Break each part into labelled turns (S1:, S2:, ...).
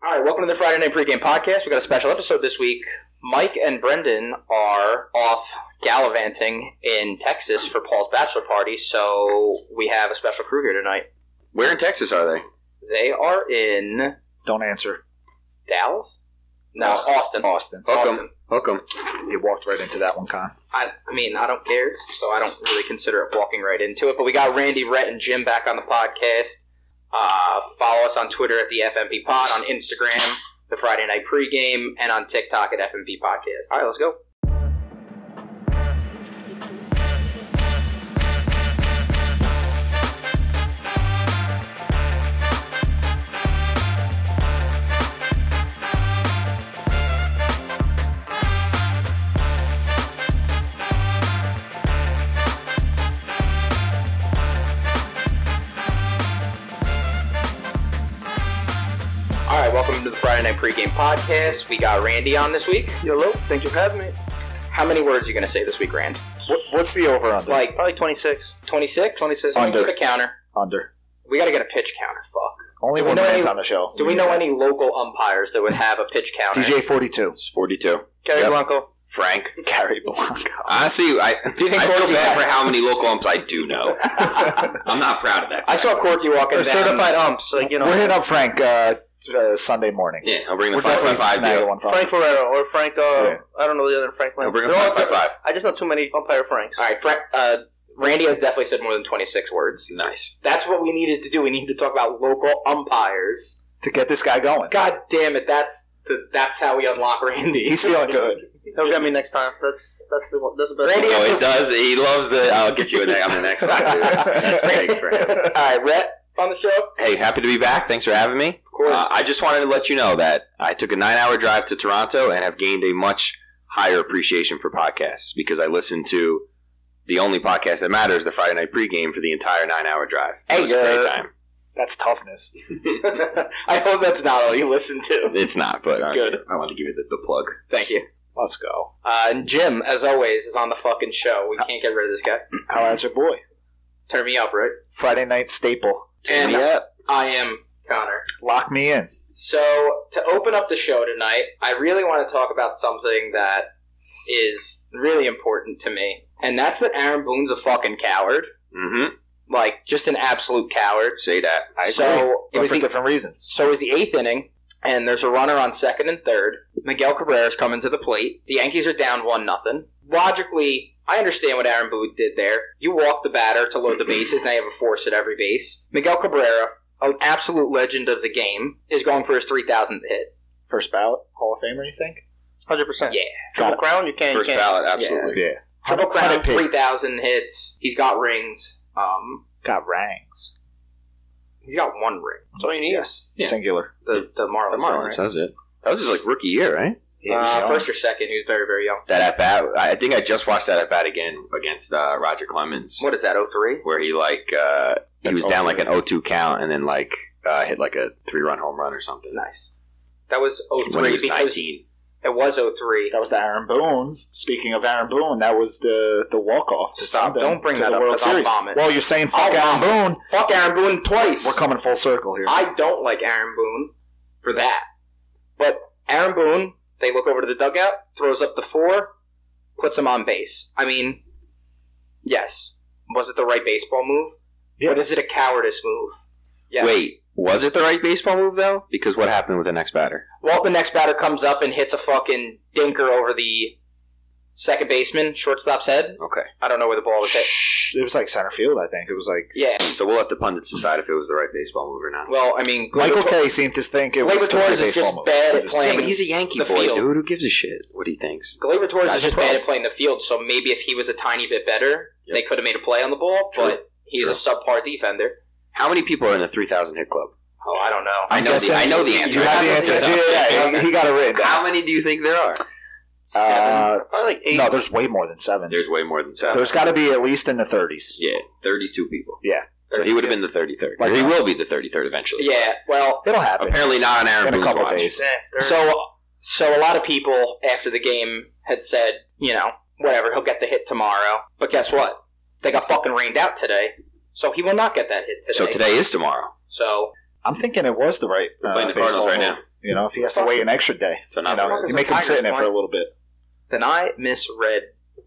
S1: right, welcome to the Friday Night Pregame Podcast. We've got a special episode this week. Mike and Brendan are off gallivanting in Texas for Paul's bachelor party, so we have a special crew here tonight.
S2: Where in Texas are they?
S1: They are in
S3: Don't answer.
S1: Dallas? No,
S2: Austin.
S1: Austin.
S3: Austin.
S2: Hook 'em.
S1: Austin.
S2: Hook 'em.
S3: You walked right into that one, Con.
S1: I, I mean, I don't care, so I don't really consider it walking right into it. But we got Randy, Rhett, and Jim back on the podcast. Uh, follow us on Twitter at the FMP Pod, on Instagram, the Friday Night Pregame, and on TikTok at FMP Podcast. All right, let's go. All right, welcome to the Friday Night Pregame Podcast. We got Randy on this week.
S4: Hello, thank you for having me.
S1: How many words are you going to say this week, Rand?
S3: What, what's the over under?
S1: Like
S4: Probably 26.
S1: 26?
S4: 26.
S1: Someone
S3: Under.
S1: Keep a counter.
S3: under.
S1: We got to get a pitch counter. Fuck.
S3: Only
S1: do we
S3: one
S1: know
S3: man's
S1: any-
S3: on the show.
S1: Do we know any local umpires that would have a pitch counter?
S3: DJ forty two.
S2: It's 42.
S4: Gary
S2: Yep.
S4: Blanco.
S2: Frank.
S3: Gary Blanco.
S2: Honestly, I,
S1: Do you think
S2: I feel
S1: Corky
S2: bad
S1: has-
S2: for how many local umps I do know. I'm not proud of that.
S1: I saw Corky walking
S4: They're
S1: down.
S4: certified umps, like, you know.
S3: We're hitting up Frank uh, uh, Sunday morning.
S2: yeah, I'll bring a
S3: We're definitely
S2: 555
S3: snagging
S2: deal.
S3: one from.
S4: Frank Ferrero or Frank, uh,
S3: Yeah.
S4: I don't know the other Frank.
S2: I'll bring a
S4: They're all-
S2: 555.
S4: I just know too many umpire Franks.
S1: All right, Frank, uh, Randy has definitely said more than 26 words.
S2: Nice.
S1: That's what we needed to do. We needed to talk about local umpires.
S3: to get this guy going.
S1: God damn it, that's the, that's how we unlock Randy.
S3: He's feeling good.
S4: They'll get me next time. That's that's the one, that's the best.
S1: Randy,
S4: one.
S2: Oh, it does. He loves the. I'll get you a neck. I'm the next one. dude. That's great, Frank.
S1: All right, Rhett on the show. Of
S2: Hey, happy to be back. Thanks for having me.
S1: course.
S2: Uh, I just wanted to let you know that I took a nine hour drive to Toronto and have gained a much higher appreciation for podcasts because I listened to the only podcast that matters, the Friday Night Pregame, for the entire nine hour drive. It
S1: Hey,
S2: was a great
S1: uh,
S2: time.
S3: That's toughness.
S1: I hope that's not all you listen to.
S2: It's not, but I,
S1: Good.
S2: I want to give it the, the plug.
S1: Thank you.
S3: Let's go.
S1: Uh, and Jim, as always, is on the fucking show. We can't get rid of this guy.
S3: How at your boy?
S1: Turn me up, right?
S3: Friday night staple.
S1: And
S2: yeah,
S1: I am Connor.
S3: Lock me in.
S1: So, to open up the show tonight, I really want to talk about something that is really important to me. And that's that Aaron Boone's a fucking coward.
S2: mm-hmm.
S1: Like, just an absolute coward.
S2: say that.
S1: So, it
S3: But
S1: was
S3: for
S1: the,
S3: different reasons.
S1: so it was the eighth inning, and there's a runner on second and third. Miguel Cabrera's coming to the plate. The Yankees are down one nothing. Logically, I understand what Aaron Boone did there. You walk the batter to load the bases. Now you have a force at every base. Miguel Cabrera, an absolute legend of the game, is going for his three thousandth hit.
S3: First ballot Hall of Famer, you think?
S4: 100%.
S1: Yeah.
S4: Triple Crown, you can't.
S2: First
S4: you can't.
S2: ballot, absolutely.
S3: Yeah.
S1: Triple Crown,
S3: Hundred pick.
S1: three thousand hits. He's got rings. Um,
S3: Got ranks.
S1: he's got one ring.
S4: That's all you need.
S3: Yes.
S1: Yeah.
S3: Singular.
S1: The the Marlins. one, right?
S2: does it. That was his like rookie year, right?
S3: Yeah, he's
S1: Uh,
S3: young.
S1: first or second. He was very very young.
S2: That at bat, I think I just watched that at bat again against uh, Roger Clemens,
S1: What is that? 03?
S2: where he like uh, he was
S3: That's
S2: down
S3: 0-2.
S2: like an 0-2 count and then like uh, hit like a three run home run or something.
S1: Nice. That was 03
S2: When he was
S1: because
S2: nineteen,
S1: it was 03.
S3: That was the Aaron Boone. Speaking of Aaron Boone, that was the the walk off to
S1: Stop,
S3: Sunday,
S1: don't bring
S3: to
S1: that
S3: the
S1: up,
S3: World
S1: 'cause I'll
S3: Series.
S1: vomit.
S3: Well, you're saying fuck
S1: I'll
S3: Aaron Boone.
S1: Fuck Aaron Boone twice.
S3: We're coming full circle here.
S1: I don't like Aaron Boone for that. But Aaron Boone, they look over to the dugout, throws up the four, puts him on base. I mean, yes. Was it the right baseball move?
S3: Yeah.
S1: But is it a cowardice move? Yes.
S2: wait, was it the right baseball move though? Because what happened with the next batter?
S1: Well, the next batter comes up and hits a fucking dinker over the second baseman, shortstop's head.
S2: Okay,
S1: I don't know where the ball was hit.
S3: Shh. It was like center field, I think. It was like
S1: Yeah.
S2: so we'll let the pundits decide if it was the right baseball move or not.
S1: Well, I mean,
S3: Michael
S1: Gleyber-
S3: K seemed to think it
S1: Gleyber
S3: was the
S1: Torres
S3: right
S1: is
S3: baseball
S1: just
S3: move.
S1: bad at
S3: Just-
S1: playing.
S2: yeah, but he's a Yankee
S1: the
S2: boy,
S1: field.
S2: dude. Who gives a shit what he thinks?
S1: Gleyber Torres
S2: Guys,
S1: is just
S2: well-
S1: bad at playing the field, so maybe if he was a tiny bit better,
S2: Yep.
S1: they could have made a play on the ball.
S2: True.
S1: But he's a subpar defender.
S2: How many people are in the three thousand hit club?
S1: Oh, I don't know.
S2: I know the
S3: guessing-
S2: I know the answer.
S3: You have the
S1: That's
S3: answer.
S1: what
S3: Yeah,
S1: it is.
S3: yeah, yeah. He got it written down.
S2: How many do you think there are?
S1: Seven.
S3: Uh,
S4: Probably like eight.
S3: no, there's way more than seven.
S2: There's way more than seven.
S3: There's got to be at least in the 30s.
S2: yeah, thirty-two people.
S3: Yeah.
S2: So he would have been the thirty-third.
S3: Like-
S2: he will be the thirty-third eventually.
S1: yeah. Well,
S3: It'll happen.
S2: Apparently not on Aaron
S3: In a
S2: Boone's
S3: couple
S2: watch.
S3: days.
S4: Yeah, they're-
S1: so so a lot of people after the game had said, you know, whatever, he'll get the hit tomorrow. But guess what? They got fucking rained out today, so he will not get that hit today.
S2: So today is tomorrow.
S1: So
S3: I'm thinking it was the right.
S2: We're playing
S3: uh,
S2: the Cardinals
S3: baseball
S2: right
S3: move. You know, if he has to wait an extra day,
S2: So
S3: you,
S2: not
S3: know,
S2: Perez.
S3: you make him sit in it for
S1: Tigers
S3: a little bit.
S1: Then I misread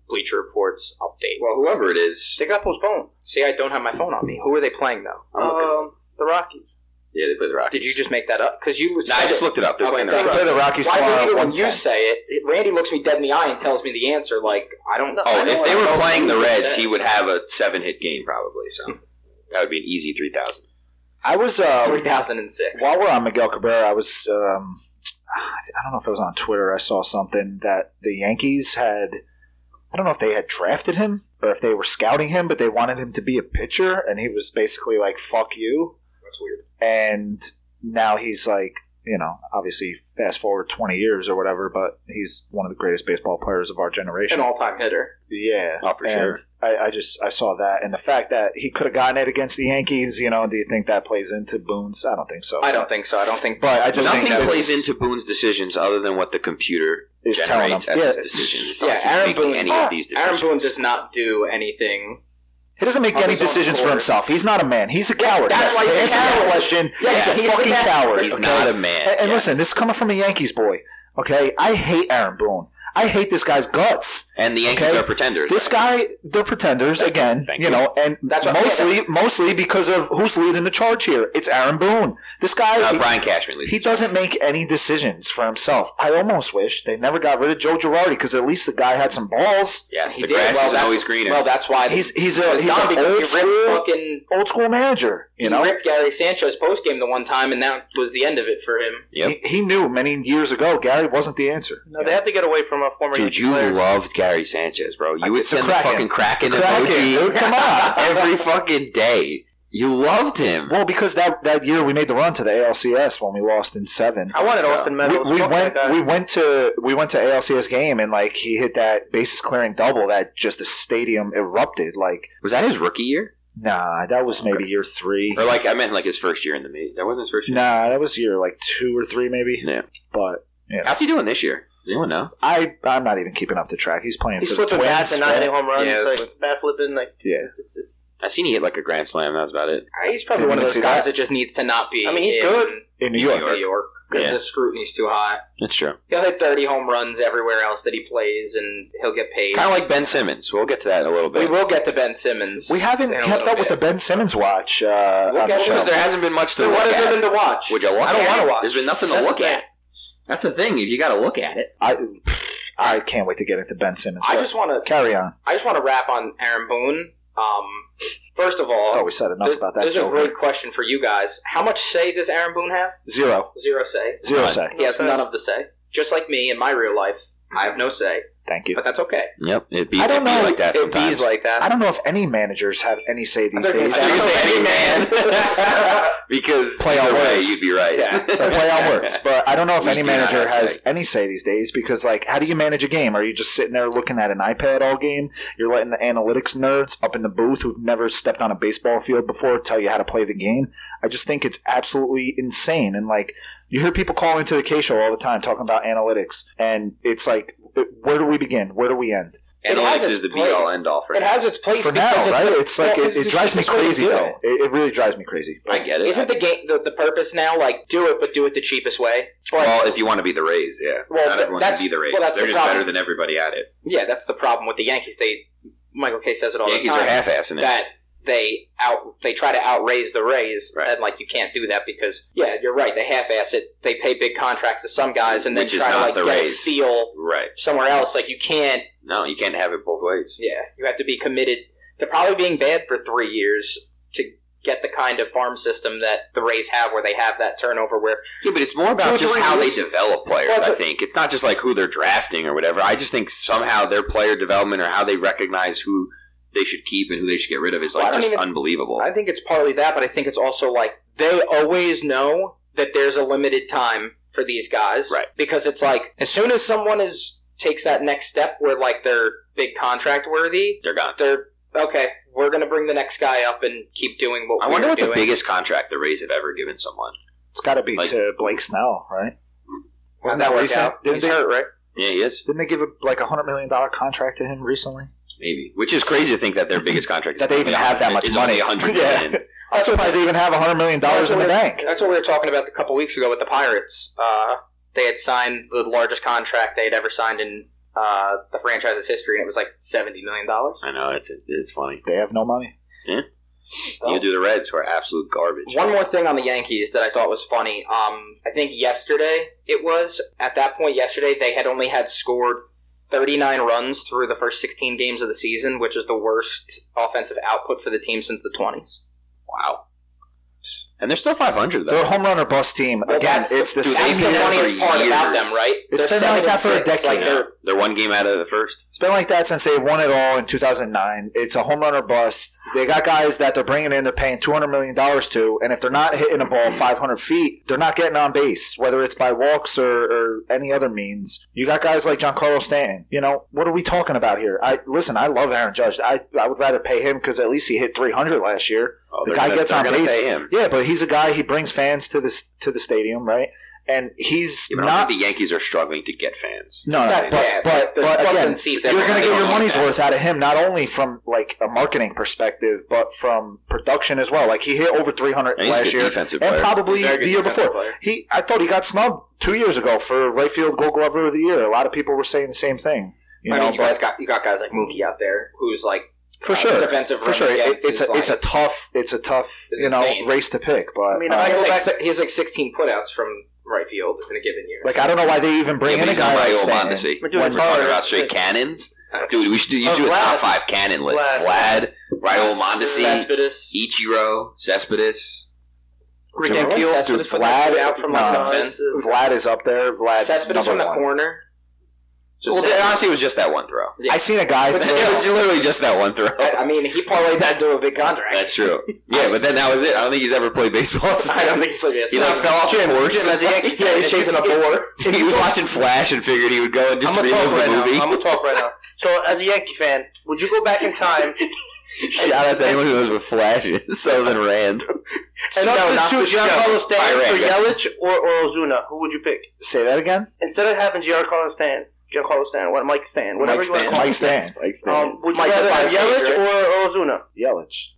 S1: Bleacher Report's update.
S2: Well, whoever it is,
S4: They got postponed.
S1: See, I don't have my phone on me. Who are they playing though?
S2: I'm looking.
S4: Um, the Rockies.
S2: yeah, they play the Rockies.
S1: Did you just make that up? Because you would
S2: Nah, I just looked it up. They're
S1: Okay,
S2: playing the
S1: so-
S2: Rockies.
S3: They play the Rockies
S1: Why
S3: tomorrow.
S1: believe it
S3: at
S1: when you
S3: 1:10.
S1: say it? It- Randy looks me dead in the eye and tells me the answer. Like I don't.
S4: No,
S1: I
S2: Oh,
S1: don't
S2: if they
S1: know
S2: were
S1: what
S2: playing the
S1: you
S2: Reds,
S1: said.
S2: he would have a seven hit game probably. So that would be an easy three thousand.
S3: I was uh,
S1: 3006.
S3: while we're on Miguel Cabrera, I was um, I don't know if it was on Twitter. I saw something that the Yankees had. I don't know if they had drafted him or if they were scouting him, but they wanted him to be a pitcher, and he was basically like "fuck you."
S1: That's weird.
S3: And now he's like, you know, obviously fast forward twenty years or whatever, but he's one of the greatest baseball players of our generation.
S1: An all-time hitter.
S3: Yeah.
S2: Oh, for
S3: And
S2: sure.
S3: I, I just I saw that and the fact that he could have gotten it against the Yankees, you know, do you think that plays into Boone's? I don't think so.
S1: I don't think so. I don't think.
S3: but I just
S2: Nothing
S3: think that
S2: plays into Boone's decisions other than what the computer
S3: is telling him.
S2: generates as
S3: Yeah,
S2: his decision. It's not
S1: Yeah,
S2: like he's
S1: Aaron
S2: making
S1: Boone.
S2: any of these decisions.
S1: Aaron Boone does not do anything.
S3: he doesn't make
S1: On
S3: any
S1: his own
S3: decisions for
S1: accord.
S3: himself. He's not a man. He's a coward.
S1: that's why
S3: to
S1: he's a
S3: answer that
S1: coward.
S3: question.
S1: Yeah,
S3: he's a
S1: he's a
S3: fucking
S1: coward.
S3: coward.
S2: He's
S3: okay?
S2: not a man.
S3: And, and
S2: yes.
S3: listen, this is coming from a Yankees boy. Okay, I hate Aaron Boone. I hate this guy's guts.
S2: and the Yankees
S3: okay,
S2: are pretenders.
S3: This guy, they're pretenders again.
S2: Thank
S3: you
S2: you.
S3: know, and
S1: That's what-
S3: mostly, mostly because of who's leading the charge here. It's Aaron Boone. This guy,
S2: uh,
S3: he-
S2: Brian Cashman. leads
S3: He
S2: the charge.
S3: doesn't make any decisions for himself. I almost wish they never got rid of Joe Girardi because at least the guy had some balls.
S2: Yes,
S1: He
S2: the
S1: did.
S2: grass
S1: Well,
S2: is
S1: that's-
S2: always greener.
S1: Well, that's why
S3: He's he's a
S1: It was
S3: he's
S1: done
S3: an
S1: because he
S3: old
S1: ripped
S3: school,
S1: fucking.
S3: old school manager. You know,
S1: he ripped Gary Sanchez post game the one time, and that was the end of it for him.
S2: yep.
S3: he, he knew many years ago Gary wasn't the answer.
S4: No, they have to get away from a former.
S2: Dude,
S4: Yankee
S2: you
S4: players.
S2: loved Gary Sanchez, bro.
S3: I
S2: You would
S3: did. The
S2: send the
S3: Kraken.
S2: fucking Kraken
S3: Kraken, dude,
S2: emoji
S3: come on.
S2: every fucking day. You loved him.
S3: Well, because that that year we made the run to the ALCS when we lost in seven.
S4: I wanted
S2: Let's go.
S4: Austin
S3: We,
S4: Meadows.
S3: we
S4: Fuck
S3: went.
S4: that guy.
S3: We went to. We went to ALCS game, and like he hit that bases clearing double that just the stadium erupted. Like,
S2: Was that his rookie year?
S3: nah, that was maybe year three.
S2: Or like I meant like his first year in the major. That wasn't his first year.
S3: Nah, that was year like two or three, maybe.
S2: Yeah.
S3: But
S2: How's he doing this year? Does anyone know?
S3: I, I'm not even keeping up the track. He's playing
S4: He's
S3: for the
S4: flipping
S3: Twins.
S4: bats and not
S3: right?
S4: hitting home runs.
S1: Yeah,
S4: It's
S1: that's
S4: like bat flipping. Like
S3: Yeah,
S4: it's, it's, it's,
S2: I seen he hit like a grand slam. That was about it.
S1: He's probably
S3: Didn't
S1: one of
S3: even
S1: those
S3: see
S1: guys
S3: that.
S1: that just needs to not be.
S4: I mean, he's
S1: in
S4: good.
S3: in New York.
S1: New York because
S2: Yeah.
S1: the scrutiny's too high.
S2: That's true.
S1: He'll hit 30 home runs everywhere else that he plays, and he'll get paid.
S2: Kind of like Ben Simmons. We'll get to that in a little
S1: we
S2: bit.
S1: will get to Ben Simmons.
S3: We haven't
S1: in a
S3: kept
S1: little
S3: up with the
S1: bit.
S3: Ben Simmons watch. Uh,
S1: Look
S3: on the
S1: at him,
S3: show.
S2: Because there hasn't been much to
S1: So
S2: look
S1: what has
S2: at.
S1: there been to watch?
S2: Would you look
S4: I don't
S2: at
S4: wanna
S2: it?
S4: watch.
S2: There's been nothing to
S4: That's
S2: look
S4: the
S2: at. That's the thing. You got to look at it.
S3: I, I can't wait to get into Ben Simmons.
S1: I
S3: but
S1: just want to.
S3: carry on.
S1: I just want to wrap on Aaron Boone. Um, first of all,
S3: Oh, we said enough
S1: there-
S3: about that.
S1: there's
S3: Joker.
S1: a great question for you guys. How much say does Aaron Boone have?
S3: Zero.
S1: Zero say.
S3: Zero
S2: None.
S3: say.
S1: He has
S4: No say.
S1: none of the say. Just like me in my real life, I have no say,
S3: Thank you.
S1: but that's okay.
S2: Yep. It be,
S3: I don't
S2: it be
S3: know.
S2: like that
S1: It
S2: sometimes.
S1: bees like
S3: I
S1: that.
S3: don't know if any managers have any say these
S1: They're
S3: days.
S2: I think
S1: gonna
S2: it's any man. because
S3: Play
S2: either
S3: on
S2: way,
S3: words.
S2: you'd be right.
S1: Yeah.
S3: Or play on words, but I don't know if
S2: We
S3: any
S2: do not
S3: manager
S2: have
S3: has
S2: say.
S3: any say these days because, like, how do you manage a game? Are you just sitting there looking at an iPad all game? You're letting the analytics nerds up in the booth who've never stepped on a baseball field before tell you how to play the game? I just think it's absolutely insane. And, like, you hear people call into the K show all the time talking about analytics, and it's like, where do we begin? Where do we end?
S1: It has
S2: Analytics
S1: its
S2: is the be
S1: place.
S2: all end all for
S1: It
S2: now.
S1: has its place
S3: For now,
S1: because it's
S3: right?
S1: the-
S3: It's like,
S1: well,
S3: it, it
S1: the
S3: drives me
S1: cheapest way to
S3: crazy,
S1: do
S3: though.
S1: it.
S3: It, it really drives me crazy.
S2: I get it.
S1: Isn't the game the, the purpose now like do it but do it the cheapest way? Or-
S2: well, if you want to be the Rays, yeah.
S1: Well,
S2: Not
S1: th-
S2: everyone
S1: that's-
S2: can be the Rays.
S1: well, that's
S2: They're
S1: the
S2: just better
S1: problem.
S2: than everybody at it.
S1: yeah, that's the problem with the Yankees. They Michael K says it all
S2: Yankees
S1: the
S2: are
S1: time
S2: half-assing it.
S1: that they out they try to outraise the Rays
S2: Right.
S1: and like you can't do that because yeah, you're right. They half-ass it. They pay big contracts to some guys and then
S2: Which is
S1: try to
S2: not
S1: like
S2: the
S1: get a
S2: Rays.
S1: steal
S2: Right.
S1: somewhere else. Like you can't.
S2: No, you can't have it both ways.
S1: Yeah, you have to be committed to probably being bad for three years to get the kind of farm system that the Rays have, where they have that turnover where
S2: Yeah, but it's more
S1: So
S2: about
S1: it's
S2: just
S1: like-
S2: how they develop players,
S1: Well, it's
S2: I
S1: a-
S2: think. It's not just like who they're drafting or whatever. I just think somehow their player development or how they recognize who they should keep and who they should get rid of is
S1: Well, I
S2: like
S1: don't
S2: just
S1: even-
S2: unbelievable.
S1: I think it's partly that, but I think it's also like they always know that there's a limited time for these guys,
S2: Right.
S1: Because it's like as soon as someone is takes that next step where like they're big contract worthy,
S2: They're gone.
S1: they're okay. We're gonna bring the next guy up and keep doing what
S2: I
S1: we're
S2: wonder what
S1: doing.
S2: the biggest contract the Rays have ever given someone.
S3: It's got to be
S2: Like-
S3: to Blake Snell, right?
S1: Wasn't that work
S3: recent?
S1: out?
S3: Didn't
S1: He's
S3: they-
S1: hurt, right?
S2: Yeah, he is.
S3: Didn't they give a, like a hundred million dollar contract to him recently?
S2: Maybe. Which is crazy to think that their biggest contract is
S3: That they even have that much money.
S2: hundred
S3: Yeah.
S2: million.
S3: I'm surprised they even have $100 million in the bank.
S1: That's what we were talking about a couple weeks ago with the Pirates. Uh, they had signed the largest contract they had ever signed in uh, the franchise's history, and it was like seventy million dollars.
S2: I know it's it's funny.
S3: They have no money.
S2: You do the Reds, who are absolute garbage.
S1: One more thing on the Yankees that I thought was funny. Um, I think yesterday it was at that point yesterday they had only had scored 39 runs through the first 16 games of the season, which is the worst offensive output for the team since the 20s.
S2: Wow. And they're still 500
S3: They're a
S2: though.
S3: home run or bust team.
S1: Well,
S3: Again,
S1: that's the-
S3: it's the
S2: dude,
S3: same.
S1: That's
S2: they've
S1: the
S2: been there
S1: funniest
S2: for
S1: part about
S2: years.
S1: them, right?
S3: It's
S1: They're
S3: been like
S1: seven
S3: that for
S1: and
S3: a
S1: six. Like
S3: decade.
S1: they're
S2: Yeah. They're one game out of the first.
S3: It's been like that since they won it all in 2009. It's a home run or bust. They got guys that they're bringing in, they're paying $200 million to, and if they're not hitting a
S1: Mm.
S3: ball 500 feet, they're not getting on base, whether it's by walks or, or any other means. You got guys like Giancarlo Stanton. You know, what are we talking about here? I Listen, I love Aaron Judge. I, I would rather pay him because at least he hit 300 last year.
S2: Oh,
S3: The
S2: they're
S3: guy
S2: gonna-
S3: gets
S2: they're
S3: on
S2: gonna
S3: base.
S2: Pay him.
S3: Yeah, but he's a guy, he brings fans to, this, to the stadium, right? And he's
S2: Even I
S3: not.
S2: don't think the Yankees are struggling to get fans.
S3: No, no,
S1: That's
S3: but,
S1: bad.
S3: but,
S1: They're
S3: but
S1: butts
S3: again,
S1: and seats
S3: you're going
S1: everywhere.
S3: to get
S2: They
S3: your
S2: don't
S3: money's
S2: like that.
S3: worth out of him, not only from like a marketing perspective, but from production as well. Like he hit over 300
S2: And he's a
S3: last
S2: good
S3: year,
S2: defensive
S3: and
S2: player.
S3: probably
S1: Very
S3: the
S1: good
S3: year
S1: defensive
S3: before.
S1: player.
S3: He, I thought he got snubbed two years ago for right field Gold Glover of the year. A lot of people were saying the same thing. You
S1: I
S3: know,
S1: mean, you
S3: but
S1: guys got you got guys like Mookie out there who's like
S3: for
S1: uh,
S3: sure,
S1: defensive
S3: for sure, It-
S1: renegades
S3: it's
S1: is
S3: a it's a
S1: like-
S3: tough it's a tough
S1: It's
S3: you know
S1: insane.
S3: race to pick. But
S4: I mean,
S3: uh,
S1: He
S4: I
S1: has,
S4: go
S1: like,
S4: back-
S1: th- he has like sixteen putouts from right field in a given year.
S3: like I don't know why they even bring
S2: Yeah,
S3: in
S2: but
S3: a
S2: he's
S3: guy
S2: not
S3: like
S2: Mario
S3: Stanton.
S2: Mondesi.
S4: We're
S2: We're
S4: doing
S2: talking
S4: Vlad.
S2: about straight cannons, dude. We should do, you
S4: Oh,
S2: should do a top
S4: Vlad.
S2: five cannon list. Vlad,
S4: Vlad.
S2: Raul Mondesi, E-
S1: Cespedes.
S2: Ichiro, Cespedes.
S1: Rick
S3: Dude,
S1: Ankiel,
S3: Cespedes
S1: put
S3: Vlad-
S1: that dude out from like
S3: nah.
S1: the fence.
S3: Vlad is up there. Vlad
S1: Cespedes
S3: number
S1: from the
S3: one.
S1: corner.
S2: Well,
S1: Just-
S2: honestly, it was just that one throw.
S1: Yeah.
S3: I seen a guy.
S1: But
S3: throw-
S2: It was literally just that one throw.
S1: I I mean, he parlayed that into a big contract.
S2: That's true. Yeah, but then that was it. I don't think he's ever played baseball.
S1: I don't think he's played
S2: He like fell off his horse.
S1: Jim, as a Yankee fan, he's chasing a
S2: boar. he was watching Flash and figured he would go and just
S4: I'm gonna
S2: relive
S4: talk
S2: the
S4: right
S2: movie.
S4: now. I'm gonna talk right now. So, as a Yankee fan, would you go back in time
S2: Shout out to anyone who knows what Flash is. Sullivan Rand.
S4: and substitute Giancarlo Stanton
S2: By
S4: for
S2: Rand.
S4: Yelich or, or Ozuna? Who would you pick
S3: Say that again.
S4: instead of having Giancarlo Stanton? Giancarlo Stanton, what Mike Stanton, whatever
S2: Mike
S4: you want to
S2: Stanton.
S3: Mike Stan.
S4: call him.
S2: Mike Stanton.
S4: Um, would you
S1: Mike the
S4: rather have
S1: Five
S4: Yelich
S1: Pager.
S4: or Ozuna?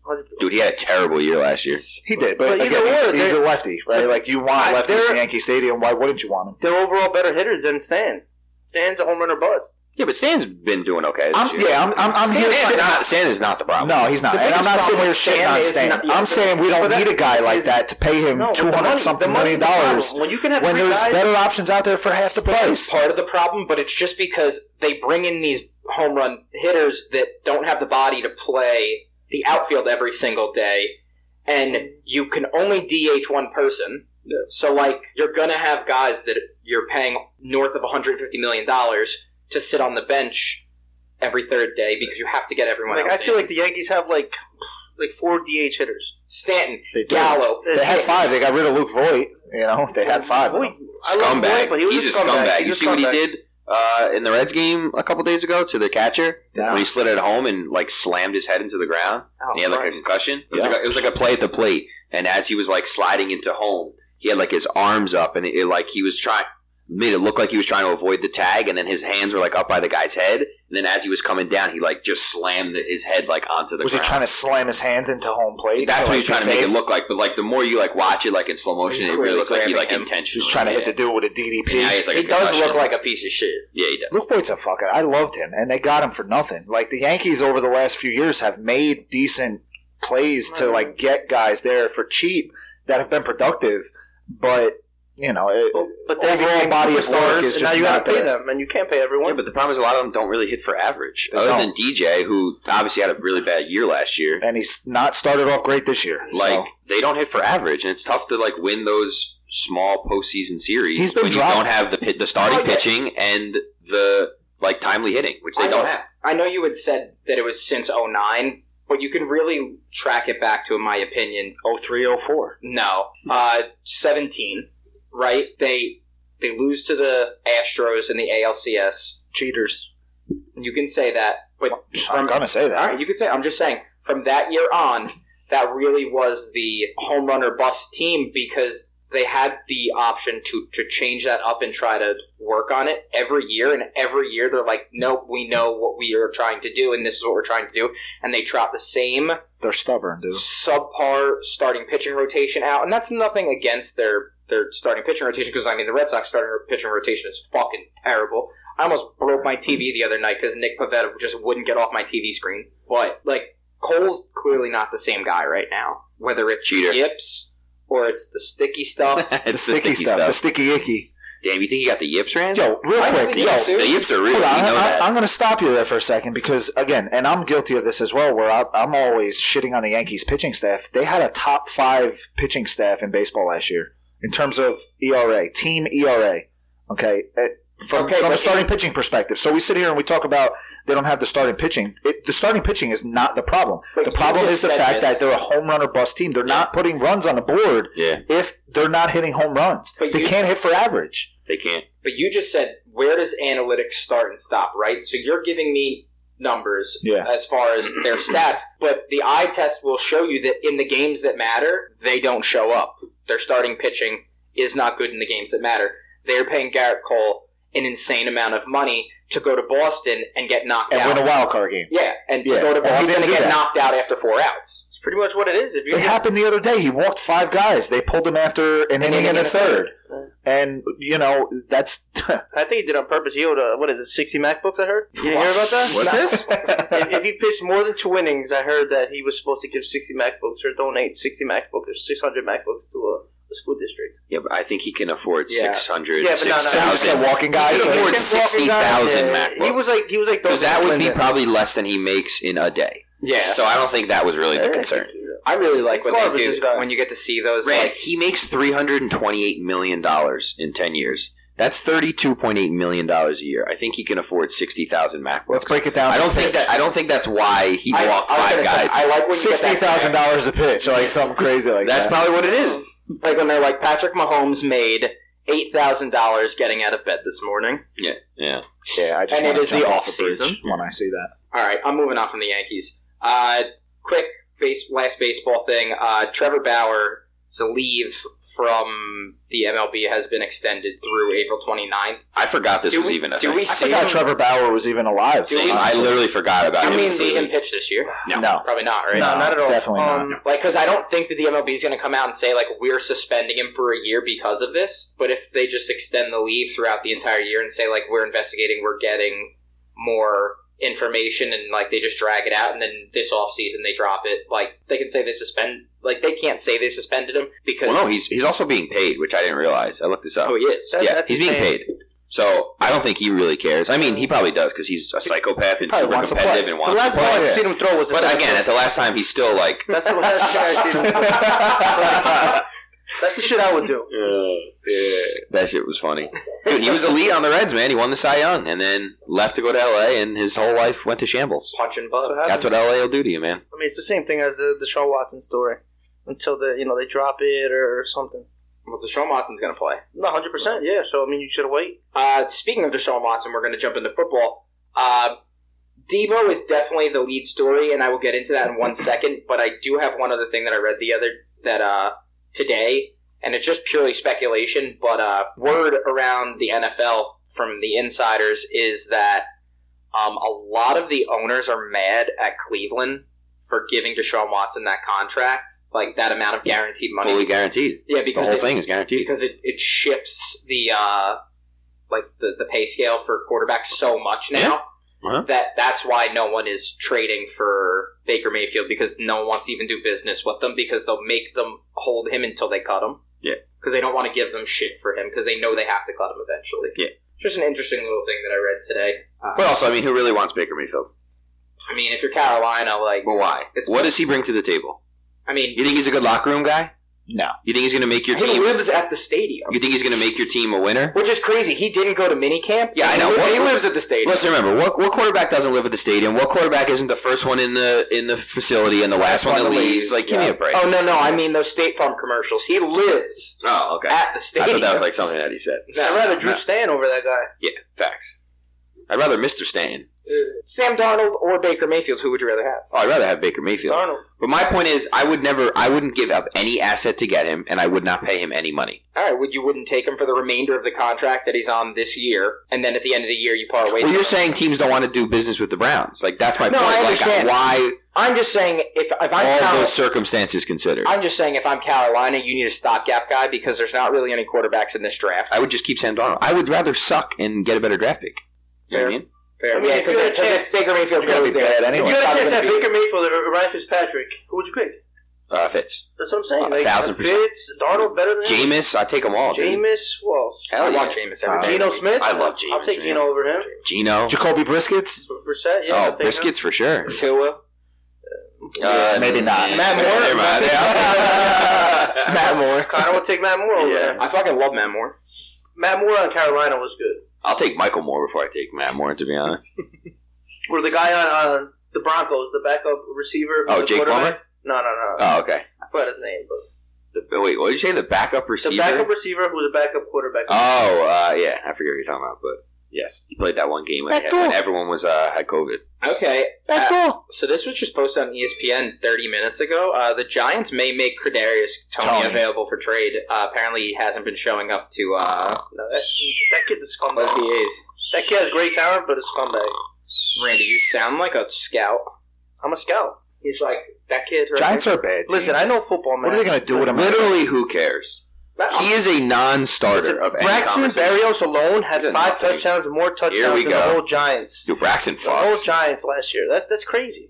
S3: Yelich.
S2: Dude, he had a terrible year last year.
S3: He did, but,
S4: But either
S3: again, he's,
S4: way,
S3: he's
S4: they-
S3: a lefty, right? Like you want
S4: I-
S3: lefties
S4: they're-
S3: in Yankee Stadium. Why wouldn't you want him?
S4: They're overall better hitters than Stan. Stan's a home run or bust.
S2: Yeah, but Stan's been doing okay. This
S3: I'm,
S2: year.
S3: yeah, I'm. I'm, I'm
S2: Stan
S3: here.
S2: is
S3: shit-
S2: not, Stan is not the problem.
S3: no, he's not.
S1: The
S3: And I'm
S1: biggest
S3: not sitting
S1: problem
S3: here
S1: is
S3: shitting
S1: Stan
S3: on
S1: is
S3: Stan.
S1: not-
S3: I'm saying we don't
S4: But
S3: need a
S4: that's-
S3: guy like
S4: is-
S3: that to pay him
S4: No, but the
S3: Um, two hundred
S4: money-
S3: something
S4: the money
S3: million
S4: is the problem.
S3: dollars
S4: When you can have
S3: when
S4: three
S3: there's
S4: guys-
S3: better options out there for half the price.
S1: part of the problem, but it's just because they bring in these home run hitters that don't have the body to play the outfield every single day, and you can only DH one person. So, like, you're going to have guys that you're paying north of $150 million to sit on the bench every third day because you have to get everyone
S4: Like I
S1: else
S4: feel
S1: in.
S4: like the Yankees have like like four DH hitters.
S1: Stanton,
S3: They do.
S1: Gallo.
S3: They had five. They got rid of Luke Voigt. You know, they had five. of
S4: Boy,
S3: them.
S4: I love
S2: scumbag.
S4: Boy, but he was
S2: he's a scumbag.
S4: He's
S2: You
S4: a
S2: see what he
S4: scumbag.
S2: did uh, in the Reds game a couple days ago to the catcher
S3: Yeah.
S2: when he slid at home and like slammed his head into the ground.
S1: Oh,
S2: and he had like a
S1: Christ.
S2: concussion. It was,
S3: Yeah.
S2: like a, it was like a play at the plate, and as he was like sliding into home, he had like his arms up, and it, it, like he was trying made it look like he was trying to avoid the tag, and then his hands were like up by the guy's head, and then as he was coming down, he like just slammed his head like onto the
S3: Was he
S2: ground.
S3: trying to slam his hands into home plate?
S2: That's
S3: to,
S2: what
S3: like,
S2: he was trying
S3: be
S2: to make
S3: safe?
S2: it look like, but like the more you like watch it like in slow motion,
S1: He's
S2: it really
S1: clearly
S2: looks like he
S1: grabbing
S2: like
S1: him.
S2: intentionally
S3: He was trying to hit the
S2: did
S3: dude with a
S2: it.
S3: DDP.
S2: And now he has, like, a
S1: he does
S2: concussion.
S1: look like a piece of shit.
S2: yeah, he does.
S3: Luke Voigt's a fucker. I loved him, and they got him for nothing. Like the Yankees over the last few years have made decent plays to like get guys there for cheap that have been productive, but you know, it,
S4: But
S2: Oh,
S4: they
S3: Overall
S4: became
S3: body of
S4: superstars,
S3: work is
S4: and
S3: just
S4: now you
S3: not
S4: gotta pay
S3: there.
S4: them, and you can't pay everyone.
S2: Yeah, but the problem is a lot of them don't really hit for average.
S3: They
S2: Other
S3: don't.
S2: than DJ, who obviously had a really bad year last year,
S3: and he's not started off great this year.
S2: like
S3: So,
S2: they don't hit for average, and it's tough to like win those small postseason series
S3: He's been
S2: when
S3: dropped.
S2: you don't have the pit, the starting
S1: Oh, yeah.
S2: pitching and the like timely hitting, which they
S1: I
S2: don't
S1: know.
S2: have.
S1: I know you had said that it was since 09, but you can really track it back to, in my opinion,
S3: 03, 04.
S1: no, uh, 17, right? They they lose to the Astros in the ALCS.
S3: cheaters.
S1: You can say that, but
S3: I'm
S1: from all
S3: gonna say that.
S1: right, you can say. I'm just saying from that year on, that really was the home run or bust team because they had the option to to change that up and try to work on it every year. And every year they're like, nope, we know what we are trying to do, and this is what we're trying to do. And they trot the same
S3: They're stubborn, dude.
S1: subpar starting pitching rotation out, and that's nothing against their their starting pitching rotation because I mean the Red Sox starting pitching rotation is fucking terrible. I almost broke my TV the other night because Nick Pavetta just wouldn't get off my TV screen. But like Cole's clearly not the same guy right now. Whether it's
S2: Cheater.
S1: yips or it's the sticky stuff,
S2: it's
S3: The sticky, stuff, the sticky icky.
S2: Damn, you think you got the yips, Rand?
S3: Yo, real
S1: I
S3: quick,
S1: think
S2: the,
S3: yo,
S1: it's-
S2: yips, the yips are real.
S3: Hold on,
S2: you know
S3: I,
S2: that.
S3: am going to stop you there for a second because, again, and I'm guilty of this as well, where I, I'm always shitting on the Yankees pitching staff. They had a top five pitching staff in baseball last year in terms of ERA, team ERA. Okay. eh, From,
S1: Okay,
S3: from a
S1: but-
S3: starting pitching perspective. So we sit here and we talk about they don't have the starting pitching. It, the starting pitching is not the problem.
S1: But
S3: the
S1: you
S3: problem
S1: just
S3: is the
S1: said
S3: fact
S1: this.
S3: that they're a home run or bust team. They're not putting runs on the board
S2: yeah,
S3: if they're not hitting home runs.
S1: But
S3: they
S1: you-
S3: can't hit for average.
S2: they can't.
S1: but you just said where does analytics start and stop, right? So you're giving me numbers
S3: Yeah.
S1: as far as their stats, but the eye test will show you that in the games that matter, they don't show up. Their starting pitching is not good in the games that matter. They're paying Garrett Cole an insane amount of money to go to Boston and get knocked
S3: And
S1: out.
S3: win a wild card game.
S1: yeah, and to
S3: Yeah,
S1: go to
S3: and he
S1: Boston
S3: didn't
S1: and
S3: do
S1: get
S3: that.
S1: knocked out after four outs.
S4: It's pretty much what it is. If you
S3: It happened the other day. He walked five guys. They pulled him after an inning and a third. And you know that's
S4: I think he did it on purpose. He owed uh, what is it, sixty MacBooks? I heard. You didn't hear about that?
S2: What's this?
S4: if, if he pitched more than two innings, I heard that he was supposed to give sixty MacBooks or donate sixty MacBooks or six hundred MacBooks to a, a school district.
S2: Yeah, but I think he can afford
S1: Yeah.
S2: six hundred,
S4: Yeah, but no, no,
S2: six
S3: So he just kept
S2: thousand.
S3: walking guys.
S2: He
S4: He
S2: afford
S4: kept
S3: Like,
S4: walking
S2: 60,000
S4: down, uh, He
S2: MacBooks.
S4: was like he was like
S2: Because that would be
S4: Linda.
S2: probably less than he makes in a day.
S1: Yeah,
S2: So I don't think that was really the concern.
S1: I really like what
S4: Garbage
S1: they
S4: is
S1: do
S4: gone.
S1: when you get to see those.
S2: Rand,
S1: Like,
S2: he makes three hundred and twenty-eight million dollars in ten years. That's thirty-two point eight million dollars a year. I think he can afford sixty thousand MacBooks.
S3: let's break it down.
S2: I don't think that. I don't think that's why he
S1: I,
S2: walked
S1: I was
S2: five
S1: gonna
S2: guys.
S1: say, I like when you get that-
S3: sixty thousand dollars a pitch, or like something crazy like
S2: that's
S3: that.
S2: probably what it is.
S1: like when they're like Patrick Mahomes made eight thousand dollars getting out of bed this morning.
S2: Yeah.
S3: yeah, I just
S1: and it
S3: wanna
S1: is the
S3: jump off a
S1: off-season.
S3: bridge when I see that.
S1: All right, I'm moving on from the Yankees. Uh, quick base last baseball thing. Uh, Trevor Bauer leave from the MLB has been extended through April 29th.
S2: I forgot this
S1: Do
S2: was
S1: we-
S2: even a
S1: do
S2: thing.
S1: we
S3: I
S1: See
S3: forgot
S1: him-
S3: Trevor Bauer was even alive.
S1: Do we-
S2: I literally forgot about
S1: Do
S2: him.
S1: we see
S2: completely.
S1: him pitch this year?
S3: no, no,
S1: Probably not, right?
S4: No, not at all.
S3: Definitely not.
S4: Um,
S1: Like, because I don't think that the MLB is going to come out and say like we're suspending him for a year because of this. But if they just extend the leave throughout the entire year and say like we're investigating, we're getting more information, and like they just drag it out, and then this off season they drop it. Like they can say they suspend, like they can't say they suspended him because
S2: Well, no, he's he's also being paid, which I didn't realize. I looked this up.
S1: oh he is.
S4: That-
S2: yeah,
S4: that's
S2: he's
S4: insane.
S2: being paid. So I don't think he really cares. I mean, he probably does because he's a psychopath and
S3: Probably
S2: super
S3: wants to
S2: competitive
S3: play.
S2: and
S4: The
S2: wants
S4: last
S2: to
S4: ball
S2: play.
S3: Oh,
S4: I've
S3: yeah.
S4: seen him throw was. a
S2: But
S4: seven
S2: again,
S4: footer.
S2: at the last time, he's still like.
S4: that's the last thing I've seen him throw. That's the shit I would do.
S2: That shit was funny. Dude, he was elite on the Reds, man. He won the Cy Young and then left to go to LA, and his whole life went to shambles.
S1: Punch and bugs.
S2: That's
S4: That's
S2: what LA will do to you, man.
S4: I mean, it's the same thing as the, the Sean Watson story. Until the you know they drop it or, or something.
S1: Well, Deshaun Watson's going to play.
S4: No, hundred percent. Yeah. So I mean, you should wait.
S1: Uh, speaking of Deshaun Watson, we're going to jump into football. Uh, Debo is definitely the lead story, and I will get into that in one second. But I do have one other thing that I read the other that uh, today, and it's just purely speculation. But uh, word around the NFL from the insiders is that um, a lot of the owners are mad at Cleveland for giving Deshaun Watson that contract, like that amount of guaranteed money.
S2: Fully guaranteed.
S1: yeah,
S2: The
S1: because
S2: whole
S1: it-
S2: thing is guaranteed.
S1: because it, it shifts the uh, like the, the pay scale for quarterbacks so much now
S2: Yeah. Uh-huh.
S1: that that's why no one is trading for Baker Mayfield because no one wants to even do business with them because they'll make them hold him until they cut him.
S2: Yeah.
S1: because they don't want to give them shit for him because they know they have to cut him eventually.
S2: Yeah.
S1: just an interesting little thing that I read today. Uh,
S2: But also, I mean, who really wants Baker Mayfield?
S1: I mean, if you're Carolina, like,
S2: Well, why?
S1: It's-
S2: what does he bring to the table?
S1: I mean,
S2: You think he's a good locker room guy?
S3: No,
S2: You think he's going to make your
S1: he
S2: team?
S1: lives at the stadium.
S2: You think he's going to make your team a winner?
S1: Which is crazy. He didn't go to minicamp.
S2: Yeah, I
S1: He
S2: know.
S1: li-
S2: What-
S1: He lives at the stadium.
S2: Let's remember what what quarterback doesn't live at the stadium. What quarterback isn't the first one in the in the facility and the last, one, that leaves? Like, give me
S3: yeah.
S2: a break.
S1: Oh no, no, I mean those State Farm commercials. He lives
S2: Oh, okay.
S1: at the
S2: I
S1: stadium.
S2: thought that was like something that he said.
S1: No.
S4: I'd rather Drew
S2: No.
S4: Stan over that guy.
S2: Yeah, facts. I'd rather Mr. Stanton.
S1: Sam Darnold or Baker Mayfield, who would you rather have?
S2: Oh, I'd rather have Baker Mayfield.
S4: Darnold.
S2: But my point is, I would never, I wouldn't give up any asset to get him, and I would not pay him any money.
S1: All right, would you wouldn't take him for the remainder of the contract that he's on this year, and then at the end of the year you part ways?
S2: Well,
S1: with
S2: you're
S1: him?
S2: saying teams don't want to do business with the Browns. Like that's my
S1: No,
S2: point.
S1: I understand.
S2: Like, why
S1: I'm just saying if if I'm
S2: all
S1: Cal-
S2: those circumstances considered? I,
S1: I'm just saying if I'm Carolina, you need a stopgap guy because there's not really any quarterbacks in this draft.
S2: would just keep Sam Darnold. I would rather suck and get a better draft pick. You know what I mean?
S1: Fair.
S4: I mean,
S1: yeah,
S4: if you
S1: because
S4: had a
S1: if
S4: chance-
S1: Baker Mayfield
S3: You're gonna
S1: goes
S3: be
S1: there,
S3: bad
S4: If
S3: anyway.
S4: you had a chance at
S1: Probably gonna
S4: Baker Mayfield or Ryan Fitzpatrick, who would you pick?
S2: Uh, Fitz,
S4: That's what I'm
S2: A
S4: saying. Like,
S2: thousand percent.
S4: Fitz, Darnold better than him?
S2: Jameis, I take them all. dude.
S4: Jameis, who else?
S1: I
S2: Hell yeah.
S1: want Jameis every
S3: Uh,
S1: day.
S4: Geno Smith.
S2: I love
S4: I'll
S2: Jameis,
S4: take
S2: man.
S4: Geno over him.
S2: Gino.
S3: Jacoby Briskets?
S4: Brissett, yeah. I'll
S2: oh,
S4: take him.
S2: briskets for sure.
S1: Tua.
S2: Uh,
S3: maybe not.
S2: yeah.
S1: Matt Moore?
S2: Never mind. Yeah.
S3: Matt Moore.
S4: Connor will take Matt Moore over
S2: Yeah.
S4: him.
S1: I fucking love Matt Moore.
S4: Matt Moore on Carolina was good.
S2: I'll take Michael Moore before I take Matt Moore. To be honest.
S4: Or the guy on, on the Broncos, the backup receiver.
S2: Oh,
S4: the
S2: Jake
S4: quarterback. No, no, no. no.
S2: Oh, okay.
S4: I forgot his name, but
S2: The, oh, wait, what did you say? The backup receiver.
S4: the backup receiver who's a backup quarterback.
S2: Oh, uh, yeah, I forget what you're talking about, but yes, he played that one game when, they had, when everyone was uh, had COVID.
S1: Okay,
S3: That's cool.
S1: so this was just posted on E ESPN 30 minutes ago. Uh, the Giants may make Kadarius Tony,
S3: Tony.
S1: available for trade. Uh, apparently, he hasn't been showing up to uh,
S4: No, that, that kid's a scumbag.
S1: OTAs.
S4: That kid has great talent, but a scumbag.
S1: Randy, you sound like a scout.
S4: I'm a scout.
S1: He's like that kid. Right
S3: Giants are a bad. team.
S4: Listen, I know football, man.
S3: What are they going to do with him?
S2: Literally, who cares?
S1: there.
S2: He is a non-starter of any
S4: Braxton
S2: conversation.
S4: Berrios alone had
S2: He's a
S4: five
S2: nothing.
S4: touchdowns, more
S2: Here we
S4: touchdowns than
S2: go.
S4: the whole Giants.
S2: Dude, Braxton
S4: The whole
S2: Fox.
S4: Giants last year. That, that's crazy.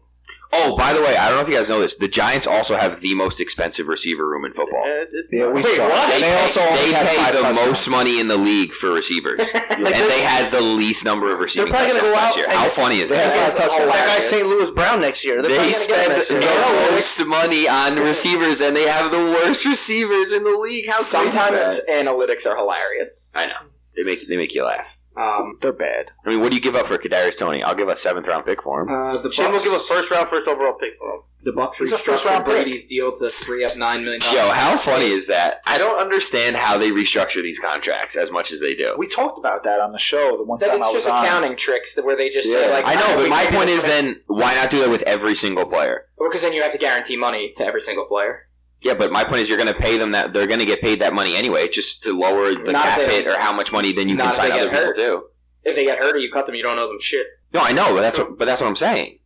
S2: Oh, by the way, I don't know if you guys know this. The Giants also have the most expensive receiver room in football.
S4: Yeah, it- it's-
S3: Yeah, we
S4: Wait,
S3: suck.
S4: what?
S3: And they also only
S2: They
S3: have
S2: pay
S3: five
S2: the
S3: touchdowns.
S2: most money in the league for receivers, and they had the least number of receiving
S4: probably
S2: touchdowns
S4: gonna go
S2: last
S4: out
S2: year.
S4: and-
S2: How funny is
S3: They have
S2: that?
S3: five touchdowns.
S4: That guy
S1: hilarious.
S4: St. Louis Brown next year. They're
S2: They
S4: probably gonna get him
S2: spend
S4: next
S2: the
S4: year.
S2: most money on receivers, and they have the worst receivers in the league. How crazy is
S1: Sometimes
S2: that?
S1: analytics are hilarious.
S2: I know they make they make you laugh.
S1: Um,
S3: They're bad.
S2: I mean, what do you give up for Kadarius Tony? I'll give a seventh round pick for him.
S1: uh, the
S4: Jim will
S1: Bucks-
S4: give a first round, first overall pick for him.
S1: The Bucks
S3: It's a first-round
S1: restructured
S3: pick.
S1: Brady's deal to free up nine million.
S2: Yo, how funny is that? I don't understand how they restructure these contracts as much as they do.
S3: We talked about that on the show the one
S1: That
S3: time I
S1: it's
S3: was
S1: just
S3: on.
S1: accounting tricks that- where they just say
S3: Yeah.
S1: like
S2: I know, but
S1: we
S2: my
S1: can do
S2: point
S1: this
S2: is,
S1: for-
S2: then why not do that with every single player?
S1: because then you have to guarantee money to every single player.
S2: Yeah, but my point is, you're going to pay them that they're going to get paid that money anyway, just to lower the
S1: Not
S2: cap
S1: if they-
S2: hit or how much money then you
S1: not
S2: can
S1: if
S2: sign
S1: they get
S2: other people
S1: hurt.
S2: too.
S1: If they get hurt or you cut them, you don't owe them shit.
S2: No, I know, but that's what, but that's what I'm saying.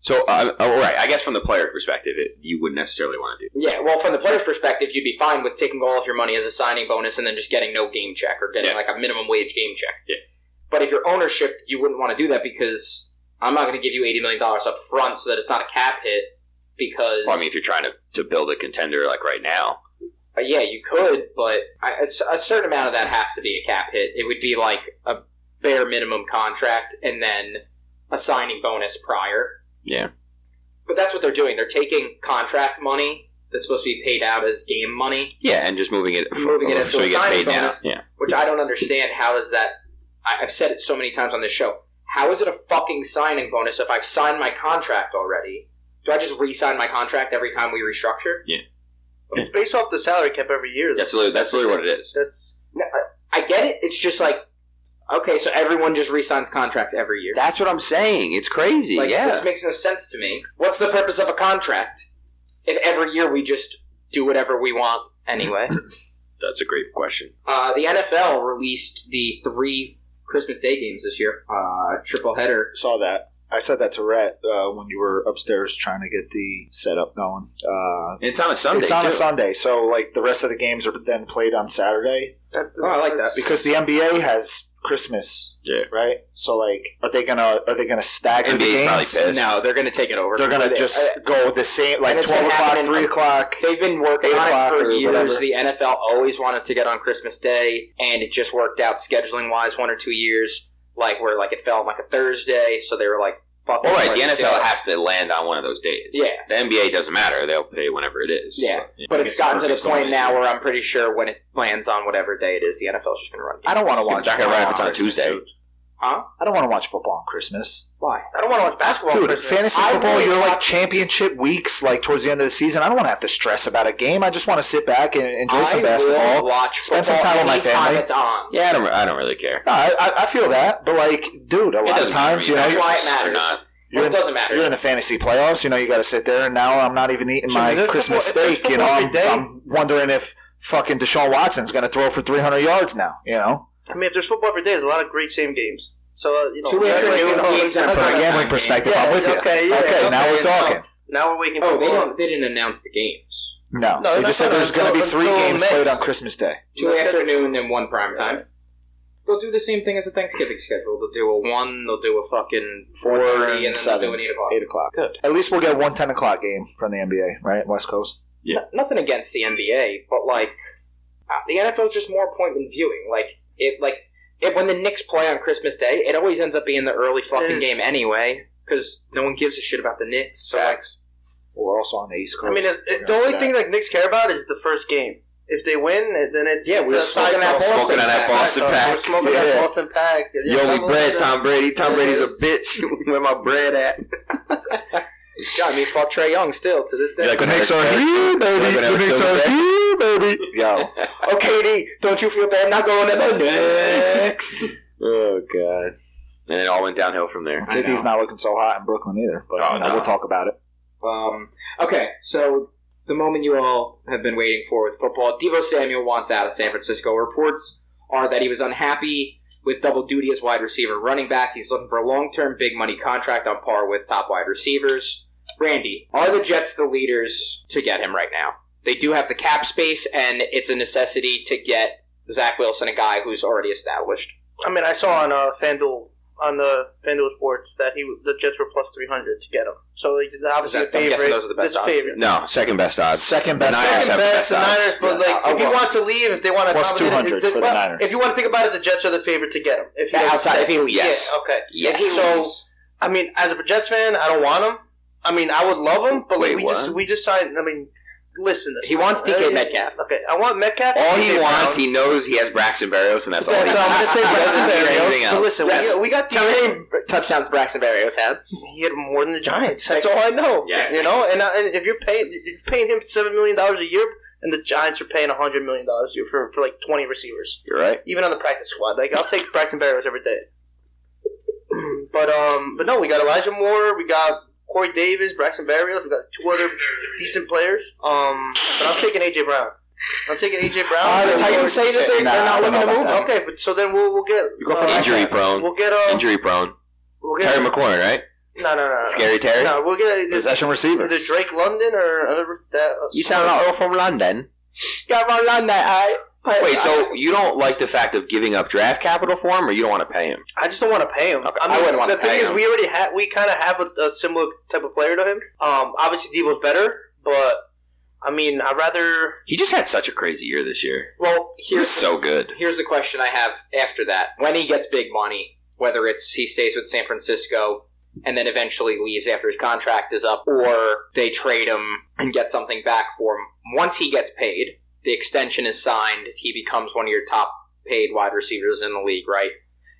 S2: So, uh, all right, I guess from the player perspective, it, you wouldn't necessarily want to do.
S1: Yeah, well, from the player's perspective, you'd be fine with taking all of your money as a signing bonus and then just getting no game check or getting
S2: Yeah.
S1: like a minimum wage game check.
S2: Yeah.
S1: But if your ownership, you wouldn't want to do that because I'm not going to give you eighty million dollars up front so that it's not a cap hit. Because
S2: Well, I mean, if you're trying to, to build a contender like right now,
S1: Uh, yeah, you could, but I, it's- a certain amount of that has to be a cap hit. It would be like a bare minimum contract and then a signing bonus prior.
S2: Yeah.
S1: But that's what they're doing. They're taking contract money that's supposed to be paid out as game money,
S2: yeah, and just moving it,
S1: Moving it as
S2: so
S1: a
S2: he gets
S1: signing
S2: paid now.
S1: bonus.
S2: Yeah,
S1: which I don't understand. How does that? I, I've said it so many times on this show. How is it a fucking signing bonus if I've signed my contract already? Do I just re-sign my contract every time we restructure?
S4: It's based off the salary cap every year. though.
S2: that's literally, that's literally what it is.
S4: That's
S1: No, I- I get it. It's just like, okay, so everyone just re-signs contracts every year.
S2: That's what I'm saying. It's crazy.
S1: Like
S2: yeah,
S1: this makes no sense to me. What's the purpose of a contract if every year we just do whatever we want anyway?
S2: that's a great question.
S1: uh, the NFL released the three Christmas Day games this year, uh, triple header.
S3: Saw that. I said that to Rhett uh, when you were upstairs trying to get the setup going. Uh,
S2: it's on a Sunday.
S3: it's on
S2: too.
S3: a Sunday, so like the rest of the games are then played on Saturday
S4: that's.
S1: Oh, I like that.
S3: because the NBA has Christmas,
S2: Yeah.
S3: right? So like, are they gonna are they gonna stagger the
S2: NBA's probably
S3: games?
S2: pissed.
S1: No, they're going to take it over.
S3: They're gonna just go the same
S1: And
S3: like
S1: it's been
S3: twelve o'clock,
S1: happening-
S3: three o'clock.
S1: They've been working
S3: Eight
S1: on it
S3: o'clock
S1: for
S3: or
S1: years.
S3: whatever.
S1: The NFL always wanted to get on Christmas Day, and it just worked out scheduling wise one or two years, like where like it fell on like a Thursday, so they were like, "Fuck."
S2: All
S1: it,
S2: right, the
S1: let's do
S2: NFL
S1: it.
S2: has to land on one of those days.
S1: Yeah,
S2: the NBA doesn't matter; they'll pay whenever it is.
S1: Yeah, but it's gotten to the point now where I'm pretty sure when it lands on whatever day it is, the NFL's just going to run.
S3: I don't want to watch.
S2: They're not gonna run if it's on
S3: Christmas,
S2: Tuesday.
S3: dude.
S1: Huh?
S3: I don't want to watch football on Christmas.
S1: Why?
S4: I don't want to watch basketball. on
S3: Dude,
S4: Christmas.
S3: fantasy
S1: I
S3: football,
S1: really
S3: you're like
S1: watch-
S3: championship weeks, like towards the end of the season. I don't want to have to stress about a game. I just want to sit back and enjoy some
S1: I
S3: basketball.
S1: will watch
S3: Spend some time with my
S1: anytime
S3: family.
S1: It's on.
S2: Yeah, I don't. I don't really care.
S3: No, I, I- I feel that, but like, dude, a lot of
S2: doesn't
S3: times,
S2: matter.
S3: you know,
S1: That's
S3: you're,
S1: why it
S2: Or
S1: matters.
S2: not.
S3: you're
S1: Well,
S3: in-
S1: it doesn't matter.
S3: you're in the fantasy playoffs. You know, you got to sit there, and now I'm not even eating
S4: Jimmy,
S3: my
S4: there's
S3: Christmas
S4: football- if there's
S3: steak. You know,
S4: football
S3: I'm,
S4: every day-
S3: I'm wondering if fucking Deshaun Watson's going to throw for 300 yards now. You know,
S4: I mean, if there's football every day, there's a lot of great same games. So uh, you know,
S1: Two afternoon games and
S3: from a
S1: prime time
S3: gambling
S1: game.
S3: perspective,
S4: Yeah,
S3: I'm with you.
S4: okay, yeah,
S3: okay, now
S4: okay,
S3: we're talking.
S4: now we're waking.
S1: Oh,
S4: people
S1: they
S4: up.
S1: don't. They didn't announce the games.
S3: No,
S4: No,
S3: they
S4: that's
S3: just said
S4: not
S3: there's going to be
S4: until-
S3: three
S4: until
S3: games
S4: May.
S3: played on Christmas Day.
S1: Two
S4: That's good.
S1: afternoon and one prime time. They'll do the same thing as the Thanksgiving schedule. They'll do a one. They'll do a fucking
S3: Four
S1: four
S3: and
S1: thirty, and then
S3: seven.
S1: they'll do an eight o'clock.
S3: Eight o'clock. Good. At least we'll get one 10 o'clock game from the NBA, right? West Coast.
S1: N- nothing against the NBA, but like uh, the NFL is just more appointment viewing. Like it, like it, when the Knicks play on Christmas Day, it always ends up being the early fucking
S4: is.
S1: game anyway because no one gives a shit about the Knicks. So like,
S2: Facts.
S3: We're also on the East Coast.
S4: I mean, it, it, the
S3: Yes,
S4: only
S3: that.
S4: thing that Knicks care about is the first game. If they win, then it's
S1: Yeah,
S4: It's
S1: we were
S4: a side
S1: smoking that
S4: toss.
S1: Boston
S2: Smoking on that
S1: pack.
S2: Boston
S4: Side toss.
S2: pack.
S4: We're smoking that
S3: Yeah.
S4: Boston pack.
S2: You only bread, Tom Brady. Tom
S4: Yeah,
S2: Brady's a
S4: it's-
S2: bitch. Where my bread at?
S1: yeah, I mean, fuck Trey Young still to this day.
S2: Like
S3: The
S2: when
S3: Knicks are
S2: Eric
S3: here,
S2: Eric-
S3: baby. The
S2: Eric
S3: Knicks are
S2: Silverback.
S3: here, baby. Yo.
S1: oh, Katie, don't you feel bad not going to the Knicks?
S2: Oh god. And it all went downhill from there.
S3: KD's not looking so hot in Brooklyn either, but
S2: Oh,
S3: you know,
S2: no.
S3: we'll talk about it.
S1: Um, okay, so the moment you all have been waiting for with football, Debo Samuel wants out of San Francisco. Reports are that he was unhappy with double duty as wide receiver, running back. He's looking for a long-term big money contract on par with top wide receivers. Randy, are the Jets the leaders to get him right now? They do have the cap space, and it's a necessity to get Zach Wilson, a guy who's already established.
S4: I mean, I saw on uh, FanDuel on the FanDuel Sports that he the Jets were plus three hundred to get him. So like, the obviously
S1: that-
S4: the
S1: I'm guessing
S4: favorite.
S1: those are the best
S4: this
S1: odds.
S4: favorite.
S2: No, second best odds.
S3: Second best.
S2: The
S4: Second
S2: Niners have the
S4: best,
S2: best
S4: the
S2: odds.
S4: Niners, but
S1: Yeah,
S4: like,
S1: I'll-
S4: if he
S1: I'll-
S4: wants to leave, if they want to
S3: Plus
S4: accommodate it,
S3: 200 for the
S4: well,
S3: Niners.
S4: If you want to think about it, the Jets are the favorite to get him. If he
S1: Yeah,
S4: doesn't
S1: outside,
S4: stay.
S1: if he leaves.
S2: Yes.
S4: yeah, okay.
S2: Yes.
S4: So I mean, as a Jets fan, I don't want him. I mean, I would love him, but like
S2: Wait,
S4: we
S2: what?
S4: just we just signed. I mean, listen, to this
S1: He wants DK
S4: Uh,
S1: Metcalf.
S4: Okay, I want Metcalf.
S2: all
S4: and
S2: he
S4: AJ
S2: wants,
S4: Brown.
S2: he knows he has Braxton Berrios, and that's all.
S4: That's
S2: he
S4: all I'm gonna say.
S2: He doesn't
S4: Braxton
S2: need anything
S4: Berrios. But
S2: else.
S4: listen,
S1: Yes.
S4: we, we got
S1: Tell me how
S4: DK.
S1: many touchdowns Braxton Berrios had.
S4: He had more than the Giants. That's all I know.
S2: Yes.
S4: You know, and, I, and if you're paying you're paying him seven million dollars a year, and the Giants are paying hundred million dollars a year for, for like twenty receivers,
S2: You're right.
S4: even on the practice squad. Like I'll take Braxton Barrows every day. But um, but no, we got Elijah Moore, we got Corey Davis, Braxton Barrios, we got two other decent players. Um, but I'm taking AJ Brown. I'm taking AJ Brown.
S3: Uh,
S1: the Titans say that they're,
S3: Nah,
S1: they're
S3: I
S1: not
S3: don't
S1: looking to
S3: know
S1: move
S3: about
S1: him.
S3: that.
S4: okay, but so then we'll we'll get
S3: go for
S4: uh,
S2: Injury prone.
S4: We'll get um,
S2: Injury prone.
S4: We'll get,
S2: Terry McLaurin, right?
S4: No, no, no, no.
S2: Scary Terry.
S4: Uh, No, we'll get
S3: Possession receiver.
S4: Either Drake London or another that. uh,
S2: You sound like you're from London. Wait, so you don't like the fact of giving up draft capital for him, or you don't want to pay him?
S4: I just don't want to pay him.
S2: Okay,
S4: I, mean,
S2: I wouldn't wanna
S4: The thing
S2: pay
S4: is,
S2: him.
S4: we already have we kind of have a, a similar type of player to him. Um, obviously Debo's better, but I mean, I'd rather.
S2: He just had such a crazy year this year.
S1: Well,
S2: He
S1: here's
S2: was so good.
S1: here's the question I have after that. When he gets big money, whether it's he stays with San Francisco and then eventually leaves after his contract is up, or they trade him and get something back for him, once he gets paid, the extension is signed, he becomes one of your top paid wide receivers in the league, right?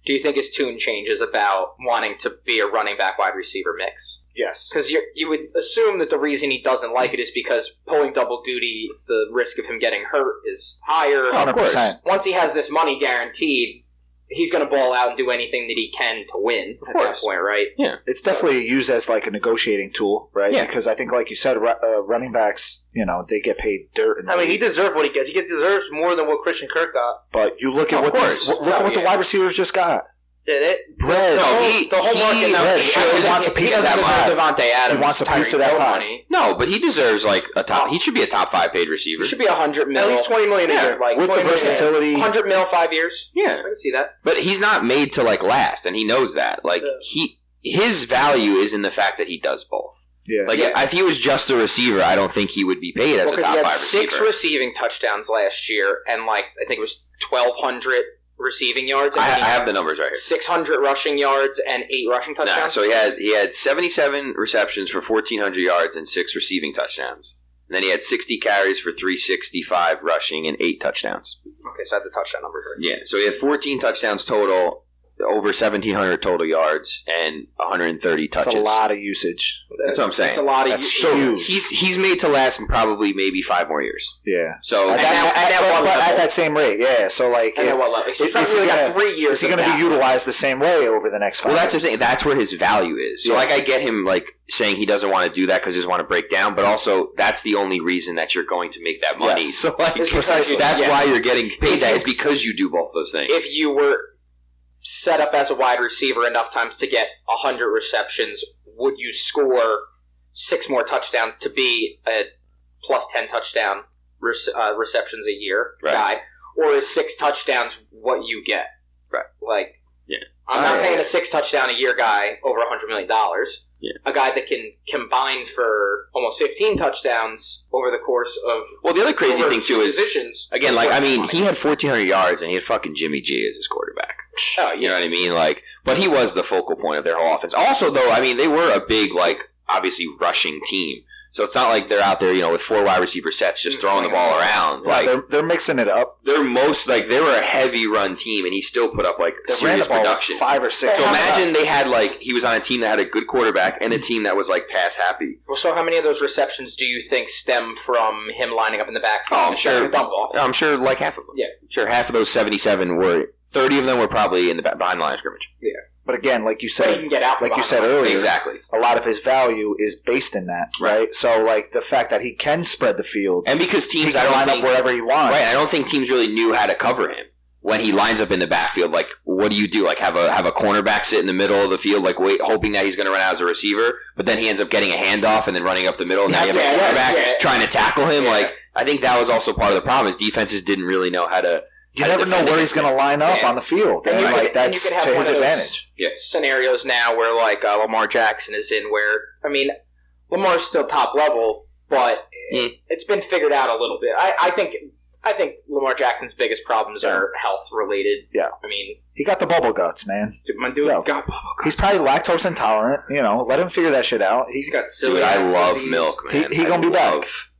S1: Do you think his tune changes about wanting to be a running back wide receiver mix?
S3: Yes.
S1: Because you would assume that the reason he doesn't like it is because pulling double duty, the risk of him getting hurt is higher
S2: Oh,
S3: Hundred percent.
S1: once he has this money guaranteed, he's going to ball out and do anything that he can to win at
S2: course.
S1: that point, right?
S3: It's definitely used as like a negotiating tool, right?
S2: Yeah.
S3: Because I think, like you said, ru- uh, running backs, you know, they get paid dirt. In the
S4: I mean, he
S3: league.
S4: deserves what he gets. He gets deserves more than what Christian Kirk got.
S3: but you look at
S2: Of
S3: what these,
S2: course.
S3: look at
S4: Oh,
S1: No,
S3: what the
S1: yeah.
S3: wide receivers just got.
S4: Did it?
S3: Bread.
S2: No,
S4: whole-
S2: he,
S4: the whole
S2: he,
S4: market now
S2: he
S4: is-
S2: should-
S3: he wants a
S1: He
S3: piece of
S1: doesn't
S3: that pie.
S1: deserve Devontae Adams.
S3: He wants a
S1: Tyreek
S3: piece of that
S1: Hill
S3: pie.
S1: money.
S2: No, but he deserves like a top. He should be a top five paid receiver.
S1: He should be a hundred mil.
S4: At least twenty million a
S2: Yeah,
S4: year. Like
S3: With the
S4: 20 million a year.
S3: versatility,
S1: Hundred mil, five years. I
S2: yeah,
S1: can see that.
S2: but he's not made to like last, and he knows that. Like
S4: Yeah.
S2: he, his value is in the fact that he does both.
S3: yeah.
S2: Like
S1: Yeah.
S2: if he was just a receiver, I don't think he would be paid as
S1: Because
S2: a top
S1: he had
S2: five
S1: six
S2: receiver.
S1: receiving touchdowns last year, and like I think it was twelve hundred receiving yards.
S2: I,
S1: and
S2: ha-
S1: then
S2: I
S1: he
S2: have the numbers right here.
S1: six hundred rushing yards and eight rushing touchdowns.
S2: Nah, so he had he had 77 receptions for 1400 yards and six receiving touchdowns. And then he had 60 carries for 365 rushing and eight touchdowns.
S1: okay, so I had the touchdown number.
S2: Yeah, so he had 14 touchdowns total over 1,700 total yards and 130 touches.
S3: That's a lot of usage.
S2: That's what I'm saying.
S1: It's a lot of
S3: That's
S1: you-
S3: so huge.
S2: He's he's made to last probably maybe five more years.
S3: Yeah.
S2: So
S3: At
S1: And
S3: that,
S1: now-
S3: at,
S1: and now
S3: but-
S1: one
S3: but
S1: level.
S3: at that same rate, yeah. So like,
S1: I know
S3: if-
S1: what level. He's
S3: is- is
S1: probably
S3: he
S1: got
S3: gonna-
S1: three years.
S3: is he
S1: of
S3: going to
S1: that.
S3: be utilized the same way over the next? Five
S2: Well, that's the
S3: years?
S2: thing. That's where his value is. So,
S3: Yeah.
S2: like, I get him like saying he doesn't want to do that because he doesn't want to break down, but also that's the only reason that you're going to make that money.
S3: Yes.
S2: So, like,
S1: It's because you-
S2: that's
S1: yeah.
S2: why you're getting paid
S1: If
S2: that
S1: you-
S2: is because you do both those things.
S1: if you were set up as a wide receiver enough times to get 100 receptions, would you score six more touchdowns to be a plus 10 touchdown rece- uh, receptions a year
S2: Right.
S1: guy? Or is six touchdowns what you get?
S2: Right.
S1: Like,
S2: Yeah.
S1: I'm not
S2: Alright.
S1: paying a six touchdown a year guy over $100 million.
S2: Yeah.
S1: A guy that can combine for almost 15 touchdowns over the course of
S2: well, the other crazy
S1: over
S2: thing
S1: two
S2: too is
S1: positions.
S2: again,
S1: That's
S2: like, I
S1: worth
S2: mean,
S1: money.
S2: he had 1,400 yards and he had fucking Jimmy G as his quarterback.
S1: Oh,
S2: You know what I mean? Like, but he was the focal point of their whole offense. Also, though, I mean, they were a big, like, obviously rushing team. So it's not like they're out there, you know, with four wide receiver sets just
S1: It's
S2: throwing the
S1: like-
S2: ball around.
S3: Yeah,
S2: Like,
S3: they're, they're mixing it up.
S2: they're most like they were a heavy run team, and he still put up like
S3: They ran
S2: serious
S3: the ball
S2: production.
S3: five or six.
S2: So
S1: How
S2: imagine
S1: fast?
S2: they had like he was on a team that had a good quarterback and a team that was like pass happy.
S1: Well, so how many of those receptions do you think stem from him lining up in the backfield?
S2: Oh, I'm
S1: and starting
S2: sure-
S1: to Dump off.
S2: I'm sure like half of them.
S1: Yeah.
S2: sure half of those seventy-seven were thirty of them were probably in the back, behind the line of scrimmage.
S3: But again, like you
S1: but he
S3: said,
S1: can get out. from
S3: like you said
S1: behind.
S3: earlier,
S2: Exactly,
S3: a lot of his value is based in that, right? So like the fact that he can spread the field,
S2: and because
S3: he
S2: teams I
S3: can
S2: don't
S3: line
S2: think
S3: up wherever he wants.
S2: right, I don't think teams really knew how to cover him when he lines up in the backfield. Like, what do you do? Like, have a have a cornerback sit in the middle of the field, like wait, hoping that he's going to run out as a receiver, but then he ends up getting a handoff and then running up the middle, and now you have a
S1: Yeah, yeah,
S2: quarterback
S1: yeah.
S2: trying to tackle him.
S1: Yeah.
S2: Like, I think that was also part of the problem is defenses didn't really know how to.
S3: you
S2: I
S3: never know
S2: defend
S3: where he's going to line up
S1: Yeah.
S3: on the field,
S1: And
S3: and,
S1: you could-
S3: like
S1: and you
S3: that's
S1: could have
S3: to
S1: one
S3: his
S1: of those-
S3: advantage.
S1: Scenarios now where like uh, Lamar Jackson is in, where I mean, Lamar's still top level, but
S2: Mm.
S1: it's been figured out a little bit. I, I think. I think Lamar Jackson's biggest problems are health related.
S3: Yeah.
S1: I mean,
S3: He got the bubble guts, man.
S1: my dude
S3: Yeah.
S1: got
S3: He's probably lactose intolerant. You know, let him figure that shit out. He's
S1: he's got silly.
S2: Dude, I love milk,
S3: He-
S2: man.
S3: he
S2: I
S3: gonna be back.
S2: love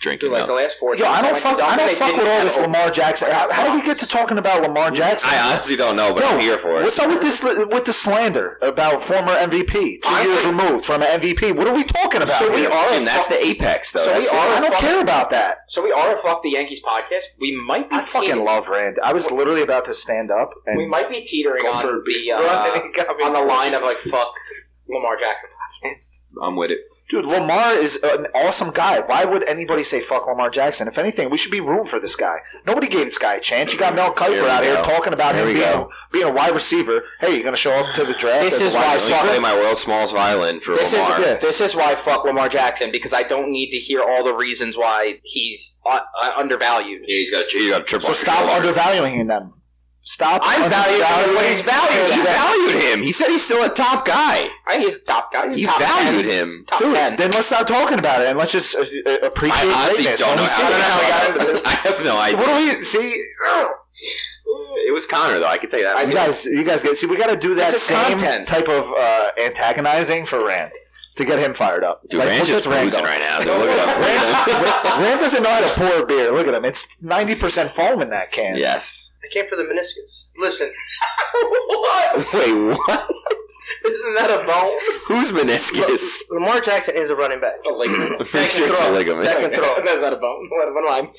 S2: Drinking
S1: Dude, like the
S2: milk.
S1: last four.
S3: Yo,
S1: times
S3: I don't
S1: went to
S3: fuck. I
S1: Dunkin',
S3: don't
S1: they
S3: fuck
S1: didn't
S3: with all
S1: have
S3: this
S1: a-
S3: Lamar Jackson. How, how do we get to talking about Lamar Jackson?
S2: I honestly don't know, but
S3: Yo,
S2: I'm here for it.
S3: What's up with this with the slander about former MVP, two
S1: Honestly-
S3: years removed from an MVP? What are we talking about?
S1: So we
S3: here?
S1: are-
S2: Dude, that's the apex, though.
S1: So we
S2: That's it.
S1: are-
S3: I don't
S1: fucking-
S3: care about that.
S1: So we are a fuck the Yankees podcast. We might be
S3: I fucking
S1: teetering-
S3: love Rand. I was literally about to stand up and
S1: We might be teetering
S3: Go
S1: on
S3: for a
S1: the uh, on the line of like fuck Lamar Jackson podcast.
S2: I'm with it.
S3: Dude, Lamar is an awesome guy. Why would anybody say fuck Lamar Jackson? If anything, we should be rooting for this guy. Nobody gave this guy a chance. You got Mel
S2: Here
S3: Kiper
S2: we
S3: out here
S2: go.
S3: talking about
S2: Here
S3: him
S2: we
S3: being a,
S2: go.
S3: being a wide receiver. Hey, you're going to show up to the draft
S1: This
S3: as a
S1: is
S3: wide
S1: why
S2: I
S1: I
S2: only
S3: receiver?
S1: fuck-
S2: play my world's smallest violin for
S1: This
S2: Lamar.
S1: is
S3: yeah.
S1: this is why I fuck Lamar Jackson because I don't need to hear all the reasons why he's uh, uh, undervalued.
S2: Yeah, he's got a, he's got a triple.
S3: So stop
S2: under.
S3: undervaluing them. Stop.
S2: I'm valuing him what he's valued. He
S3: them.
S2: valued him. He said he's still a top guy.
S1: I think he's a top guy. He's
S2: He
S1: top
S2: valued
S1: 10,
S2: him.
S1: Top
S3: Dude,
S1: ten.
S3: then let's stop talking about it and let's just uh, uh, appreciate
S2: I honestly
S3: greatness
S2: don't
S3: when
S2: know.
S3: we see
S2: I don't
S3: it.
S2: know how we got into this. I have no idea.
S3: What do we see?
S2: It was Connor though. I can tell you that.
S3: You guys, you guys get see. We got to do that
S1: This is
S3: same
S1: content.
S3: type of uh, antagonizing for Rand to get him fired up.
S2: Dude,
S3: Like,
S2: Rand's
S3: look
S2: just
S3: at Rand
S2: boozing
S3: go.
S2: right now. Dude, look at
S3: Rand- Rand doesn't know how to pour beer. Look at him; it's ninety percent foam in that
S2: him.
S3: can.
S2: yes.
S4: I came for the meniscus. Listen,
S1: what?
S2: Wait, what?
S4: isn't that a bone?
S2: Who's meniscus?
S4: Lamar Jackson is a running back.
S1: A ligament.
S2: I'm pretty sure it's a ligament.
S4: That can throw.
S1: That's not a bone. What, what am I?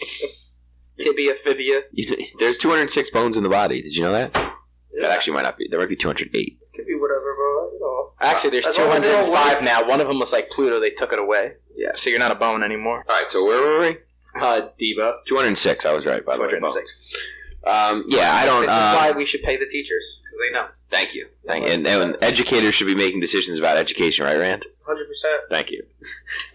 S4: Tibia, fibia.
S2: You- There's 206 bones in the body. Did you know that? That actually might not be. There might be 208.
S4: Could be whatever, bro. You know.
S1: Actually, there's
S4: As long as they don't
S1: 205 now. One of them was like Pluto. They took it away. Yeah. So you're not a bone anymore.
S2: All right. So where were we?
S1: Uh, Debo.
S2: 206. I was right. By the way.
S1: 206.
S2: Um, yeah, I don't.
S4: This
S2: uh,
S4: is why we should pay the teachers because they know.
S2: Thank you. Thank you. And, and educators should be making decisions about education, right, Rand?
S4: Hundred percent.
S2: Thank you.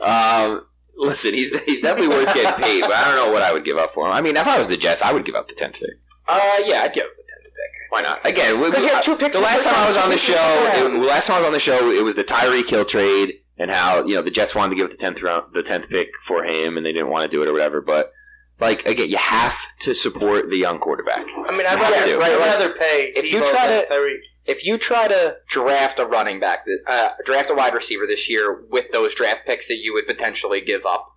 S2: Um, listen, he's, he's definitely worth getting paid, but I don't know what I would give up for him. I mean, if I was the Jets, I would give up the tenth pick.
S1: Uh, yeah, I'd give it the 10th pick.
S2: Why not? Again, we,
S1: Because you have two picks
S2: the
S1: in
S2: last
S1: first
S2: time I was
S1: round,
S2: on the
S1: two
S2: show,
S1: picks in the
S2: it,
S1: round.
S2: well, last time I was on the show, it was the Tyree kill trade and how you know the Jets wanted to give up the tenth round, the tenth pick for him, and they didn't want to do it or whatever. But like again, you have to support the young quarterback.
S4: I mean,
S2: You
S4: I'd
S2: have
S4: rather,
S2: to.
S4: I'd rather pay.
S1: If you
S4: Debo
S1: try
S4: than
S1: to-
S4: Tyreek.
S1: if you try to draft a running back, th- uh, draft a wide receiver this year with those draft picks that you would potentially give up,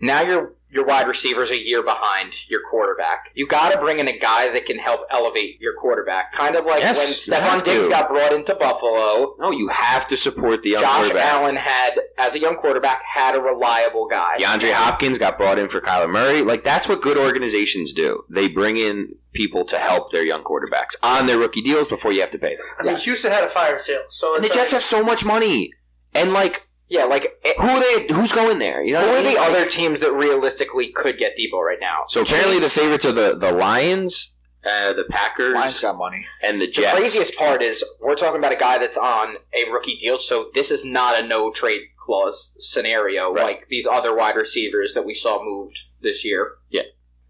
S1: Now your your wide receivers a year behind your quarterback. You got to bring in a guy that can help elevate your quarterback. Kind of like
S2: Yes,
S1: when
S2: you
S1: Stephon
S2: have
S1: Diggs
S2: to.
S1: got brought into Buffalo.
S2: No, you have to support the young
S1: Josh
S2: quarterback.
S1: Allen had, as a young quarterback, had a reliable guy.
S2: DeAndre Hopkins got brought in for Kyler Murray. Like that's what good organizations do. They bring in people to help their young quarterbacks on their rookie deals before you have to pay them.
S4: I mean,
S1: Yes.
S4: Houston had a fire sale, so
S2: And
S4: it's
S2: the Jets have so much money. And like
S1: Yeah, like eh,
S2: who are they who's going there? You know
S1: who
S2: what I
S1: are
S2: mean?
S1: the other teams that realistically could get Debo right now?
S2: So apparently the favorites are the, the Lions, uh, the Packers,
S3: Lions got money.
S2: and the
S1: The
S2: Jets.
S1: craziest part is we're talking about a guy that's on a rookie deal, so this is not a no trade clause scenario
S2: Right.
S1: like these other wide receivers that we saw moved this year.
S2: Yeah.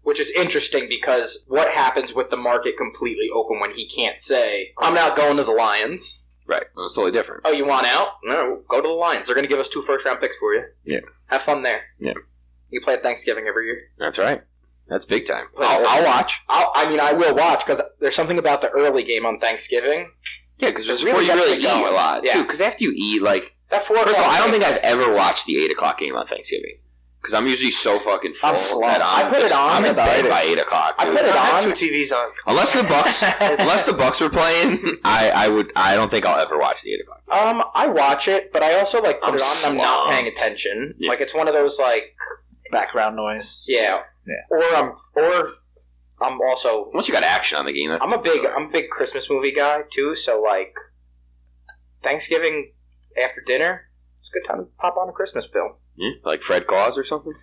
S1: Which is interesting because what happens with the market completely open when he can't say, I'm not going to the Lions.
S2: Right. It's totally different.
S1: Oh, you want out? No, go to the Lions. They're going to give us two first round picks for you.
S2: Yeah.
S1: Have fun there.
S2: Yeah.
S1: You play at Thanksgiving every year.
S2: That's right. That's big time.
S1: Play
S2: I'll,
S1: the-
S2: I'll watch.
S1: I'll, I mean, I will watch because there's something about the early game on Thanksgiving.
S2: Yeah, because
S1: It
S2: before
S1: really
S2: you
S1: gets
S2: really
S1: me
S2: eat
S1: going.
S2: a lot.
S1: Yeah.
S2: Yeah. because after you eat, like
S1: That four.
S2: First of all,
S1: o'clock
S2: I don't
S1: game-
S2: think I've ever watched the eight o'clock game on Thanksgiving because I'm usually so fucking full.
S3: I'm slumped.
S2: that I'm
S1: I put it
S2: just-
S1: on
S2: I'm in
S1: about
S2: bed
S1: it.
S2: by eight o'clock.
S1: I
S2: dude.
S1: put it
S4: I have
S1: on.
S4: two TVs on.
S2: Unless the Bucks, unless the Bucks were playing, I, I would. I don't think I'll ever watch the eight o'clock.
S1: Um, I watch it, but I also like put
S2: I'm
S1: it on. and I'm not
S2: slow.
S1: paying attention.
S2: Yeah.
S1: Like it's one of those like
S3: Background noise.
S1: yeah,
S3: Yeah.
S1: Or I'm or I'm also
S2: Once you got action on the game, that's
S1: I'm a big
S2: that's all right.
S1: I'm a big Christmas movie guy too. So like Thanksgiving after dinner, it's a good time to pop on a Christmas film.
S2: Yeah, Hmm? like Fred Claus or something.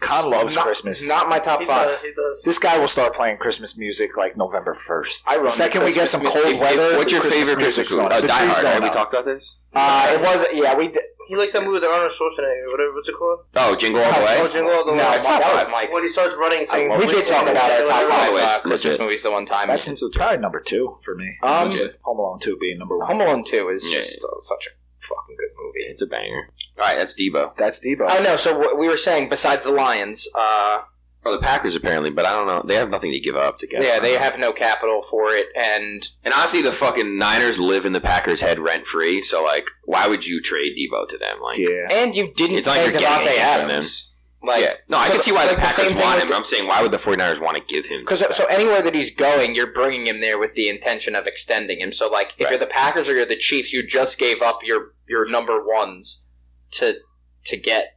S3: Con loves
S1: Not-
S3: Christmas.
S1: Not my top
S4: He
S1: five.
S4: does. He does.
S3: this guy will start playing Christmas music like November first.
S1: I run
S3: The second we get
S1: Christmas
S3: some
S1: music-
S3: cold
S1: if-
S3: weather,
S2: What's your
S3: the
S2: favorite
S3: music's
S2: Christmas movie?
S3: going
S2: Uh,
S3: up. The
S2: Die
S3: tree's
S2: Hard.
S3: going
S2: Have we
S3: up.
S2: talked about this?
S1: Uh, it was yeah we did.
S4: He likes that movie with Arnold Schwarzenegger, whatever. What's it called?
S2: Oh, Jingle All the
S4: Oh,
S2: Way.
S4: Jingle All the
S1: No,
S4: Way.
S1: it's not
S2: That was
S1: five. Mike's.
S4: When he starts running, saying,
S1: we did talk about our top five uh,
S2: Legit.
S1: Christmas movies the one time.
S3: That's in- probably number two for me.
S1: Um,
S3: Honestly. Home Alone two being number one.
S1: Home Alone Two is
S2: Yeah.
S1: just uh, such a fucking good movie.
S2: It's a banger. All right, that's Debo.
S3: That's Debo.
S1: Oh no! So what we were saying besides the Lions, uh,
S2: Oh, the Packers apparently, but I don't know. They have nothing to give up to
S1: yeah,
S2: get.
S1: they have no capital for it, and
S2: And honestly, the fucking Niners live in the Packers' head rent free. So, like, why would you trade Debo to them? Like,
S3: yeah.
S1: and you didn't
S2: It's like
S1: pay
S2: you're getting
S1: Devontae
S2: anything from
S1: Adams. Like,
S2: yeah. No, I
S1: so
S2: can
S1: the-
S2: see why
S1: like
S2: the
S1: the same
S2: Packers
S1: thing
S2: want
S1: with
S2: him.
S1: the-
S2: I'm saying, why would the 49ers want to give him?
S1: Because uh, so anywhere that he's going, you're bringing him there with the intention of extending him. So like, if
S2: Right.
S1: you're the Packers or you're the Chiefs, you just gave up your your number ones to to get.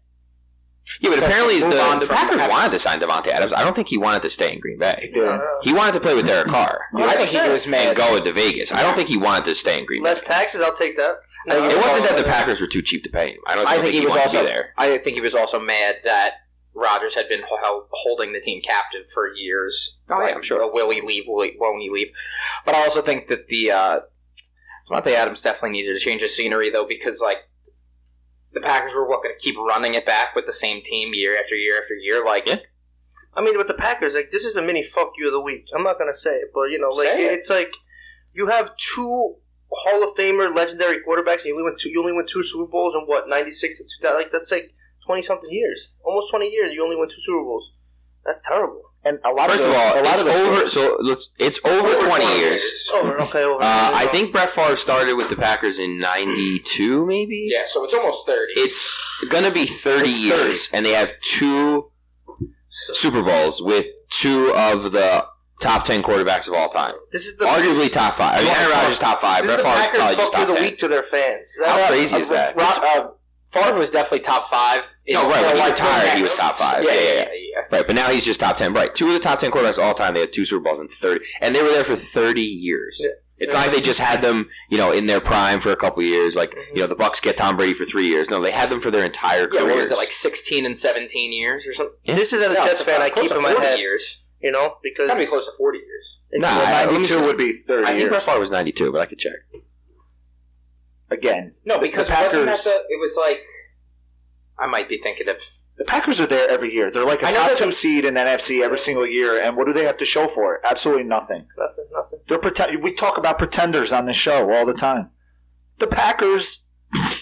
S2: yeah, but
S1: so
S2: apparently
S1: move on
S2: the, the
S1: from
S2: Packers
S1: Packers.
S2: wanted to sign Devontae Adams. I don't think he wanted to stay in Green Bay.
S3: Yeah.
S2: He wanted to play with Derek Carr
S1: I think he was
S2: and
S1: mad.
S2: go into Vegas. I don't think he wanted to stay in Green Bay.
S4: Less taxes, I'll take that.
S1: I think
S2: It wasn't that the
S4: Packers.
S2: Packers were too cheap to pay him. I don't
S1: I
S2: think,
S1: think
S2: he,
S1: he was
S2: wanted to
S1: also-
S2: be there.
S1: I think he was also mad that Rodgers had been held, holding the team captive for years.
S2: Oh, yeah, I'm sure.
S1: Will he leave? Will he, won't he leave? But I also think that the uh, Devontae Adams definitely needed a change of scenery, though, because like the Packers were what going to keep running it back with the same team year after year after year. Like,
S2: Yeah.
S4: I mean, with the Packers, like this is a mini fuck you of the week. I'm not gonna say it, but you know, like
S1: Say it.
S4: it's like you have two Hall of Famer, legendary quarterbacks, and you only went two. You only won two Super Bowls in what '96 to 2000. Like that's like twenty something years, almost twenty years. You only won two Super Bowls. That's terrible.
S3: And a lot
S2: First
S3: of
S2: of
S3: the,
S2: all,
S3: a lot
S2: it's
S3: of the
S2: over. So let's, it's over, 20, years.
S4: Over. Oh, Okay. Over.
S2: Uh, I think Brett Favre started with the Packers in '92, maybe.
S1: yeah, so it's almost thirty.
S2: It's gonna be 30
S3: It's 30.
S2: years, and they have two Super Bowls with two of the top 10 quarterbacks of all time,
S4: this is the
S2: arguably top five. I mean, Aaron Rodgers top five.
S4: this is
S2: Brett
S4: the
S2: Favre's probably
S4: Packers
S2: just
S4: fuck you
S2: top
S4: of the
S2: 10.
S4: week to their fans. That-
S2: How crazy is that?
S1: Ro- uh, Favre was definitely top five. in-
S2: No, right, when he
S1: like,
S2: retired, he was
S1: next.
S2: top five. Yeah, yeah, yeah.
S1: yeah.
S2: Right, but now he's just top 10. Right, two of the top 10 quarterbacks of all time. They had two Super Bowls in 30, and they were there for 30 years.
S4: Yeah.
S2: It's not like they just had them, you know, in their prime for a couple years. Like, you know, the Bucks get Tom Brady for three years. No, they had them for their entire
S1: Yeah,
S2: careers.
S1: what was it like sixteen and seventeen years or something?
S2: Yeah.
S4: This is as a
S1: No,
S4: Jets fan, I
S1: close
S4: keep
S1: to
S4: in my
S1: 40
S4: head,
S1: Years,
S4: you know, because
S1: gotta be close to forty years.
S2: Nah,
S3: well,
S2: I- let me see-
S3: ninety-two would be thirty
S2: I think
S3: years
S2: Brett Favre was 92, but I could check.
S3: again.
S1: No,
S3: the-
S1: because
S3: the
S1: wasn't that
S3: Packers-
S1: the? It was like I might be thinking of.
S3: The Packers are there every year. They're like a
S1: I know
S3: top
S1: that
S3: two
S1: the-
S3: seed in the NFC every single year. And what do they have to show for it? Absolutely nothing.
S4: nothing, nothing.
S3: They're pretend. We talk about pretenders on this show all the time. The Packers,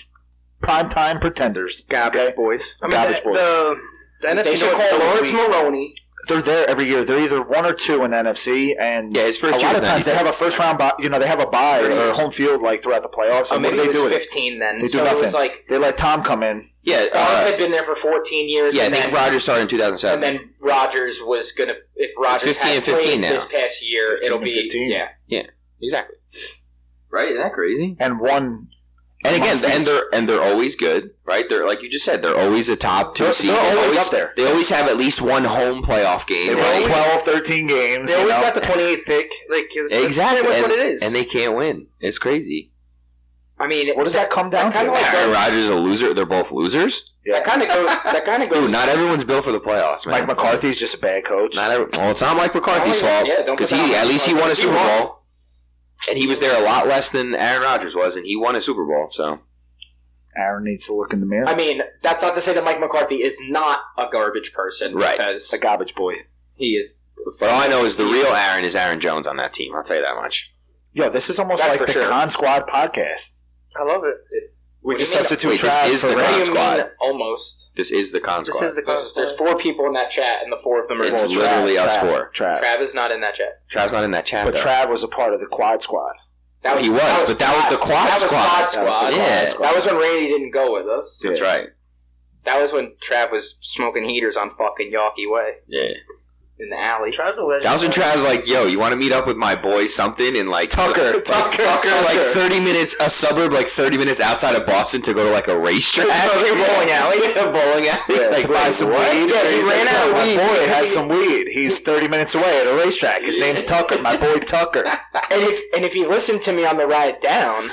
S3: primetime pretenders.
S1: Garbage
S3: boys.
S4: I mean,
S3: Garbage
S4: the,
S3: boys.
S4: the, the
S1: They
S4: NFC
S1: should
S4: North
S1: call
S4: is
S1: Lawrence
S4: weak.
S1: Maloney
S3: they're there every year. They're either one or two in the NFC, and
S2: Yeah, his
S3: a
S2: first year
S3: lot of
S2: was
S3: times they
S2: 90.
S3: have a first round. Bye, you know, they have a bye
S2: Yeah.
S3: or home field like throughout the playoffs.
S1: So
S3: And what
S1: maybe
S3: do
S1: they
S3: they
S1: was
S3: do with it?
S1: 15 then.
S3: They do
S1: so it was
S3: nothing.
S1: like
S3: They let Tom come in.
S2: Yeah,
S1: Favre
S2: uh,
S1: had been there for 14 years.
S2: yeah. I
S1: and
S2: think
S1: then,
S2: Rodgers started in two thousand
S1: and
S2: seven.
S1: then Rodgers was gonna. If Rodgers
S2: 15
S1: had
S2: and 15
S1: played
S2: now.
S1: this past year,
S3: 15
S1: it'll
S3: and
S1: be
S3: 15.
S1: yeah.
S2: Exactly. Right? Isn't that crazy?
S3: and one.
S2: And again,
S3: Amongst
S2: and
S3: them.
S2: they're and they're always good, right? They're like you just said, they're always a top two
S3: They're-
S2: seed.
S3: they're always up there.
S2: They always have at least one home playoff game.
S3: They
S2: and
S3: won
S2: they-
S3: 12, 13 games.
S4: They
S3: you
S4: always
S3: know?
S4: got the 28th pick. Like that's
S2: exactly.
S4: pretty much
S2: and,
S4: what it is.
S2: and they can't win. It's crazy.
S1: I mean,
S3: what does that come down
S1: kinda
S3: to?
S1: like-
S2: Aaron Rodgers is a loser. They're both losers.
S1: that kind of goes. That kind of
S2: Dude,
S1: goes.
S2: not everyone's built for the playoffs, man.
S3: Mike McCarthy's just a bad coach.
S2: Not every, well, it's not Mike McCarthy's
S1: Oh, yeah.
S2: fault.
S1: Yeah, don't put
S2: because
S1: that on
S2: he at
S1: Mike
S2: least he won a
S1: McCarthy.
S2: Super Bowl, and he was there a lot less than Aaron Rodgers was, and he won a Super Bowl. So
S3: Aaron needs to look in the mirror.
S1: I mean, that's not to say that Mike McCarthy is not a garbage person,
S2: Right.
S1: Because
S3: a garbage boy.
S1: he is.
S2: But all I know is the real Aaron is Aaron Jones on that team. I'll tell you that much.
S3: Yo, this is almost
S1: That's
S3: like
S1: for
S3: the
S1: sure.
S3: Con Squad podcast.
S4: I love it.
S1: We
S3: Just
S1: just have
S3: substitute
S2: Wait, this
S3: Trav
S2: is
S3: for
S2: the Con
S3: Ray.
S1: What do you mean?
S2: squad.
S1: Almost.
S2: This is the con
S4: This
S2: squad.
S4: is the
S1: There's,
S4: concept.
S1: there's four people in that chat, and the four of them are.
S2: It's
S1: Well,
S2: literally- us
S3: Trav,
S2: four.
S3: Trav.
S1: Trav is not in that chat.
S2: Trav's not in that chat.
S3: But
S2: though.
S3: Trav was a part of the Quad Squad.
S1: That
S2: he was, but that was the quad
S1: that was
S2: squad.
S1: quad
S3: That was the
S1: squad.
S3: Quad
S2: Yeah.
S3: Squad.
S1: That was when Randy didn't go with us.
S2: That's right.
S1: That was when Trav was smoking heaters on fucking Yawkey Way
S2: Yeah.
S1: in the alley.
S4: Trav's a legend.
S2: That was when Trav's like, "Yo, you want to meet up with my boy something?" And like Tucker, like,
S3: Tucker,
S2: Tucker, like
S3: Tucker.
S2: thirty minutes, a suburb, like thirty minutes outside of Boston to go to like a racetrack,
S3: Like a bowling alley.
S2: yeah, bowling alley,
S3: Yeah,
S2: like,
S3: to buy some
S2: what?
S3: weed.
S2: Yeah,
S3: He's
S2: he ran
S3: like,
S2: out
S3: "Yo,
S2: of weed.
S3: My boy has some weed. He's 30 minutes away at a racetrack. His name's Tucker. My boy Tucker.
S1: And if and if he listened to me on the ride down,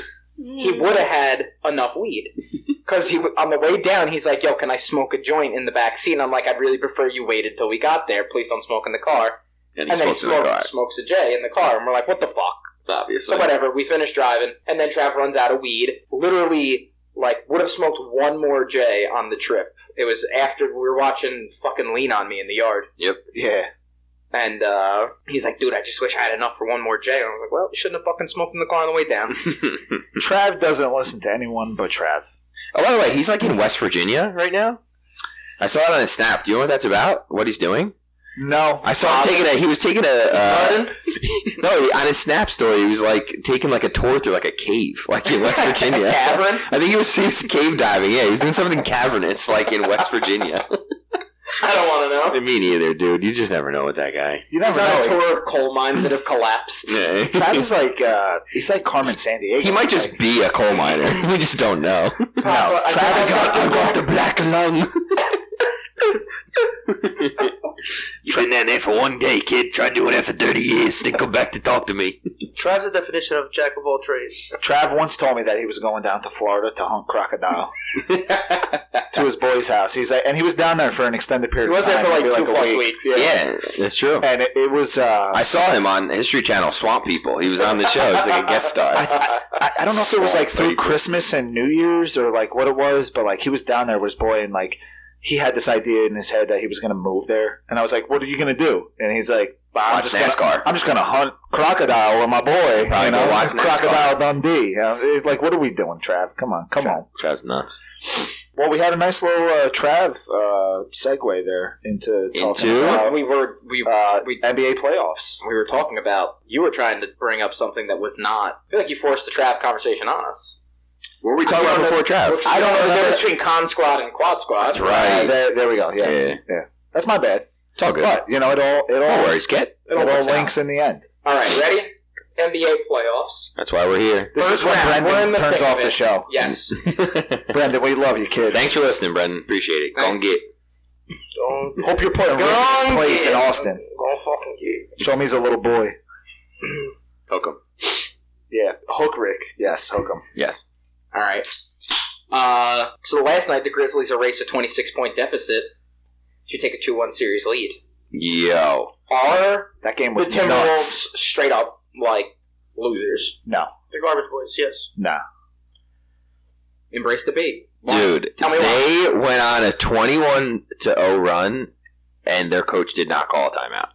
S1: he would have had enough weed. Because he w- on the way down, he's like, "Yo, can I smoke a joint in the back seat?" And I'm like, "I'd really prefer you waited till we got there. Please don't smoke in the car."
S2: And he
S1: And then he
S2: smokes in the
S1: smoke,
S2: car,
S1: smokes a J in the car, and we're like, "What the fuck?"
S2: obviously.
S1: So whatever, we finish driving, and then Trav runs out of weed. Literally, like, would have smoked one more J on the trip. It was after we were watching fucking Lean on Me in the yard.
S3: Yeah.
S1: And uh, he's like, dude, I just wish I had enough for one more J. And I was like, well, you shouldn't have fucking smoked in the car on the way down.
S3: Trav doesn't listen to anyone but Trav.
S2: Oh, by the way, he's like in West Virginia right now. I saw it on his snap. Do you know what that's about? What he's doing?
S3: No.
S2: I saw him taking a. He was taking a. Uh, no, he- on his snap story, he was like taking like a tour through like a cave, like in West Virginia.
S1: Cavern?
S2: I think he was, he was cave diving. Yeah, he was doing something cavernous, like in West Virginia.
S1: I don't want to know.
S2: Me neither, dude. You just never know with that guy.
S3: You
S1: He's
S3: never
S1: on a
S3: know.
S1: tour of coal mines that have collapsed.
S2: Yeah.
S3: Trav is like, uh, he's like Carmen San Diego.
S2: He might just be a coal miner. We just don't know.
S3: No.
S1: Papa, I
S3: Trav is
S1: think
S3: like,
S1: I
S3: "I've got
S2: the black lung. You've been down there for one day, kid. Try doing that for 30 years, then come back to talk to me.
S4: Trav's the definition of jack of all trades.
S3: Trav once told me that he was going down to Florida to hunt crocodile to his boy's house. He's like, and he was down there for an extended period.
S1: He was
S3: of
S1: there
S3: time,
S1: for like
S3: maybe
S1: two
S3: a
S1: plus
S3: week.
S1: weeks.
S3: Yeah.
S2: Yeah, that's true.
S3: And it, it was. Uh,
S2: I saw him on History Channel Swamp People. He was on the show. He's like a guest star.
S3: I, I, I don't know if it was like through Christmas and New Year's or like what it was, but like he was down there with his boy and like he had this idea in his head that he was going to move there. And I was like, "What are you going to do?" And he's like, "I'm
S2: Watch
S3: just gonna-
S2: NASCAR.
S3: I'm just going to hunt crocodile with my boy.
S2: Probably
S3: you know,
S2: go watch
S3: crocodile Dundee. You know, it- like, what are we doing, Trav? Come on, come on.
S2: Trav's nuts.
S3: Well, we had a nice little uh, Trav uh, segue there into talking
S2: Into?
S1: Uh,
S3: about
S1: we were we
S3: uh,
S1: we
S3: NBA playoffs.
S1: we were talking about. You were trying to bring up something that was not. I feel like you forced the Trav conversation on us.
S2: What were we talking about before Trav?
S1: I don't know the
S3: remember-
S1: difference between con squad and quad squad.
S2: That's right.
S3: Uh, there, there we go. Yeah.
S2: Yeah.
S3: that's my bad.
S2: It's all good. Oh,
S3: But you know, it all it
S2: No
S3: all
S2: worries, kid.
S3: it all
S1: works out.
S3: links in the end.
S1: All right, ready? NBA playoffs.
S2: That's why we're here.
S3: This
S1: First
S3: is when
S1: round, we're in
S3: Brendan
S1: the
S3: turns
S1: thick
S3: off
S1: of
S3: the
S1: it.
S3: show.
S1: Yes.
S3: Brendan, we love you, kid.
S2: Thanks for listening, Brendan. Appreciate it. Go and get.
S4: Don't
S3: Hope you're putting Rick in his
S4: Don't
S3: place
S4: get-
S3: in Austin.
S4: don't fucking get.
S3: Show me he's a little boy.
S2: Hook him.
S3: Yeah, hook Rick. Yes, hook him.
S2: Yes.
S1: All right. Uh, so last night the Grizzlies erased a 26 point deficit to take a 2-1 series lead.
S2: Yo.
S1: Are
S3: That game
S1: the
S3: was nuts.
S1: Timberwolves straight up like losers?
S3: No,
S4: The garbage boys, yes.
S3: no.
S1: Embrace the bait,
S2: Dude,
S1: Tell me why.
S2: they went on a 21 to 0 run, and their coach did not call a timeout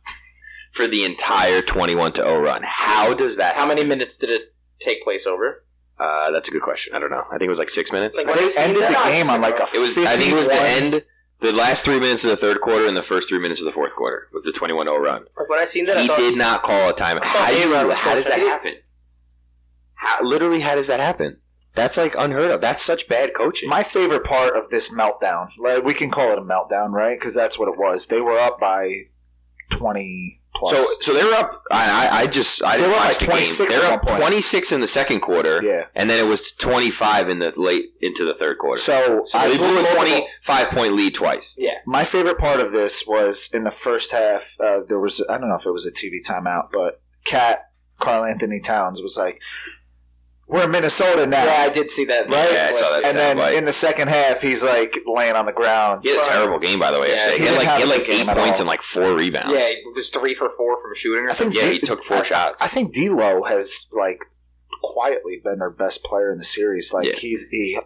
S2: for the entire 21 to 0 run. How does that
S1: How
S2: happen?
S1: many minutes did it take place over?
S2: Uh, that's a good question. I don't know. I think it was like six minutes.
S1: Like,
S3: They ended the game on like a.
S2: it was. I think it was the
S3: 51
S2: end. The last three minutes of the third quarter and the first three minutes of the fourth quarter was the 21-0 run.
S4: Like when I seen that, I
S2: He
S4: thought,
S2: did not call a timeout.
S4: I
S2: How,
S4: thought
S2: do
S4: A-Rod
S2: you,
S4: was
S2: how does that
S4: coaching.
S2: happen? How, literally, how does that happen? That's like unheard of. That's such bad coaching.
S3: My favorite part of this meltdown, like we can call it a meltdown, right? Because that's what it was. They were up by twenty plus.
S2: so, so they were up. I, I, I just I
S3: They
S2: didn't
S3: were up
S2: watch
S3: by
S2: the game.
S3: 26
S2: They're
S3: at
S2: up
S3: one point.
S2: 26 in the second quarter,
S3: yeah.
S2: and then it was 25 in the late into the third quarter.
S3: So,
S2: So they blew a
S3: looked over-
S2: 25 point lead twice.
S3: My favorite part of this was in the first half. Uh, there was I don't know if it was a TV timeout, but Cat Carl Anthony Towns was like, "We're in Minnesota now."
S1: Yeah, I did see that.
S3: Right?
S2: Yeah, I saw that.
S3: and then
S2: Like-
S3: in the second half, he's like laying on the ground.
S2: He had a terrible game, by the way.
S1: Yeah,
S2: yesterday.
S3: he
S2: he had like, he
S3: didn't
S2: had
S3: have a
S2: like
S3: good
S2: eight
S3: game at
S2: points
S3: all.
S2: and like four rebounds.
S1: Yeah, it was three for four from shooting or
S3: I think
S1: something.
S2: Yeah, he
S3: they-
S2: took four
S3: I-
S2: shots.
S3: I think D'Lo has like quietly been their best player in the series. Like
S2: Yeah.
S3: he's he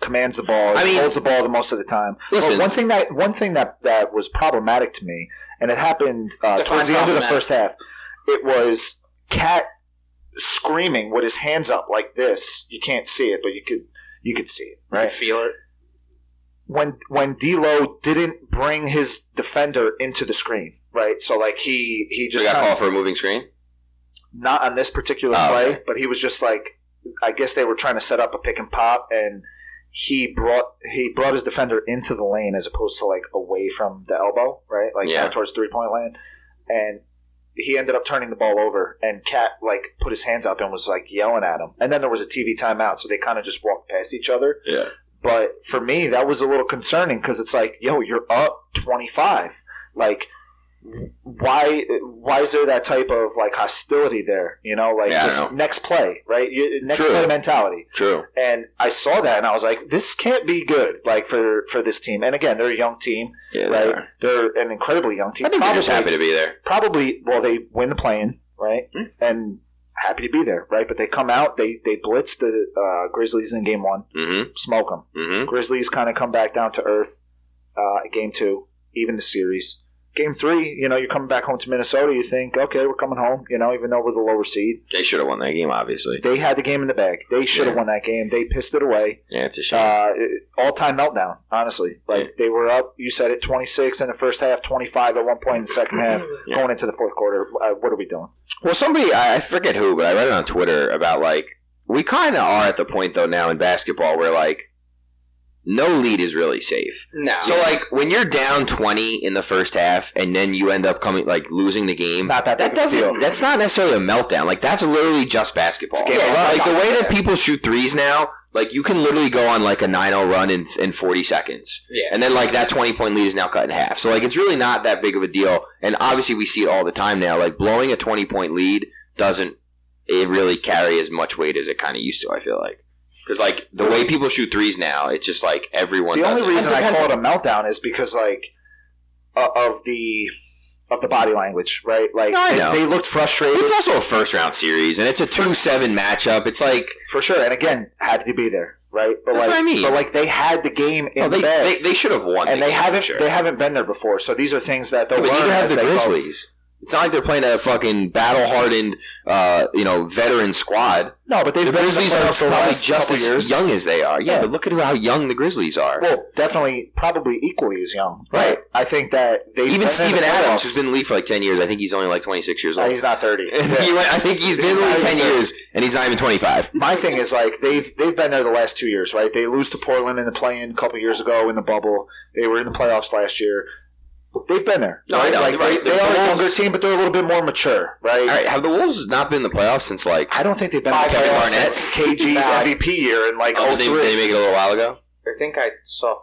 S3: commands the ball,
S2: I
S3: he
S2: mean-
S3: holds the ball the most of the time.
S2: Listen.
S3: but one thing that one thing that that was problematic to me, and it happened uh,
S1: Define
S3: towards the end of the
S1: problematic.
S3: first half. It was Cat screaming with his hands up like this. You can't see it, but you could you could see it
S1: Right. Feel it.
S3: when when D'Lo didn't bring his defender into the screen. Right, so like he he
S2: just
S3: just
S2: got
S3: kinda-
S2: called for a moving screen.
S3: not on this particular
S2: Oh,
S3: play,
S2: okay.
S3: but he was just like, I guess they were trying to set up a pick and pop, and he brought he brought his defender into the lane as opposed to like away from the elbow, right, like
S2: Yeah.
S3: more towards three point land, and he ended up turning the ball over, and Cat like put his hands up and was like yelling at him, and then there was a TV timeout, so they kind of just walked past each other.
S2: Yeah.
S3: But for me, that was a little concerning because it's like, yo, you're up 25. Like, why why is there that type of like hostility there? You know, like
S2: Yeah, I
S3: just
S2: know.
S3: next play, right? You, next
S2: True.
S3: play mentality.
S2: True.
S3: And I saw that and I was like, this can't be good. Like for for this team. And again, they're a young team,
S2: Yeah.
S3: right?
S2: They are.
S3: They're an incredibly young team.
S2: I think they're just happy to
S3: probably,
S2: be there.
S3: probably, well, they win the play-in, right?
S2: Hmm.
S3: And happy to be there, right? But they come out, they they blitz the uh, Grizzlies in game one,
S2: Mm-hmm.
S3: smoke them.
S2: Mm-hmm.
S3: Grizzlies kind of come back down to earth. Uh, game two, even the series. Game three, you know, you're coming back home to Minnesota. You think, okay, we're coming home. You know, even though we're the lower seed,
S2: They should have won that game, obviously.
S3: they had the game in the bag. They should have
S2: Yeah.
S3: won that game. They pissed it away.
S2: Yeah, it's a shame.
S3: Uh, All time meltdown, honestly. Like
S2: Yeah.
S3: they were up. You said it, 26 in the first half, 25 at one point in the second half,
S2: Yeah.
S3: going into the fourth quarter. Uh, what are we doing?
S2: Well, somebody I I forget who, but I read it on Twitter about like we kind of are at the point though now in basketball where like no lead is really safe.
S1: No.
S2: So like when you're down twenty in the first half and then you end up coming like losing the game,
S3: Not that big
S2: that
S3: of a deal.
S2: doesn't that's not necessarily a meltdown. Like that's literally just basketball.
S3: It's a game of
S2: Yeah,
S3: runs.
S2: like the way that people shoot threes now, like you can literally go on like a 9-0 run in in 40 seconds.
S1: Yeah.
S2: And then like that 20 point lead is now cut in half. So like it's really not that big of a deal. And obviously we see it all the time now. Like blowing a 20 point lead doesn't it really carry as much weight as it kind of used to, I feel like. Cuz like the way people shoot threes now, it's just like everyone
S3: the
S2: does
S3: only
S2: it.
S3: reason I
S1: Depends
S3: call it a meltdown is because like uh, of the of the body language, right? Like
S2: No, I
S3: they-
S2: know.
S3: they looked frustrated
S2: it's also a first round series and it's a 2-7 matchup. It's like
S3: for sure, and again, happy to be there, right? But
S2: That's
S3: like,
S2: what I mean.
S3: but like they had the game in
S2: no, they,
S3: the bag,
S2: they, they should have won.
S3: and
S2: the
S3: they
S2: game,
S3: haven't
S2: sure.
S3: they haven't been there before. So these are things that they'll
S2: Yeah, but
S3: learn
S2: neither have
S3: as
S2: the
S3: they go.
S2: Grizzlies. It's not like they're playing a fucking battle hardened, uh, you know, veteran squad.
S3: No, but they've
S2: The
S3: been in
S2: Grizzlies are
S3: playoffs for the
S2: probably
S3: last
S2: just
S3: couple
S2: as
S3: years.
S2: young as they are. Yeah,
S3: Yeah.
S2: but look at how young the Grizzlies are.
S3: Well, definitely, probably equally as young,
S2: Right.
S3: But I think that they
S2: Even Steven Adams, who's been in the league for like ten years, I think he's only like twenty six years old.
S3: he's not thirty.
S2: He went- I think he's been in the league
S3: not
S2: ten
S3: even-
S2: years, and he's not even twenty five.
S3: my thing is like they've they've been there the last two years, right? They lose to Portland in the play-in a couple years ago in the bubble. They were in the playoffs last year. They've been there.
S2: No, I
S3: right?
S2: know,
S3: Like,
S2: right.
S3: They, they
S2: The
S3: are a
S2: Wolves-
S3: younger team, but they're a little bit more mature, right?
S2: All right, have the Wolves not been in the playoffs since like?
S3: I don't think they've been in the
S2: Kevin
S3: playoffs
S2: Barnett.
S3: since KG's
S1: Nah.
S3: MVP year in like
S2: Oh,
S3: oh
S2: they,
S3: three.
S2: they make it a little while ago.
S1: I think I saw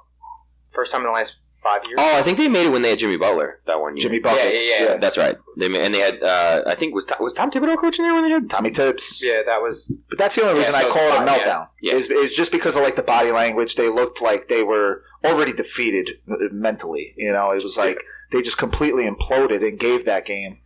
S1: first time in the last five years.
S2: Oh, I think they made it when they had Jimmy Butler that one year.
S3: Jimmy Buckets,
S1: Yeah, yeah, yeah.
S2: that's right. They ma- and they had uh, I think was Tom, was Tom Thibodeau coaching there when they had
S3: Tommy Tibbs.
S1: Yeah, that was.
S3: But that's the only
S1: Yeah,
S3: reason
S1: so
S3: I call it a
S1: it's fine,
S3: meltdown.
S2: yeah. Yeah.
S3: Is, is just because of like the body language. They looked like they were already defeated uh, mentally. You know, it was like they just completely imploded and gave that game.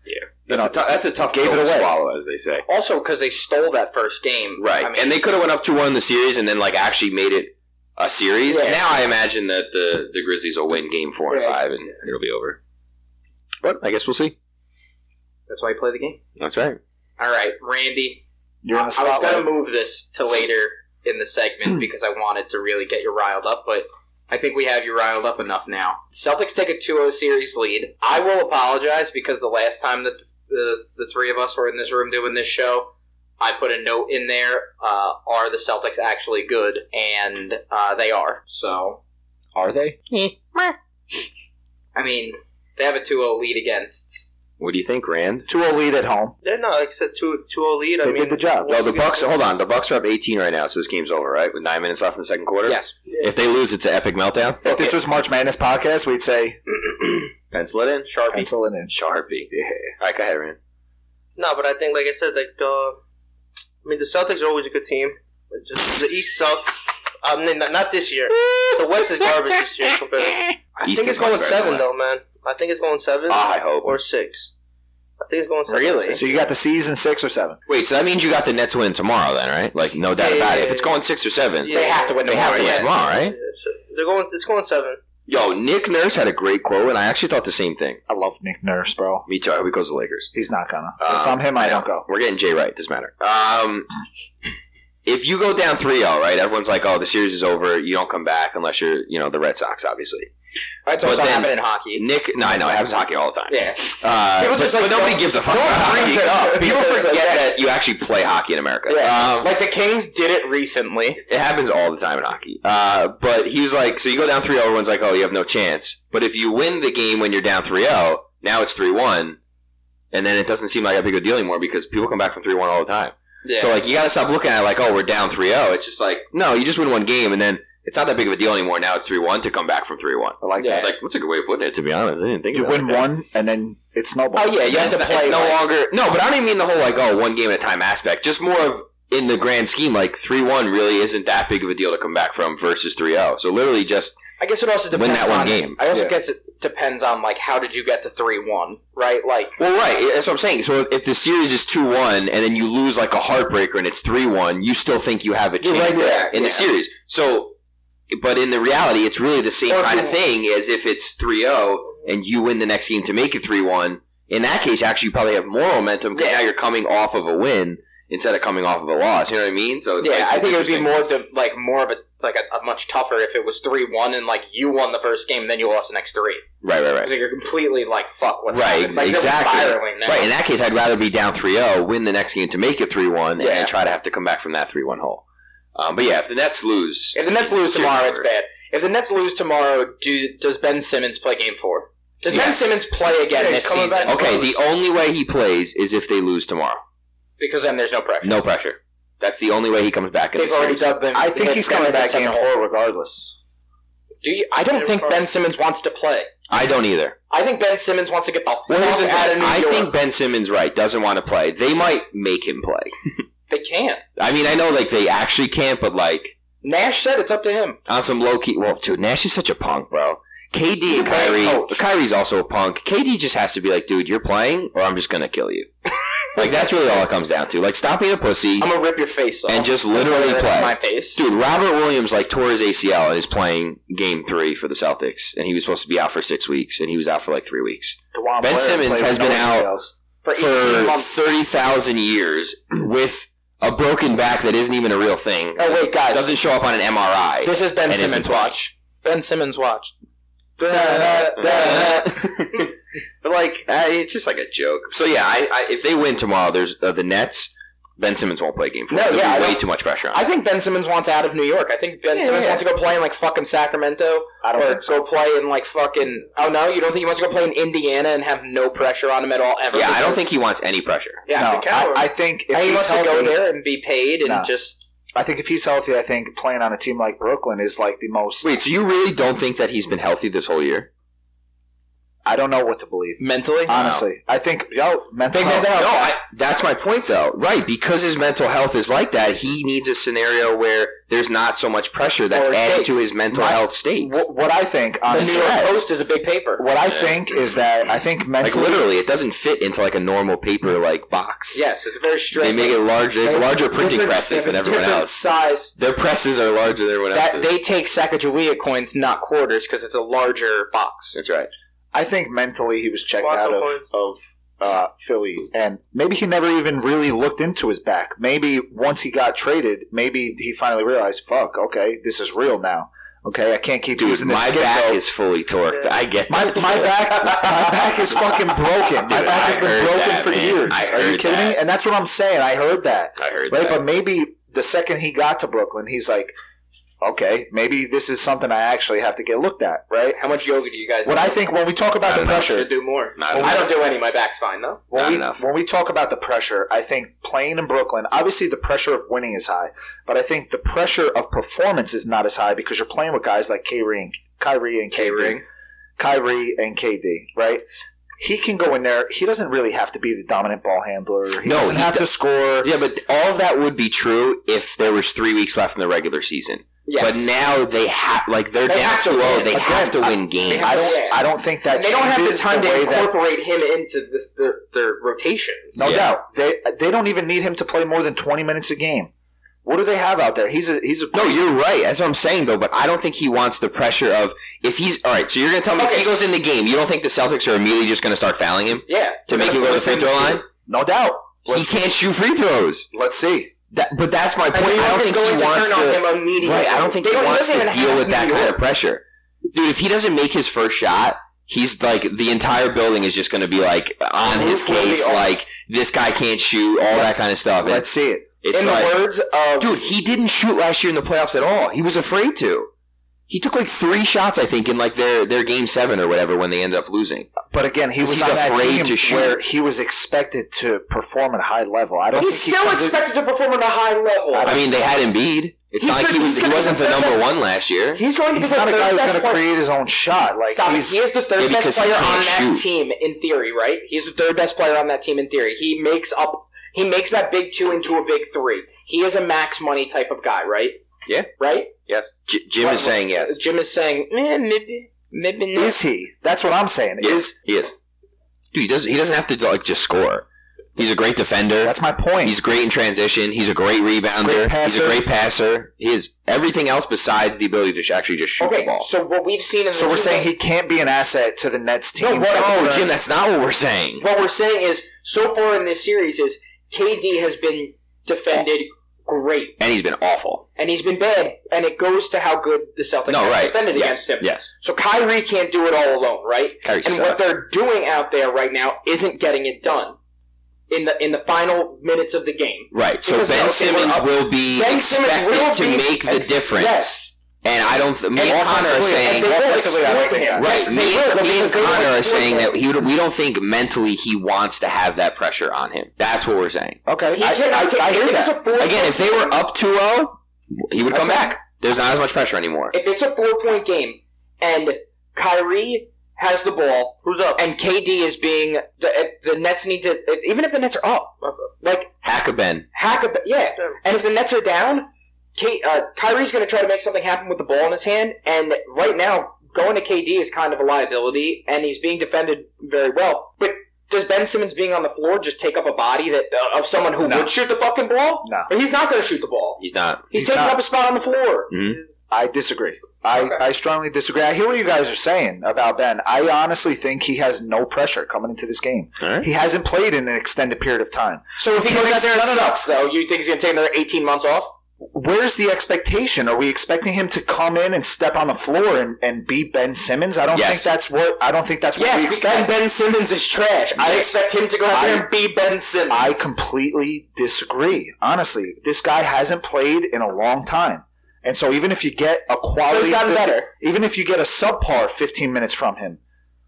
S2: That's,
S3: know,
S2: a tou- that's a tough
S3: gave
S2: pill
S3: it
S2: to
S3: away.
S2: swallow, as they say.
S1: Also, because they stole that first game.
S2: Right,
S1: I mean,
S2: and they could have went up two one in the series, and then like actually made it a series.
S1: Yeah.
S2: Now I imagine that the the Grizzlies will win Game Four
S1: Yeah.
S2: and Five, and it'll be over. But I guess we'll see.
S1: that's why you play the game.
S2: That's right.
S1: All right, Randy.
S3: You're in the
S1: I was
S3: spotlight.
S1: going to move this to later in the segment because I wanted to really get you riled up, but I think we have you riled up enough now. Celtics take a 2-0 series lead. I will apologize because the last time that the, the three of us were in this room doing this show, I put a note in there. Uh, are the Celtics actually good? And uh, they are. So,
S3: Are they?
S1: I mean, they have a 2-0 lead against.
S2: What do you think, Rand?
S3: 2 0 lead at home.
S4: Yeah, no, except 2 0 lead. I
S3: They
S4: mean,
S3: did the job.
S2: No, the Bucks. Hold on, the Bucks are up 18 right now, so this game's over, right? With nine minutes left in the second quarter.
S1: Yes.
S2: If they lose, it's an epic meltdown.
S3: If this was March Madness podcast, we'd say
S2: Pencil it in.
S1: Sharpie.
S3: pencil it in.
S2: Sharpie. Yeah. All right, go ahead, Rand.
S4: No, but I think, like I said, like uh, I mean, the Celtics are always a good team. It's just the East sucks. I mean, not, not this year. The West is garbage this year. Compared. I
S2: I
S4: think it's going seven though, man. I think it's going seven
S2: I hope.
S4: or six. I think it's going seven.
S1: Really?
S3: So you got the season six or seven.
S2: Wait, so that means you got the Nets win tomorrow, then, right? Like, no doubt
S4: Yeah,
S2: about
S4: yeah,
S2: it. If it's
S4: yeah.
S2: going six or seven,
S4: Yeah. They have to win
S2: They have to win
S4: tomorrow,
S2: tomorrow,
S4: Yeah,
S2: right?
S4: so they're going. It's going seven.
S2: Yo, Nick Nurse had a great quote, and I actually thought the same thing.
S3: I love Nick Nurse, bro.
S2: Me too. I hope he goes to the Lakers.
S3: He's not gonna. if
S2: Um,
S3: I'm him, I,
S2: I
S3: don't go.
S2: We're getting Jay right. Doesn't matter. Um, if you go down 3-0, right? Everyone's like, "Oh, the series is over. You don't come back unless you're, you know, the Red Sox, obviously."
S1: That's
S2: But
S1: also
S2: then-
S1: happened in hockey.
S2: Nick, no, I know it happens to hockey all the time.
S1: Yeah.
S2: Uh,
S1: People
S2: but,
S1: just, like,
S2: but nobody
S1: don't-
S2: gives a fuck.
S1: don't
S2: About hockey.
S1: brings it up
S2: People
S1: because,
S2: forget
S1: like-
S2: that you actually play hockey in America.
S1: Yeah.
S2: Um,
S1: like the Kings did it recently.
S2: it happens all the time in hockey. Uh, but he was like, so you go down 3 0, everyone's like, oh, you have no chance. But if you win the game when you're down 3 0, now it's 3 1, and then it doesn't seem like a big a deal anymore because people come back from 3 1 all the time.
S1: Yeah.
S2: So, like, you got to stop looking at it like, oh, we're down 3 0. It's just like, no, you just win one game, and then it's not that big of a deal anymore. Now it's 3 1 to come back from 3 1.
S3: I like
S1: Yeah.
S2: It's like, that's a good way of putting it, to be honest. I didn't think
S3: You
S2: about
S3: win
S2: it.
S3: one and then it snowballs.
S2: Oh yeah, you have to
S1: It's-
S2: play.
S1: it's
S2: no
S1: no
S2: longer no, but I don't even mean the whole like oh one game at a time aspect. Just more of in the grand scheme, like three one really isn't that big of a deal to come back from versus 3-0. So literally just
S1: I guess it also
S2: Win
S1: depends
S2: that one
S1: on,
S2: game.
S1: I also
S3: Yeah.
S1: guess it depends on like how did you get to three one, right? Like
S2: well right. That's what I'm saying. So if the series is two one and then you lose like a heartbreaker and it's three one, you still think you have a
S1: You're
S2: chance
S1: right there,
S2: in the
S1: yeah.
S2: series. So. But in the reality, it's really the same
S1: Or if
S2: kind of
S1: you-
S2: thing as if it's 3-0 and you win the next game to make it 3-1. In that case, actually, you probably have more momentum because
S1: Yeah.
S2: now you're coming off of a win instead of coming off of a loss. You know what I mean? So it's
S1: yeah,
S2: like,
S1: I
S2: it's
S1: think it would be
S2: interesting.
S1: more the, like more of a like a, a much tougher if it was three one and like you won the first game, then you lost the next three.
S2: Right, right, right.
S1: So you're completely like fuck what's
S2: Right,
S1: happening. It's like they're
S2: exactly.
S1: spiraling now.
S2: Right, in that case, I'd rather be down 3 0, win the next game to make it 3 1, and
S1: Yeah.
S2: then try to have to come back from that 3 1 hole. Um, but yeah, if the Nets lose.
S1: If the Nets lose
S2: series
S1: tomorrow, it's
S2: over.
S1: bad. If the Nets lose tomorrow, do does Ben Simmons play game four? Does Ben
S2: Yes.
S1: Simmons play again
S4: Yeah, he's
S1: this
S4: coming
S1: season?
S4: back.
S2: Okay, the only way he plays is if they lose tomorrow.
S1: because then there's no pressure.
S2: No pressure. That's the only way he comes back in
S1: They've
S2: the
S1: already
S2: series.
S1: dubbed them.
S3: I think
S1: they've
S3: he's
S1: dubbed
S3: coming
S1: them
S3: back game
S1: second hole.
S3: four regardless.
S1: Do you, I don't think Ben Simmons wants to play.
S2: I don't either.
S1: I think Ben Simmons wants to get the fuck
S2: Well, here's the
S1: out of
S2: thing.
S1: New
S2: I
S1: York.
S2: think Ben Simmons right doesn't want to play. They might make him play.
S1: they can't.
S2: I mean, I know like they actually can't, but like
S1: Nash said it's up to him.
S2: on some low key. Well, dude, Nash is such a punk, bro. KD
S1: Great
S2: and Kyrie.
S1: coach.
S2: Kyrie's also a punk. KD just has to be like, dude, you're playing, or I'm just gonna kill you. like that's really all it comes down to. Like stop being a pussy
S1: I'm gonna rip your face off
S2: and just literally
S1: Rip
S2: play.
S1: my face.
S2: Dude, Robert Williams like tore his ACL and is playing game three for the Celtics, and he was supposed to be out for six weeks, and he was out for like three weeks.
S3: Dewan
S2: Ben
S3: Blair
S2: Simmons
S3: played
S2: has
S3: with
S2: been
S3: no
S2: out-
S3: ACLs.
S1: for
S2: for
S1: 18 months.
S2: 30,000 years with a broken back that isn't even a real thing.
S1: Oh wait, guys,
S2: Doesn't show up on an MRI.
S1: this is Ben
S2: And isn't
S1: Simmons
S2: playing.
S1: watch. Ben Simmons watch.
S2: but like, uh, it's just like a joke. So yeah, I, I, if they win tomorrow, there's uh, the Nets. Ben Simmons won't play game four.
S1: No,
S2: There'll
S1: yeah, I
S2: be way
S1: don't-
S2: too much pressure on.
S1: I
S2: him.
S1: think Ben Simmons wants out of New York. I think Ben
S2: Yeah,
S1: Simmons
S2: yeah.
S1: wants to go play in like fucking Sacramento
S3: I don't
S1: or
S3: think so.
S1: go play in like fucking. Oh no, you don't think he wants to go play in Indiana and have no pressure on him at all ever?
S2: yeah, I don't
S1: because-
S2: think he wants any pressure.
S1: Yeah,
S3: No,
S1: he's a coward.
S3: I, I think if
S1: And he
S3: he's
S1: wants
S3: healthy,
S1: to go there and be paid and
S3: Nah.
S1: just.
S3: I think if he's healthy, I think playing on a team like Brooklyn is like the most.
S2: Wait, so you really don't think that he's been healthy this whole year?
S3: I don't know what to believe.
S1: Mentally,
S3: Honestly, I think yo mental
S1: Think
S3: health.
S1: mental
S2: Oh, No, I, that's my point, though. Right, because his mental health is like that, he needs a scenario where there's not so much pressure that's
S1: Or
S2: added
S1: states.
S2: to his mental
S3: My-
S2: health states.
S3: Wh- what I think,
S1: the New
S3: honestly,
S1: York
S2: Yes.
S1: Post is a big paper.
S3: what I think is that I think
S2: like
S3: mentally,
S2: literally, it doesn't fit into like a normal paper like box.
S1: Yes, it's very
S2: they
S1: strict.
S2: make it larger. They have larger printing
S1: Different-
S2: presses than
S1: different- different
S2: everyone else.
S1: Size.
S2: Their presses are larger than everyone
S1: That
S2: else's.
S1: they take Sacagawea coins, not quarters, because it's a larger box.
S2: that's right.
S3: I think mentally he was checked
S4: Quantum
S3: out of
S4: points.
S3: of uh, Philly, and maybe he never even really looked into his back. Maybe once he got traded, maybe he finally realized, fuck, okay, this is real now. Okay, I can't keep
S2: Dude,
S3: using this.
S2: my
S3: scapegoat.
S2: back is fully torqued.
S4: Yeah.
S2: I get
S3: My,
S2: that
S3: my
S2: shit.
S3: back my back is fucking broken. My
S2: Dude,
S3: back
S2: I
S3: has been
S2: heard
S3: broken
S2: that,
S3: for
S2: man.
S3: years.
S2: I
S3: Are you
S2: heard
S3: kidding me?
S2: that.
S3: And that's what I'm saying. I heard that.
S2: I heard that.
S3: Right? But maybe the second he got to Brooklyn, he's like, okay, maybe this is something I actually have to get looked at, right?
S1: How much yoga do you guys?
S3: When
S1: do?
S3: I think when we talk
S2: I
S3: about the
S2: don't know.
S1: should
S3: pressure,
S1: do more.
S2: Not
S1: I don't
S2: enough.
S1: do any. My back's fine though.
S3: when
S2: Not
S3: we,
S2: enough.
S3: when we talk about the pressure, I think playing in Brooklyn, obviously the pressure of winning is high, but I think the pressure of performance is not as high because you're playing with guys like Kyrie and Kyrie and KD. Kyrie and KD, right? He can go in there. He doesn't really have to be the dominant ball handler. He
S2: No,
S3: doesn't
S2: he
S3: have to score.
S2: Yeah, but all of that would be true if there was three weeks left in the regular season.
S1: Yes.
S2: But now they have, like, they're
S1: They
S2: down
S1: have to
S2: 2
S1: win.
S2: They
S3: Again,
S2: have to
S3: I-
S2: win games.
S1: have
S3: I don't.
S1: Yeah.
S3: I don't think that
S1: And they don't have the
S3: changes
S1: time to
S3: way that-
S1: incorporate him into this, their, their rotations.
S3: no
S2: Yeah.
S3: doubt they they don't even need him to play more than twenty minutes a game. What do they have out there? He's a he's a
S2: No, you're right. That's what I'm saying, though. But I don't think he wants the pressure of if he's all right. So you're going to tell me
S1: Okay.
S2: if he goes in the game, you don't think the Celtics are immediately just going to start fouling him
S1: Yeah.
S2: to make him go to the free throw line?
S3: no doubt.
S2: He can't shoot free throws.
S3: Let's see.
S2: That, but that's my
S1: And
S2: point.
S1: New
S2: I
S1: York
S2: don't
S1: is
S2: think
S1: going
S2: he
S1: to
S2: wants
S1: turn on
S2: to.
S1: him immediately.
S2: Right, I don't think
S1: They
S2: he wants
S1: doesn't
S2: to
S1: even
S2: deal
S1: have
S2: with that
S1: New
S2: kind of
S1: York.
S2: pressure. Dude, if he doesn't make his first shot, he's like the entire building is just going to be like on his
S3: Roof will be
S2: case,
S3: off.
S2: like this guy can't shoot, all that kind of stuff.
S3: Let's
S2: It's,
S3: see it.
S2: it's
S1: In
S2: like,
S1: the words of
S2: dude, he didn't shoot last year in the playoffs at all. He was afraid to. He took like three shots, I think, in like their, their game seven or whatever when they end up losing.
S3: But again, he was
S2: He's
S3: on that
S2: afraid
S3: team
S2: to shoot.
S3: where he was expected to perform at a high level. I don't.
S1: he's
S3: think
S1: still
S3: he comes in-
S1: expected to perform at a high level.
S2: I mean, they had Embiid. It's
S1: He's
S2: not like
S1: the-
S2: he
S1: he's
S2: was he
S1: gonna be
S2: wasn't
S1: the
S2: the
S1: third
S2: number
S1: best-
S2: one last year.
S1: he's going to
S3: He's
S1: be the
S3: not a
S1: third
S3: guy who's
S1: best
S3: going to
S1: player-
S3: create his own shot. Like
S1: Stop it.
S3: he's
S1: He is the third
S2: Yeah,
S1: best
S2: because he
S1: player
S2: can't
S1: on that
S2: shoot.
S1: team in theory, right? He's the third best player on that team in theory. He makes up he makes that big two into a big three. He is a max money type of guy, right?
S2: Yeah.
S1: Right?
S2: Yes, J- Jim
S1: Right,
S2: is saying yes.
S1: Jim is saying, eh, maybe maybe not.
S3: is he? That's what I'm saying. Is
S2: Yes, he is. Dude, he doesn't. He doesn't have to like just score. He's a great defender.
S3: that's my point.
S2: He's great in transition. He's a great rebounder. he's
S3: Great passer.
S2: a great passer. He is everything else besides the ability to sh- actually just shoot the
S1: Okay,
S2: ball.
S1: so what we've seen in
S3: So
S1: the
S3: we're
S1: two
S3: saying
S1: games-
S3: he can't be an asset to the Nets team.
S1: No, what-
S2: Oh,
S1: Right.
S2: Jim, that's not what we're saying.
S1: what we're saying is so far in this series is KD has been defended great
S2: And he's been awful.
S1: and he's been bad and it goes to how good the Celtics
S2: No,
S1: have
S2: right?
S1: defended
S2: yes,
S1: against him.
S2: yes.
S1: So Kyrie can't do it all alone, right?
S2: Kyrie
S1: and what
S2: sucks.
S1: they're doing out there right now isn't getting it done in the in the final minutes of the game.
S2: Right. So
S1: Because, okay,
S2: Ben
S1: we're
S2: Simmons
S1: up-
S2: will be
S1: Ben Simmons
S2: expected
S1: will
S2: to
S1: be-
S2: make the
S1: ex-
S2: difference.
S1: Yes,
S2: And I don't. Th- me and, Connor are
S1: offensively,
S2: saying.
S1: and they will
S3: offensively, I don't
S1: exploit
S3: think
S1: him.
S3: that-
S2: Right,
S1: Yes,
S2: me,
S1: they will,
S2: and- me
S1: because
S2: and
S1: they will
S2: Connor are
S1: exploit
S2: saying
S1: him.
S2: that he, we don't think mentally he wants to have that pressure on him. That's what we're saying.
S3: okay.
S1: He
S3: I,
S1: cannot
S3: I,
S1: take-
S3: I hear
S1: if it's
S3: that.
S1: a four
S2: Again, if they were up 2-0, he would come
S1: Okay.
S2: back. There's not as much pressure anymore.
S1: if it's a four point game and Kyrie has the ball
S4: Who's up?
S1: and KD is being the, if the Nets need to even if the Nets are up, like
S2: Hack a Ben.
S1: hack a yeah. And if the Nets are down, Kate, uh, Kyrie's going to try to make something happen with the ball in his hand. And right now, going to KD is kind of a liability, and he's being defended very well. But does Ben Simmons being on the floor just take up a body that uh, of someone who
S3: No.
S1: would shoot the fucking ball?
S3: No.
S1: And he's not going to shoot the ball.
S2: He's not.
S1: He's,
S3: He's
S1: taking
S3: not.
S1: up a spot on the floor.
S3: I disagree. I,
S1: Okay.
S3: I strongly disagree. I hear what you guys are saying about Ben. I honestly think he has no pressure coming into this game.
S2: All right.
S3: He hasn't played in an extended period of time.
S1: So if he goes out there and
S3: No, no, no.
S1: sucks, though, you think he's going to take another eighteen months off?
S3: Where's the expectation? Are we expecting him to come in and step on the floor and, and be Ben Simmons? I don't
S2: Yes.
S3: think that's what I don't think that's what we
S1: Yes,
S3: expect.
S1: because Ben Simmons is trash. I
S2: Yes.
S1: expect him to go out there and be Ben Simmons.
S3: I completely disagree. Honestly, this guy hasn't played in a long time, and so even if you get a quality,
S1: So he's gotten
S3: 50
S1: better.
S3: even if you get a subpar fifteen minutes from him,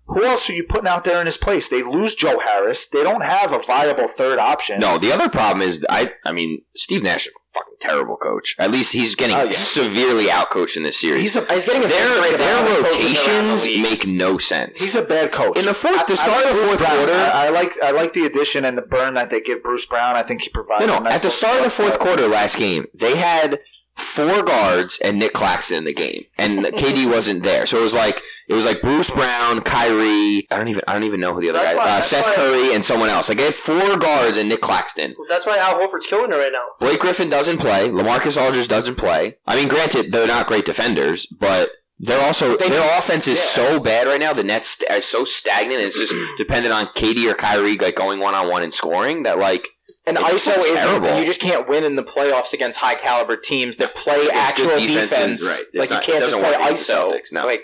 S3: who else are you putting out there in his place? They lose Joe Harris. They don't have a viable third option.
S2: No, the other problem is I. I mean, Steve Nash is a fucking terrible coach. At least he's getting
S3: Oh, yeah.
S2: severely outcoached in this series.
S3: he's a
S1: He's getting
S2: their
S1: eviscerated by
S2: their
S1: other coaches around the
S2: rotations
S1: league.
S2: make no sense.
S3: he's a bad coach.
S2: in the fourth, the
S3: I-
S2: start
S3: I
S2: of
S3: like
S2: the
S3: Bruce
S2: fourth
S3: Brown. uh,
S2: quarter.
S3: I, I like I like the addition and the burn that they give Bruce Brown. I think he provides.
S2: No,
S3: a
S2: no.
S3: nice
S2: At the
S3: little
S2: start of the
S3: step
S2: fourth
S3: uh, up.
S2: quarter last game, they had four guards and Nick Claxton in the game, and KD wasn't there. So it was like it was like Bruce Brown, Kyrie. I don't even I don't even know who the other
S4: That's
S2: guy.
S4: why-
S2: uh,
S4: that's
S2: Seth
S4: why-
S2: Curry and someone else. Like they had four guards and Nick Claxton.
S4: That's why Al Horford's killing it right now.
S2: Blake Griffin doesn't play. Lamarcus Aldridge doesn't play. I mean, granted, they're not great defenders, but they're also their offense is so bad right now. The Nets st- are so stagnant. And it's just dependent on Katie or Kyrie like going one on one and scoring that like
S1: And
S2: It just
S1: ISO
S2: looks
S1: is
S2: terrible.
S1: you just can't win in the playoffs against high caliber teams that play actual
S2: good defenses,
S1: defense.
S2: right. It's
S1: Like
S2: not-
S1: you
S2: it
S1: can't just
S2: doesn't
S1: play
S2: work against the
S1: ISO.
S2: Celtics, no.
S1: Like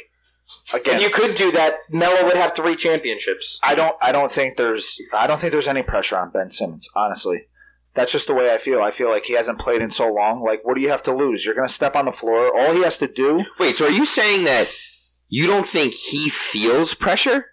S3: Again,
S1: if you could do that, Melo would have three championships.
S3: I don't I don't think there's I don't think there's any pressure on Ben Simmons, honestly. That's just the way I feel. I feel like he hasn't played in so long. Like what do you have to lose? You're going to step on the floor. All he has to do,
S2: Wait, so are you saying that you don't think he feels pressure?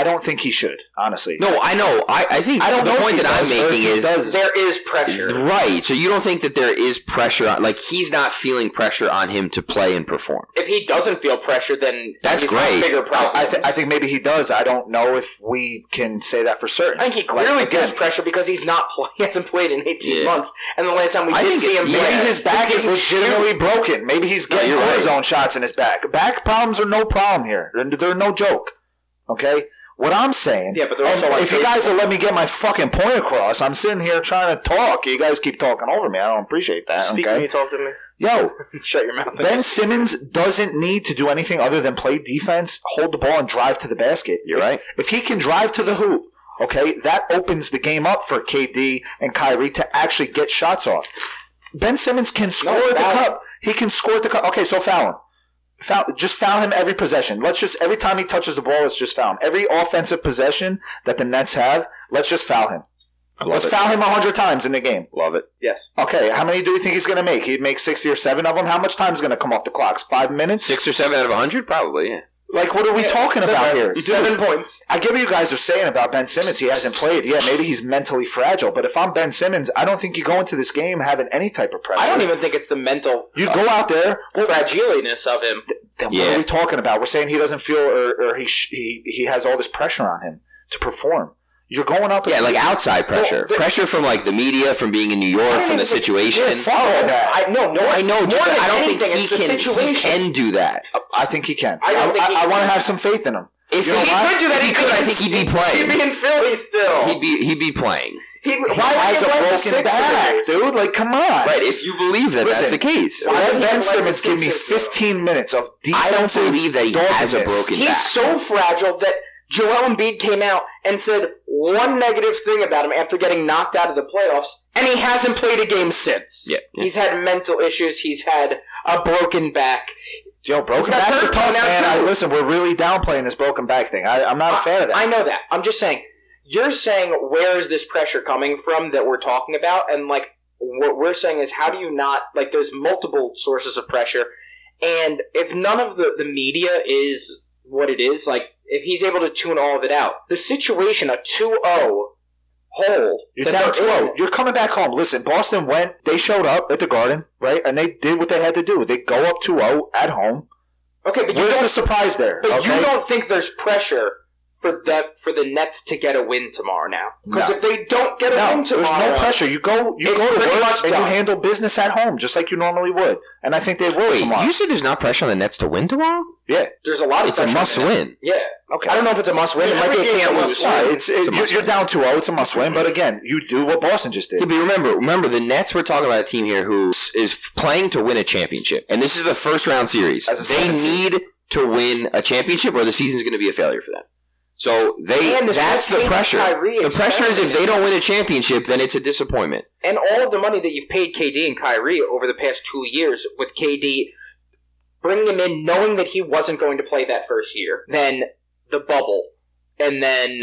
S3: I don't think he should, honestly.
S2: No, I know. I, I think
S3: I don't
S2: the
S3: know if
S2: point
S3: he
S2: that I'm
S3: does or if
S2: making
S3: he
S2: is
S3: does.
S1: There is pressure.
S2: right. So you don't think that there is pressure on like he's not feeling pressure on him to play and perform.
S1: If he doesn't feel pressure, then
S2: That's
S1: he's got
S2: great.
S1: Bigger problem.
S3: I, th- I think maybe he does. I don't know if we can say that for certain.
S1: I think he clearly
S3: Like,
S1: feels
S3: again,
S1: pressure because he's not play- he hasn't played in 18
S2: Yeah.
S1: months. And the last time we
S2: I
S1: did
S2: think
S1: see
S2: it-
S1: him,
S2: yeah.
S1: play,
S3: Maybe his back
S1: he
S3: is
S1: didn't
S3: legitimately
S1: shoot.
S3: broken. Maybe he's getting
S2: you're
S3: his
S2: right.
S3: own shots in his back. Back problems are no problem here. They're, they're no joke. Okay? What I'm saying,
S1: Yeah, but they're
S3: and
S1: also
S3: if you
S1: unfaithful.
S3: guys will let me get my fucking point across, I'm sitting here trying to talk. You guys keep talking over me. I don't appreciate that.
S4: Speak when you
S3: Okay?
S4: talk to me.
S3: Yo,
S1: Shut your mouth.
S3: Ben Simmons doesn't need to do anything other than play defense, hold the ball, and drive to the basket.
S2: You're right.
S3: If he can drive to the hoop, okay, that opens the game up for KD and Kyrie to actually get shots off. Ben Simmons can score at the
S1: foul.
S3: cup. He can score at the cup. Okay, so foul him. Foul, just foul him every possession. Let's just every time he touches the ball, let's just foul him. Every offensive possession that the Nets have, let's just foul him.
S2: I
S3: Let's
S2: love it.
S3: foul him hundred times in the game.
S2: Love it.
S1: Yes.
S3: Okay, how many do you think he's going to make? He'd make sixty or seven of them. How much time is going to come off the clocks? Five minutes?
S2: Six or seven out of a hundred, probably. Yeah.
S3: Like, what are we talking about here?
S1: Seven points.
S3: I get what you guys are saying about Ben Simmons. He hasn't played. Yeah, maybe he's mentally fragile. But if I'm Ben Simmons, I don't think you go into this game having any type of pressure.
S1: I don't even think it's the mental
S3: You go out there.
S1: fragiliness of him.
S3: Then what
S2: Yeah.
S3: are we talking about? We're saying he doesn't feel, or, or he, sh- he he has all this pressure on him to perform. You're going up.
S2: Yeah, like outside pressure,
S3: the-
S2: pressure from like the media, from being in New York, from the situation.
S3: Yeah, fuck all that.
S1: oh, I no, no,
S2: I
S1: More
S2: know. More
S1: than
S2: I don't
S1: anything,
S2: think he
S1: it's the
S2: can, he
S1: situation.
S2: can do that.
S3: I think he can.
S1: I don't think he
S3: I,
S1: can.
S3: want to have some faith in him.
S2: If
S3: You know
S2: he,
S3: what?
S2: could do that,
S1: If
S2: he could. I think he'd be
S1: He'd
S2: playing.
S1: be in Philly still.
S2: He'd be he'd be playing.
S1: He-
S3: He
S1: why would
S3: has
S1: he
S3: a
S1: play the
S3: broken
S1: Sixers?
S3: back, dude. Like, come on.
S2: Right. If you believe that that's
S3: Listen,
S2: the case,
S1: I
S3: Let
S1: think
S3: Ben
S1: he plays
S3: Simmons
S1: the
S3: give me
S1: Sixers, though.
S3: 15 minutes of
S2: I don't
S3: defensive.
S2: believe that he has a
S3: doggedness.
S2: broken
S1: He's
S2: back.
S1: so fragile that Joel Embiid came out and said one negative thing about him after getting knocked out of the playoffs, and he hasn't played a game since.
S2: Yeah.
S1: He's had mental issues. He's had a broken back.
S3: Yo, broken
S1: got
S3: back's a
S1: hurt
S3: tough,
S1: now,
S3: man. I,
S1: too.
S3: listen, we're really downplaying this broken back thing. I, I'm not a fan of that.
S1: I know that. I'm just saying. You're saying where is this pressure coming from that we're talking about, and like what we're saying is how do you not like? There's multiple sources of pressure, and if none of the the media is what it is, like if he's able to tune all of it out, the situation a 2-0 hole
S3: You're
S1: that
S3: down
S1: they're
S3: 2
S1: in-
S3: You're coming back home. Listen, Boston went, they showed up at the Garden, right? And they did what they had to do. They go up 2 0 at home.
S1: Okay, but you
S3: Where's
S1: don't,
S3: the surprise there?
S1: but
S3: okay?
S1: you don't think there's pressure for the for the Nets to get a win tomorrow now? Because
S3: No.
S1: if they don't get a
S3: no,
S1: win
S3: there's
S1: tomorrow,
S3: no pressure. You go, you
S1: It's
S3: go to
S1: pretty much
S3: work and
S1: done.
S3: you handle business at home just like you normally would. And I think they will
S2: Wait,
S3: tomorrow.
S2: you said there's not pressure on the Nets to win tomorrow?
S3: yeah,
S1: There's a lot of
S2: It's a
S1: pressure
S2: must
S1: there.
S2: win.
S1: Yeah.
S3: okay.
S1: I don't know if it's a must win. It might be a
S4: Every game's
S1: can't
S4: a
S1: lose.
S4: must
S3: Yeah, it's, it,
S2: a
S3: you're,
S2: must
S3: you're
S2: win.
S3: down 2 0. It's a must win. But again, you do what Boston just did.
S2: Yeah, but remember, remember the Nets. We're talking about a team here who s- is f- playing to win a championship, and this is the first round series.
S3: As a
S2: They
S3: seven seed.
S2: need to win a championship, or the season's going to be a failure for them. So they
S1: And this
S2: that's
S1: whole
S2: the
S1: team,
S2: pressure.
S1: Kyrie,
S2: The
S1: it's
S2: pressure is if
S1: terrible.
S2: they don't win a championship, then it's a disappointment.
S1: And all of the money that you've paid KD and Kyrie over the past two years with KD bringing him in knowing that he wasn't going to play that first year, then the bubble, and then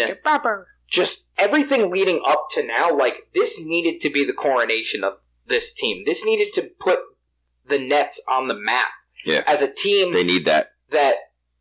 S1: just everything leading up to now, like this needed to be the coronation of this team. This needed to put the Nets on the map
S2: Yeah.
S1: as a team
S2: They need that.
S1: that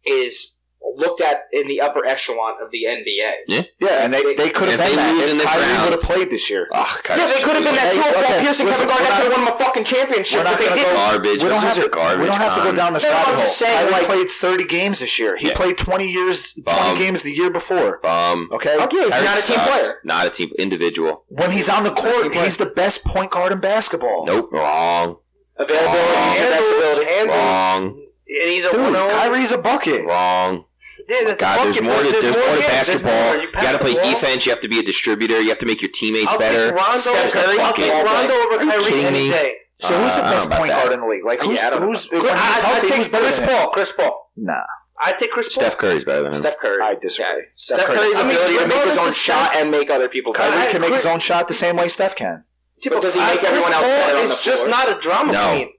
S1: is looked at in the upper echelon of the NBA.
S3: Yeah, and they, they could have
S2: If they
S3: been that
S2: lose in
S3: if
S2: this
S3: Kyrie
S2: round-
S3: would have played this year.
S2: Ugh,
S1: Yeah, they could have been that
S3: Hey,
S1: too. if Paul
S3: okay,
S1: Pierce and Kevin
S3: listen,
S1: Garnett
S3: we're not-
S1: could have won them a fucking championship,
S3: We're
S1: but
S3: not
S1: they
S3: gonna
S1: didn't.
S3: go-
S2: Garbage.
S3: We don't
S2: Those
S3: have
S2: are
S3: to.
S2: garbage,
S3: we don't have to go
S2: Tom.
S3: down this
S1: No, no, I'm
S3: rabbit hole.
S1: just saying,
S3: Kyrie
S1: like-
S3: played 30 games this year. He
S2: Yeah.
S3: played 20 years, 20
S2: Um,
S3: games the year before.
S2: Um,
S3: Okay.
S1: Okay, he's
S2: Kyrie
S1: not a team
S2: sucks.
S1: player.
S2: Not a team individual.
S3: When he's on the court,
S1: player.
S3: he's the best point guard in basketball.
S2: Nope. Wrong.
S1: Availability is your best
S4: Handles,
S1: ability.
S4: handles.
S2: Wrong.
S4: And he's a
S1: Oh,
S3: Dude,
S4: one
S3: Kyrie's a bucket.
S2: Wrong.
S4: Yeah, that's a
S2: God, there's
S4: bucket,
S2: more.
S4: but
S2: To, there's more to
S4: yeah, there's
S2: basketball.
S4: more.
S2: You,
S4: pass
S2: got to
S4: the
S2: play
S4: ball.
S2: defense. You have to be a distributor. You have to make your teammates
S4: I'll
S2: better.
S4: Take Rondo,
S2: Steph Curry,
S4: I'll
S2: fucking-
S4: take Rondo over
S2: Are you
S4: Kyrie
S2: kidding
S4: any
S2: me?
S4: day.
S3: So who's the
S2: Uh, I don't
S3: best
S2: know
S3: point
S2: about
S3: guard
S2: that.
S3: in the league? Like who's
S1: Yeah, I don't
S3: who's when
S1: I,
S3: he's
S1: I
S3: healthy, who's
S1: take
S3: better
S1: Chris
S3: than him?
S1: Paul. Chris Paul.
S3: Nah.
S4: I take Chris Paul.
S2: Steph Curry's better than him.
S1: Steph Curry.
S3: I disagree.
S1: Yeah.
S3: Steph,
S1: Steph
S3: Curry,
S1: Curry's
S4: I mean,
S1: ability to make his
S4: regardless
S1: own
S4: of
S1: shot
S4: Steph-
S1: uh, and make other people
S3: Kyrie
S1: better.
S4: I-
S3: can make
S4: Chris-
S3: his own shot the same way Steph can.
S1: But does he make
S4: I-
S1: everyone else
S4: Chris Paul
S1: better on
S4: is
S1: the
S4: just
S1: floor?
S4: not a drama
S2: No.
S4: queen.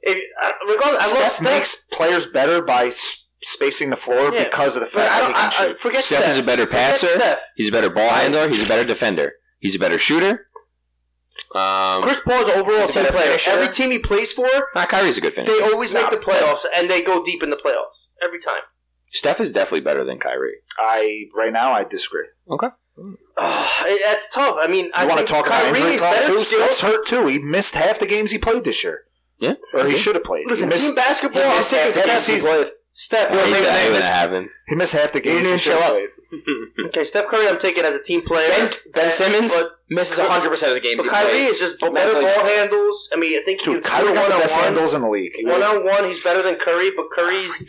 S4: If, I, regardless, I love
S3: Steph,
S4: Steph.
S3: makes players better by s- spacing the floor
S4: Yeah,
S3: because of the
S4: but
S3: fact
S4: I
S3: that he
S4: don't,
S3: can
S4: I, I,
S3: shoot.
S4: forget
S2: Steph
S4: Steph.
S2: is a better
S4: Forget
S2: passer.
S4: Steph.
S2: He's a better ball handler. He's a better defender. He's a better shooter. Um,
S4: Chris Paul is an overall
S1: He's a
S4: team
S1: better
S4: player.
S1: finisher.
S4: Every team he plays for,
S2: nah, Kyrie's a good
S4: they
S2: finisher.
S4: always
S2: Nah.
S4: make the playoffs and they go deep in the playoffs every time.
S2: Steph is definitely better than Kyrie.
S3: I right now I disagree.
S4: Ugh, it- that's tough. I mean, I
S3: You want to
S4: think
S3: talk about
S4: Kyrie
S3: injury
S4: is
S3: talk
S4: better
S3: too?
S4: still.
S3: Steph's hurt too. He missed half the games he played this year,
S2: Yeah,
S3: or he should have played.
S4: Listen,
S3: he missed,
S4: team basketball.
S3: he
S4: I
S3: missed
S4: think
S3: half
S4: it's
S3: the games
S4: Steph's
S3: he played.
S4: Steph.
S2: I hate that when
S4: Steph.
S2: that happens.
S3: He missed half the games.
S1: didn't
S3: he
S1: show
S3: should've
S1: up.
S3: played.
S4: Okay, Steph Curry, I'm taking as a team player.
S1: Ben, ben
S4: And-
S1: Simmons
S4: but,
S1: misses 100% of the games
S4: but
S1: he
S4: Kyrie
S1: plays.
S4: is just better
S1: Mentally-
S4: ball handles. I mean, I think he
S3: Dude,
S4: can
S3: Kyrie
S4: one
S3: got the best
S4: on one.
S3: handles in the league.
S4: One on one, he's better than Curry, but Curry's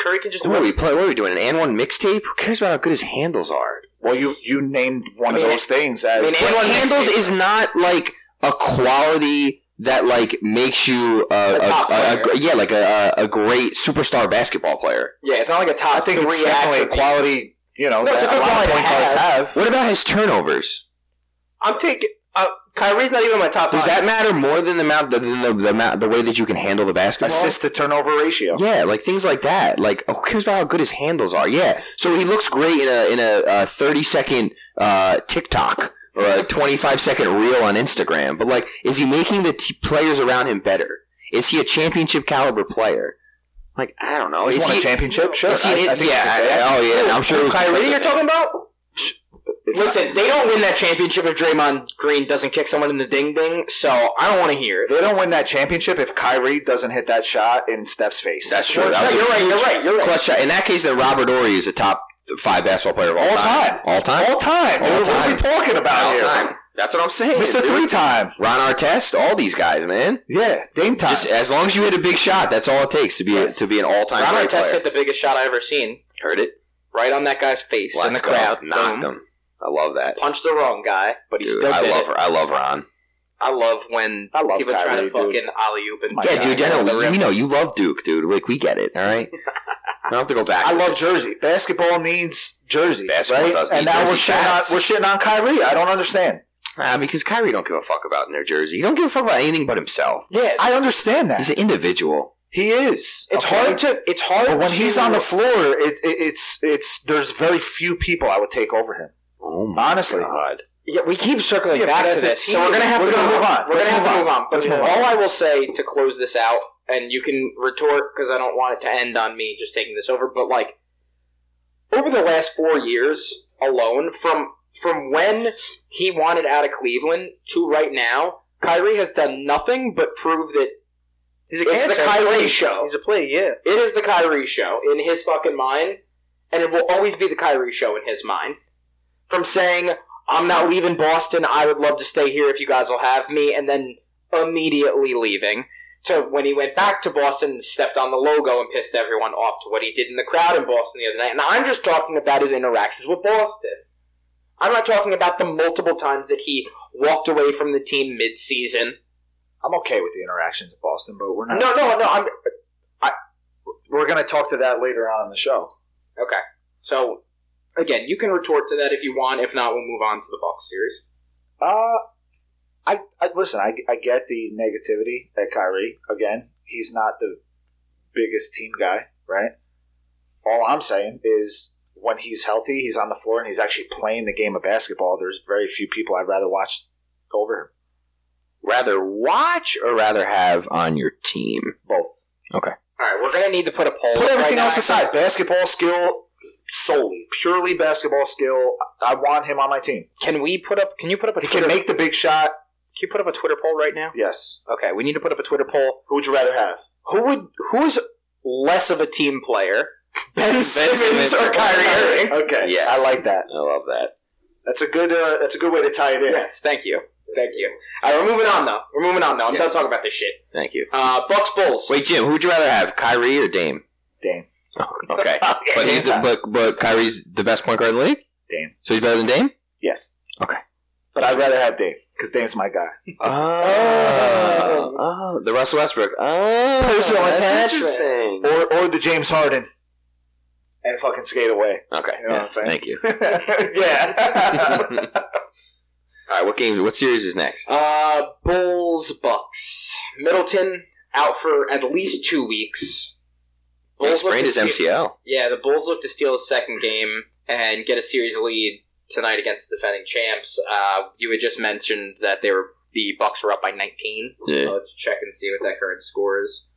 S4: Curry can just do
S2: What are we
S4: it.
S2: play? What are we doing? An and one mixtape? Who cares about how good his handles are?
S3: Well, you you named one
S1: I
S3: of
S1: mean,
S3: those things as
S1: I mean,
S2: But
S1: N1
S2: handles
S1: mixtape.
S2: is not like a quality that like makes you uh,
S1: A top
S2: a, a- a-
S1: player.
S2: yeah like a, a a great superstar basketball player.
S1: yeah, it's not like a top
S3: I think
S1: three
S3: it's definitely a
S1: attribute.
S3: quality. You know,
S1: No, it's
S3: that
S1: a good
S3: a lot
S1: quality to
S3: of point guards
S1: have.
S3: have.
S2: What about his turnovers?
S4: I'm taking uh, Kyrie's not even my top.
S2: Does
S4: five.
S2: that matter more than the amount the the, the, amount, the way that you can handle the basketball?
S3: Assist to turnover ratio.
S2: Yeah, like things like that. Like who cares about how good his handles are? Yeah, so he looks great in a in a, a thirty second uh, TikTok or a twenty five second reel on Instagram. But like, is he making the t- players around him better? Is he a championship caliber player? Like I don't know.
S3: Oh, He's
S2: Is
S3: won
S2: he-
S3: a championship. Sure,
S2: is he-
S3: I, I think
S2: yeah.
S3: you could say that.
S2: I- oh yeah. I'm sure. it was
S1: Kyrie,
S2: because
S1: you're
S2: of-
S1: talking about?
S3: It's
S1: Listen, they don't win that championship if Draymond Green doesn't kick someone in the ding ding, so I don't want to hear it.
S3: They don't win that championship if Kyrie doesn't hit that shot in Steph's face.
S2: That's true. That
S1: No,
S2: was a
S1: you're right, you're right, you're right.
S2: clutch shot. In that case, then Robert Ory is a top five basketball player of all,
S3: All time.
S2: All time.
S3: all time.
S2: All
S3: dude. What are
S2: time.
S3: we talking about
S2: All
S3: here?
S2: time. That's what I'm saying.
S3: Mr.
S2: dude.
S3: Three Time.
S2: Ron Artest, all these guys, man.
S3: Yeah, Dame Time.
S2: Just as long as you hit a big shot, that's all it takes to be
S1: Yes.
S2: to be an all time
S1: Ron
S2: great
S1: Artest
S2: player.
S1: hit the biggest shot I ever seen,
S2: Heard it.
S1: right on that guy's face in the
S2: Let's go.
S1: crowd.
S2: Knocked
S1: Boom.
S2: him. I love that.
S1: Punched the wrong guy, but he
S2: Dude,
S1: still
S2: I
S1: did
S2: love
S1: it.
S2: her. I love Ron.
S1: I love when
S3: I love
S1: people
S3: Kyrie,
S1: try to
S3: dude.
S1: fucking alley oop and
S3: my
S2: yeah,
S3: God.
S2: dude. I know.
S1: The
S2: We,
S1: rim.
S2: we know you love Duke, dude. Like we get it. All right. I don't have to go back.
S3: I
S2: to
S3: love
S2: this.
S3: Jersey. Basketball needs Jersey,
S2: Basketball
S3: right?
S2: does
S3: and
S2: need
S3: now we're
S2: Jersey
S3: shitting on
S2: fans.
S3: we're shitting on Kyrie. I don't understand.
S2: Nah, because Kyrie don't give a fuck about New Jersey. He don't give a fuck about anything but himself.
S3: Yeah, I understand that.
S2: He's an individual.
S3: he is.
S1: It's
S3: okay?
S1: hard to. It's hard.
S3: But when
S1: to-
S3: he's on the floor, it's it, it's it's there's very few people I would take over him.
S2: Oh my
S3: Honestly,
S2: god.
S1: yeah, we keep circling
S3: Yeah, but
S1: back
S3: as
S1: to
S3: a
S1: this, so
S3: team,
S1: we're gonna have
S3: we're
S1: to
S3: gonna
S1: go-
S3: move on.
S1: We're
S3: Let's
S1: gonna have
S3: move
S1: to
S3: on.
S1: move on. But
S3: Let's move on.
S1: all I will say to close this out, and you can retort because I don't want it to end on me just taking this over. But like, over the last four years alone, from from when he wanted out of Cleveland to right now, Kyrie has done nothing but prove that
S4: He's a
S1: It's the
S4: cancer.
S1: Kyrie show.
S4: He's a play, yeah.
S1: It is the Kyrie show in his fucking mind, and it will always be the Kyrie show in his mind. From saying, I'm not leaving Boston, I would love to stay here if you guys will have me, and then immediately leaving, to when he went back to Boston and stepped on the logo and pissed everyone off, to what he did in the crowd in Boston the other night. And I'm just talking about his interactions with Boston. I'm not talking about the multiple times that he walked away from the team mid season.
S3: I'm okay with the interactions of Boston, but we're
S1: No,
S3: not.
S1: no, no, I'm
S3: We're gonna talk to that later on in the show.
S1: Okay. So again, you can retort to that if you want. If not, we'll move on to the Bucks series.
S3: Uh, I, I listen. I, I get the negativity at Kyrie. Again, he's not the biggest team guy, right? All I'm saying is when he's healthy, he's on the floor and he's actually playing the game of basketball. There's very few people I'd rather watch over him.
S2: Rather watch or rather have on your team.
S3: Both.
S1: All right, we're gonna need to put a poll.
S3: Put everything
S1: right
S3: else
S1: now.
S3: aside. Basketball skill solely, purely basketball skill. I want him on my team.
S1: Can we put up? Can you put up a?
S3: He
S1: Twitter,
S3: can make the big shot.
S1: Can you put up a Twitter poll right now?
S3: Yes.
S1: Okay, we need to put up a Twitter poll.
S3: Who would you rather have?
S1: Who would? Who's less of a team player? Ben, Simmons,
S2: Simmons
S1: or
S2: or
S1: Kyrie Irving?
S3: Okay.
S2: Yes.
S3: I like that.
S2: I love that.
S3: That's a good. Uh, that's a good way to tie it in.
S1: Yes, thank you, thank you. All right, we're moving on though. We're moving on though. I'm
S2: Yes.
S1: done talking about this shit.
S2: Thank you.
S1: Uh, Bucks Bulls.
S2: Wait, Jim, who would you rather have, Kyrie or Dame?
S3: Dame.
S2: Okay, but he's the, but but Kyrie's the best point guard in the league,
S3: Dame.
S2: so he's better than Dame.
S3: Yes.
S2: Okay.
S3: But I'd rather have Dame because Dame's my guy.
S2: Oh, the Russell Westbrook. Oh,
S1: Personal
S2: that's
S1: attachment.
S2: Interesting.
S3: Or or the James Harden. and fucking skate away.
S2: Okay.
S3: You know what
S2: yes,
S3: I'm saying?
S2: thank you.
S3: yeah.
S2: All right. What game? What series is next?
S1: Uh, Bulls Bucks. Middleton out for at least two weeks.
S2: Bulls
S1: look
S2: sprained
S1: to
S2: his
S1: steal-
S2: MCL.
S1: Yeah, the Bulls look to steal the second game and get a series lead tonight against the defending champs. Uh, you had just mentioned that they were the Bucks were up by 19.
S2: Yeah.
S1: Let's check and see what that current score is.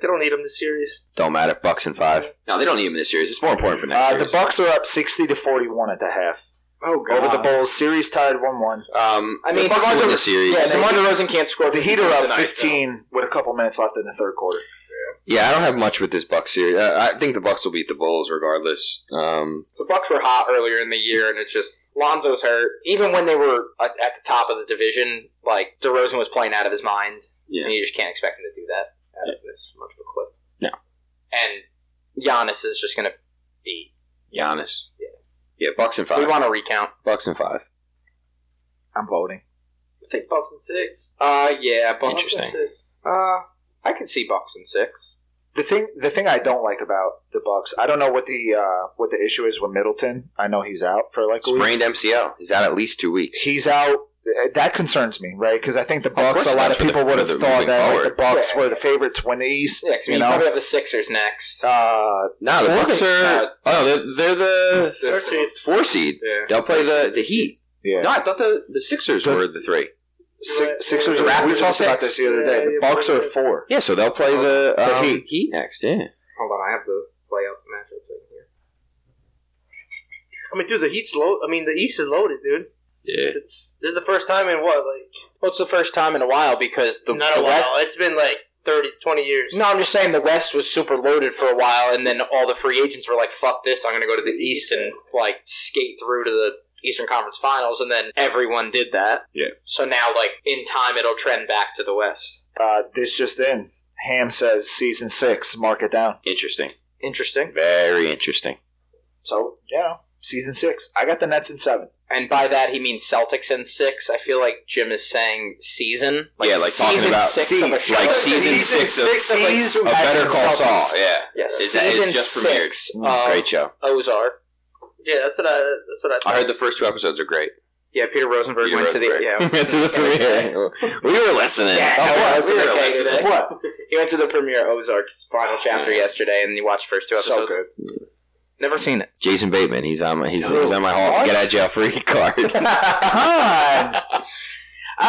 S4: They don't need him this series.
S2: Don't matter. Bucks and five. No, they don't need him this series. It's more important for next
S3: Uh,
S2: series.
S3: the Bucks are up sixty to forty-one at the half
S1: Oh
S3: over the Bulls. Series tied one-one.
S2: um,
S1: I
S2: I
S1: mean,
S2: mean, the Bucks
S1: DeMar
S2: win
S1: DeRozan-
S2: the series.
S1: Yeah, DeMar DeRozan can't score.
S3: The Heat are up
S1: tonight, so-
S3: fifteen with a couple minutes left in the third quarter.
S2: Yeah, I don't have much with this Bucks series. Uh, I think the Bucks will beat the Bulls regardless. Um,
S1: The Bucks were hot earlier in the year, and it's just Lonzo's hurt. Even when they were at at the top of the division, like DeRozan was playing out of his mind,
S2: Yeah.
S1: and you just can't expect him to do that out of this much of a clip.
S2: No.
S1: and Giannis is just going to be.
S2: Giannis. Yeah. Bucks and
S1: We
S2: five.
S1: want a recount.
S2: Bucks and five.
S3: I'm voting.
S4: I think Bucks and six.
S1: Uh, yeah, Bucks.
S2: Interesting.
S1: Uh, I can see Bucks in six.
S3: The thing, the thing I don't like about the Bucks, I don't know what the uh, what the issue is with Middleton. I know he's out for like a week.
S2: Sprained MCL. He's out at least two weeks.
S3: He's out. Uh, That concerns me, right? Because I think the Bucks.
S2: course
S3: A lot
S2: that's
S3: of
S2: for the-
S3: people would have
S2: for the
S3: thought
S2: moving
S3: that like, the
S2: forward.
S3: Bucks
S1: Yeah.
S3: were the favorite to win the East.
S1: Yeah, 'cause
S3: you
S1: you probably
S3: know,
S1: have the Sixers next.
S3: uh,
S2: No, the
S3: Well,
S2: Bucks
S3: they-
S2: are. Oh, no, they're, they're the
S1: They're
S4: Thirteenth.
S2: four seed.
S1: Yeah.
S2: They'll play the, the Heat.
S3: yeah.
S2: No, I thought the, the Sixers
S3: The-
S2: were the three.
S3: Si-
S4: Right.
S3: Sixers.
S4: The
S3: are-
S2: Raptors
S3: we
S2: are
S3: talked about
S2: six.
S3: this the other day.
S4: Yeah,
S3: The
S4: yeah,
S3: Bucks
S4: yeah.
S3: are four.
S2: Yeah, so they'll play the,
S3: The
S2: um,
S3: Heat.
S2: next. Yeah.
S1: Hold on, I have the playoff matchup thing here.
S4: I mean, dude, the Heat's low. I mean, the East is loaded, dude.
S2: Yeah.
S4: It's this is the first time in what like
S1: Well, it's the first time in a while because the,
S4: not
S1: the
S4: a
S1: West
S4: while. It's been like 30, 20 years.
S1: No, I'm just saying the West was super loaded for a while, and then all the free agents were like, "Fuck this! I'm going to go to the East and like skate through to the Eastern Conference Finals," and then everyone did that.
S2: Yeah.
S1: So now, like in time, it'll trend back to the West.
S3: Uh, this just in. Ham says season six. Mark it down.
S2: Interesting.
S1: Interesting.
S2: Very interesting.
S3: So yeah, season six. I got the Nets in seven.
S1: And by that, he means Celtics in six. I feel like Jim is saying season.
S2: Yeah, like talking
S1: season
S2: about
S1: six
S3: seas,
S1: of a show.
S2: like season six of-
S3: six
S1: like,
S3: seas
S2: A
S3: as
S2: better
S3: in
S2: call
S3: Celtics.
S2: Saul. Yeah.
S1: Yes,
S2: Is that- it's
S1: season
S2: just
S1: six
S3: premiered.
S1: of
S2: Great show.
S1: Ozark.
S4: Yeah, that's what I. That's what I.
S2: I
S4: Thought.
S2: heard the first two episodes are great.
S1: Yeah, Peter Rosenberg
S2: Peter
S1: went to
S2: Rosenberg.
S1: the yeah. I was
S2: Went to the premiere. We were listening.
S1: Yeah,
S2: Oh,
S1: I was
S2: we were
S1: okay
S2: listening.
S1: today.
S3: What?
S1: He went to the premiere of Ozark's final chapter
S2: Yeah.
S1: yesterday, and he watched the first two
S3: So
S1: episodes.
S3: good.
S1: Never seen it.
S2: Jason Bateman. He's on my. He's,
S3: Dude,
S2: he's
S1: Oh,
S2: on my hall.
S3: what?
S2: Get out of jail free card.
S3: Come on.
S1: Uh,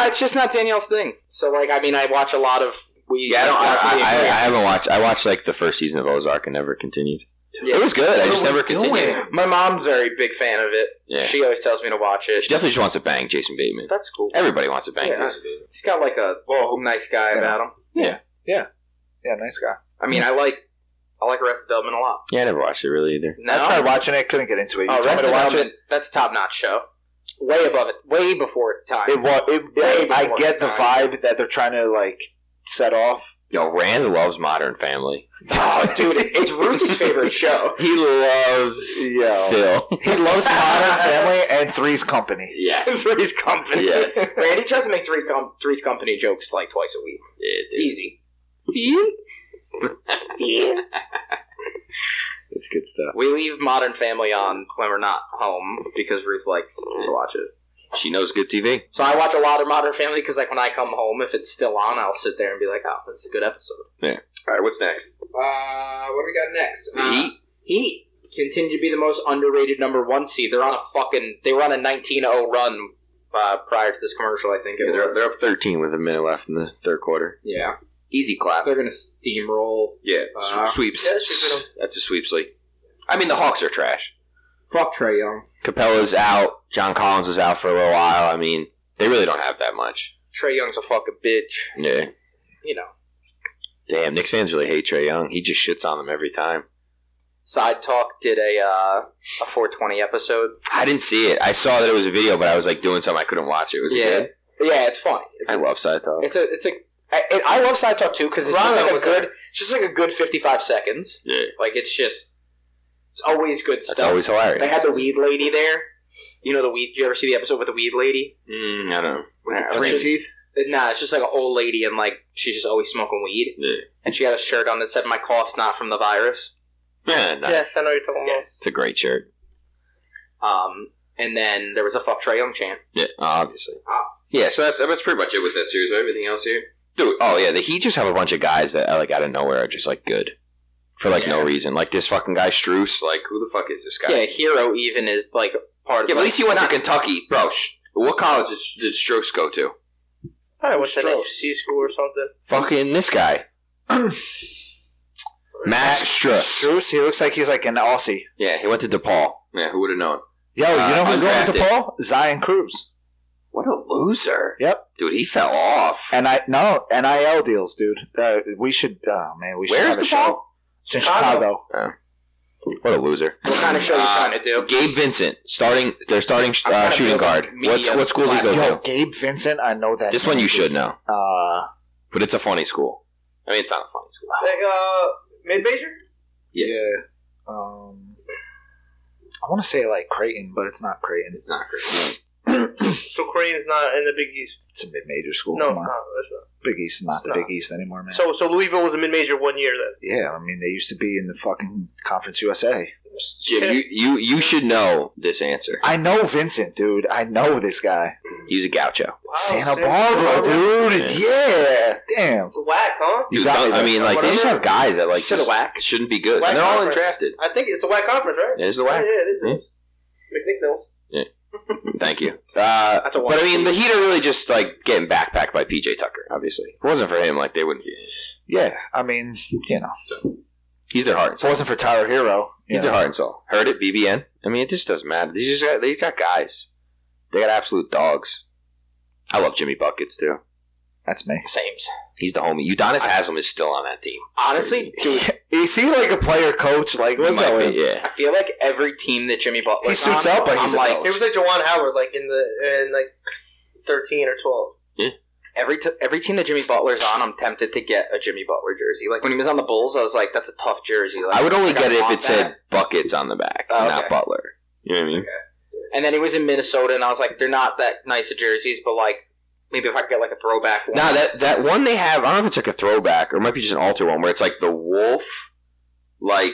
S1: it's just not Danielle's thing. So, like, I mean, I watch a lot of we.
S2: Yeah, I don't. I,
S1: watch
S2: I,
S1: the-
S2: I, I haven't watched. I watched like the first season of Ozark and never continued.
S1: Yeah.
S2: It was good. I
S3: What
S2: just
S3: are we
S2: never continued.
S3: doing?
S1: My mom's a very big fan of it.
S2: Yeah.
S1: She always tells me to watch it.
S2: She definitely just wants to bang Jason Bateman.
S1: That's cool.
S2: Everybody wants to bang
S1: Yeah.
S2: Jason Bateman.
S1: He's got like a nice guy
S3: Yeah.
S1: about him.
S3: Yeah, nice guy.
S1: I mean, I
S2: Mm-hmm.
S1: like I like Arrested Development a lot.
S2: Yeah, I never watched it really either.
S1: No,
S3: I tried watching it, couldn't get into it. You
S1: Oh,
S3: told me
S1: Arrested
S3: to watch
S1: Development.
S3: it.
S1: That's top notch show. Way above it. Way before its time.
S3: It was. It,
S1: Way
S3: I
S1: before
S3: get
S1: its
S3: the
S1: time.
S3: vibe that they're trying to like set off.
S2: Yo, Rand loves Modern Family.
S1: Oh, dude, it's Ruth's favorite show.
S2: He loves
S3: Yo.
S2: Phil.
S3: He loves Modern Family and Three's Company.
S2: Yes.
S1: Three's Company.
S2: Yes.
S1: Randy tries to make three com- Three's Company jokes like twice a week.
S2: Yeah, dude.
S1: Easy.
S2: It's good stuff.
S1: We leave Modern Family on when we're not home because Ruth likes to watch it.
S2: She knows good TV.
S1: So I watch a lot of Modern Family because, like, when I come home, if it's still on, I'll sit there and be like, "Oh, this is a good episode."
S2: All right, what's next?
S1: Uh, what do we got next? Uh,
S2: The Heat.
S1: Heat continue to be the most underrated number one seed. They're on a fucking. They were on a 19-0 run uh, prior to this commercial. I think. it
S2: Yeah, they're,
S1: was.
S2: they're up 13 with a minute left in the third quarter.
S1: yeah.
S2: Easy clap.
S1: They're gonna steamroll.
S2: Yeah,
S1: Uh,
S2: sweeps.
S4: yeah, that should fit 'em.
S2: That's a sweeps league. I mean, the Hawks are trash.
S1: Fuck Trey Young.
S2: Capella's out. John Collins was out for a little while. I mean, they really don't have that much.
S1: Trey Young's a fucking bitch.
S2: Yeah.
S1: You know.
S2: Damn, Knicks fans really hate Trey Young. He just shits on them every time.
S1: Side Talk did a uh, a 420 episode.
S2: I didn't see it. I saw that it was a video, but I was like doing something. I couldn't watch it. Was
S1: yeah,
S2: it good?
S1: yeah, it's funny. It's,
S2: I love side talk.
S1: it's a it's a. I, it, I love side talk too because it's
S4: Rana
S1: just like a
S4: was
S1: good,
S4: there.
S1: it's just like a good fifty-five seconds.
S2: Yeah.
S1: Like it's just, it's always good
S2: That's
S1: stuff.
S2: always
S1: they
S2: hilarious.
S1: had the weed lady there. You know the weed. Did you ever see the episode with the weed lady?
S2: Mm, I don't know.
S3: With
S1: Nah,
S3: the three
S1: it's-
S3: teeth.
S1: Nah, it's just like an old lady and like she's just always smoking weed.
S2: Yeah.
S1: And she had a shirt on that said "My cough's not from the virus."
S2: Yeah, nice.
S4: Yes, I know what you're talking about.
S2: Eh, It's a great shirt.
S1: Um, and then there was a fuck Trey Young chant.
S2: Yeah, obviously.
S1: Ah.
S2: Yeah, so that's that's pretty much it with that series. Right? Everything else here, dude. Oh yeah, the Heat just have a bunch of guys that like out of nowhere are just like good for like no
S1: Yeah.
S2: reason. Like this fucking guy Struess. Like who the fuck is this guy?
S1: Yeah, Hero even is like part of.
S2: Yeah, but at
S1: like,
S2: least he went to Kentucky, bro. Sh- what college did, did Strokes go to?
S4: Probably went to an
S1: Strokes.
S4: HC school or something.
S2: Fucking this guy, Max Strauss.
S3: Struess, he looks like he's like an Aussie.
S2: Yeah, he went to DePaul. Yeah, who would have known?
S3: Yo,
S2: Uh,
S3: you know who's going with
S2: undrafted.
S3: the Paul? Zion Cruz.
S2: What a loser!
S3: Yep.
S2: dude, he fell off.
S3: And I no NIL deals, dude. Uh, we should. Oh man, we should.
S2: Where's
S3: have a
S2: the
S3: show.
S2: ball?
S3: It's in
S4: Chicago.
S3: Chicago.
S2: What a loser!
S1: what kind of show you
S2: Uh,
S1: trying to do?
S2: Gabe Vincent, starting their starting
S1: I'm
S2: uh,
S1: kinda
S2: shooting
S1: feeling
S2: guard.
S1: media
S2: What's what school did he go
S3: Yo,
S2: to?
S3: Gabe Vincent. I know that.
S2: This
S3: name,
S2: one you
S3: dude.
S2: should know,
S3: Uh,
S2: but it's a funny school. I mean, it's not a funny school.
S4: Like, uh, mid major?
S2: Yeah.
S3: um, I want to say like Creighton, but it's not Creighton.
S2: It's not great.
S4: So Korean's not in the Big East.
S3: It's a mid-major school.
S4: No,
S3: Come
S4: it's
S3: on.
S4: not. It's not.
S3: Big East is not
S4: It's
S3: the
S4: not.
S3: Big East anymore, man.
S4: So, so Louisville was a mid major one year then.
S3: yeah, I mean they used to be in the fucking Conference USA.
S2: Jim, you, you you should know this answer.
S3: I know Vincent, dude. I know this guy.
S2: He's a gaucho.
S1: Oh,
S3: Santa
S4: Santa
S3: Barbara, dude. Yeah, damn.
S4: Whack, huh?
S3: You
S2: Dude,
S3: got me
S2: I
S3: there.
S2: mean, like they just have guys that like
S1: Shoulda
S2: just
S1: whack.
S2: shouldn't be good.
S4: Whack
S2: and they're all
S4: conference.
S2: undrafted.
S4: I think it's the whack conference, right?
S2: It is the
S4: Yeah,
S2: whack.
S4: it is.
S2: Hmm?
S4: McNick knows.
S2: Thank you. Uh,
S1: That's a
S2: but I mean, the Heat are really just like getting backpacked by PJ Tucker. Obviously, if it wasn't for him, like they wouldn't. be-
S3: Yeah, I mean, you know,
S2: He's their heart. and
S3: if it wasn't for Tyler Hero, you
S2: He's their
S3: know,
S2: heart and soul. Heard it, BBN. I mean, it just doesn't matter. They just got, they got guys. They got absolute dogs. I love Jimmy Buckets too.
S3: that's me.
S1: Same.
S2: He's the homie. Udonis Haslam is still on that team.
S1: Honestly, dude,
S3: Is he like a player coach? Like, what's
S2: Might
S3: that?
S2: be,
S3: with him?
S2: yeah.
S1: I feel like every team that Jimmy Butler
S3: He suits up, but he's
S1: I'm
S3: a
S1: like
S3: dog.
S4: It was like Jawan Howard, like in the in like thirteen or twelve.
S1: every t- every team that Jimmy Butler's on, I'm tempted to get a Jimmy Butler jersey. Like when he was on the Bulls, I was like, that's a tough jersey. Like,
S2: I would only
S1: like, I
S2: get it if
S1: want
S2: it said Buckets on the back,
S1: Oh,
S2: not
S1: okay.
S2: Butler. You know what I mean?
S1: that. And then he was in Minnesota, and I was like, they're not that nice of jerseys, but like maybe if I could get like a throwback one.
S2: Now that that one they have, I don't know if it's like a throwback or it might be just an alter one where it's like the wolf, like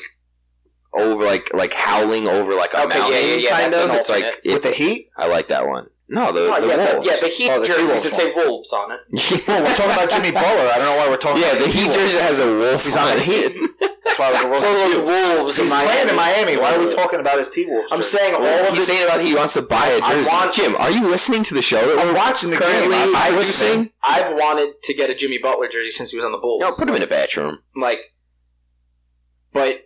S2: over like like howling over like a
S1: Okay, yeah,
S2: mountain
S1: yeah, yeah,
S2: kind
S1: that's
S2: of.
S1: an
S2: It's like
S1: alternate.
S2: it-
S3: With the Heat?
S2: I like that one. No, the,
S1: Oh,
S2: the
S1: yeah,
S2: wolves.
S1: the, yeah, the Heat
S3: Oh, the
S1: jerseys
S3: T-Wolves
S1: that say Wolves on it.
S3: Well, we're talking about Jimmy Butler. I don't know why we're talking.
S2: Yeah,
S3: about
S2: the Heat jersey has a wolf.
S3: He's on the Heat. That's why I was a little confused.
S1: Wolves
S3: He's playing in Miami. Why are we talking about his T Wolves?
S1: I'm saying all
S2: All
S1: of
S2: he's
S1: the
S2: saying about he wants to buy a
S1: I
S2: jersey.
S1: want-
S2: Jim, are you listening to the show? that
S3: I'm
S2: we're
S3: watching the game.
S2: currently
S3: I'm not listening.
S2: listening.
S1: I've wanted to get a Jimmy Butler jersey since he was on the Bulls.
S2: No, put him in a bathroom.
S1: like, but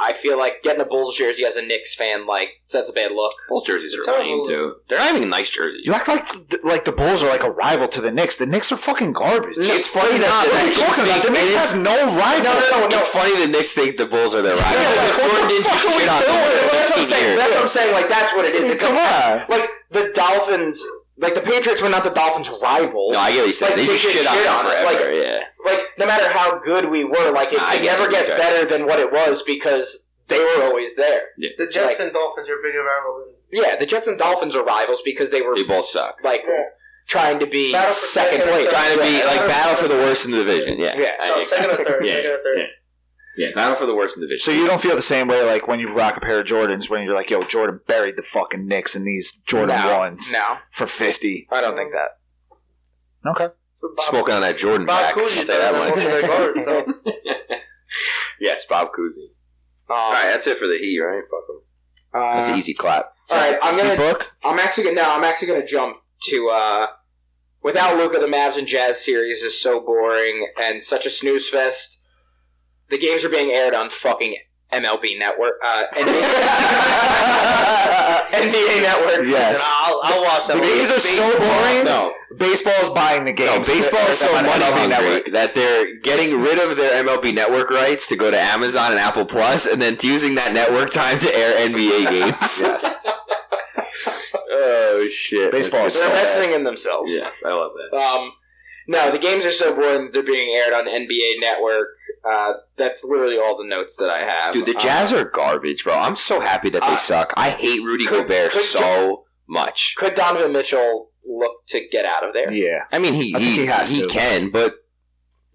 S1: I feel like getting a Bulls jersey as a Knicks fan, like, that's a bad look.
S2: Bulls jerseys
S4: are lame,
S2: too. They're not even nice jerseys.
S3: You act like th- like the Bulls are like a rival to the Knicks. The Knicks are fucking garbage.
S2: it's funny that
S3: what are you talking about? The Knicks have no rival.
S2: It's funny the Knicks think the Bulls are their rival.
S3: like, what
S2: Jordan
S3: the
S2: didn't
S3: fuck
S2: do
S3: are we
S2: shit on them
S3: doing?
S2: for
S3: That's what I'm
S2: 15 years.
S1: That's what I'm saying. Like, that's what it is. It's
S3: Come
S1: like,
S3: on.
S1: like, the Dolphins, like, the Patriots were not the Dolphins' rival.
S2: No, I get what you said.
S1: Like,
S2: They
S1: they
S2: just
S1: get
S2: shit on
S1: shit
S2: them
S1: on us,
S2: forever. Yeah.
S1: like, no matter how good we were, like, it
S2: I
S1: could
S2: get
S1: never
S2: it,
S1: gets
S2: exactly.
S1: better than what it was because they were always there.
S4: The Jets and Dolphins are bigger rivals.
S1: Yeah, the Jets and Dolphins are rivals because they were,
S2: They both suck.
S1: like,
S4: Yeah.
S1: trying to be
S4: Battle for
S1: second
S4: second or
S1: place.
S4: third.
S2: Trying to be like battle for the worst in the division. Yeah.
S1: Yeah.
S2: I-
S4: No, second or third.
S2: Yeah,
S4: Second or third.
S2: yeah. yeah. Battle for the worst in the division.
S3: So you don't feel the same way like when you rock a pair of Jordans when you're like, yo, Jordan buried the fucking Knicks in these Jordan
S1: No,
S3: ones
S1: no,
S3: for fifty.
S1: I don't think that.
S3: Okay.
S4: Bob,
S2: smoking on that Jordan
S4: Bob
S2: back. I'll
S4: Cousy
S2: tell you that
S4: that
S2: much.
S4: their guard, so
S2: Yes, Bob Cousy.
S1: Um,
S2: All right, that's it for the Heat, right? Fuck him. That's
S1: uh,
S2: an easy clap.
S1: all right, I'm gonna
S3: book.
S1: I'm actually gonna no, I'm actually gonna jump to uh without Luca, the Mavs and Jazz series is so boring and such a snooze fest. The games are being aired on fucking MLB Network, uh, NBA, NBA Network.
S3: Yes.
S1: I'll, I'll watch
S3: The
S1: that.
S3: games are so boring.
S2: No,
S3: Baseball's buying the
S2: no.
S3: game.
S2: Baseball is so money hungry that they're getting rid of their MLB Network rights to go to Amazon and Apple Plus, and then using that network time to air NBA games. yes. Oh shit!
S3: Baseball
S2: That's
S3: is
S1: They're
S2: good.
S3: so
S1: investing in themselves.
S2: Yes, I love that.
S1: Um, no, the games are so boring. that They're being aired on NBA Network. Uh, that's literally all the notes that I have.
S2: Dude, the
S1: Uh,
S2: Jazz are garbage, bro. I'm so happy that they
S1: Uh,
S2: suck. I hate Rudy
S1: could-
S2: Gobert
S1: could-
S2: so much.
S1: could Donovan Mitchell look to get out of there?
S3: Yeah.
S2: I mean, he
S3: I think
S2: he,
S3: he has
S2: he
S3: to.
S2: can, but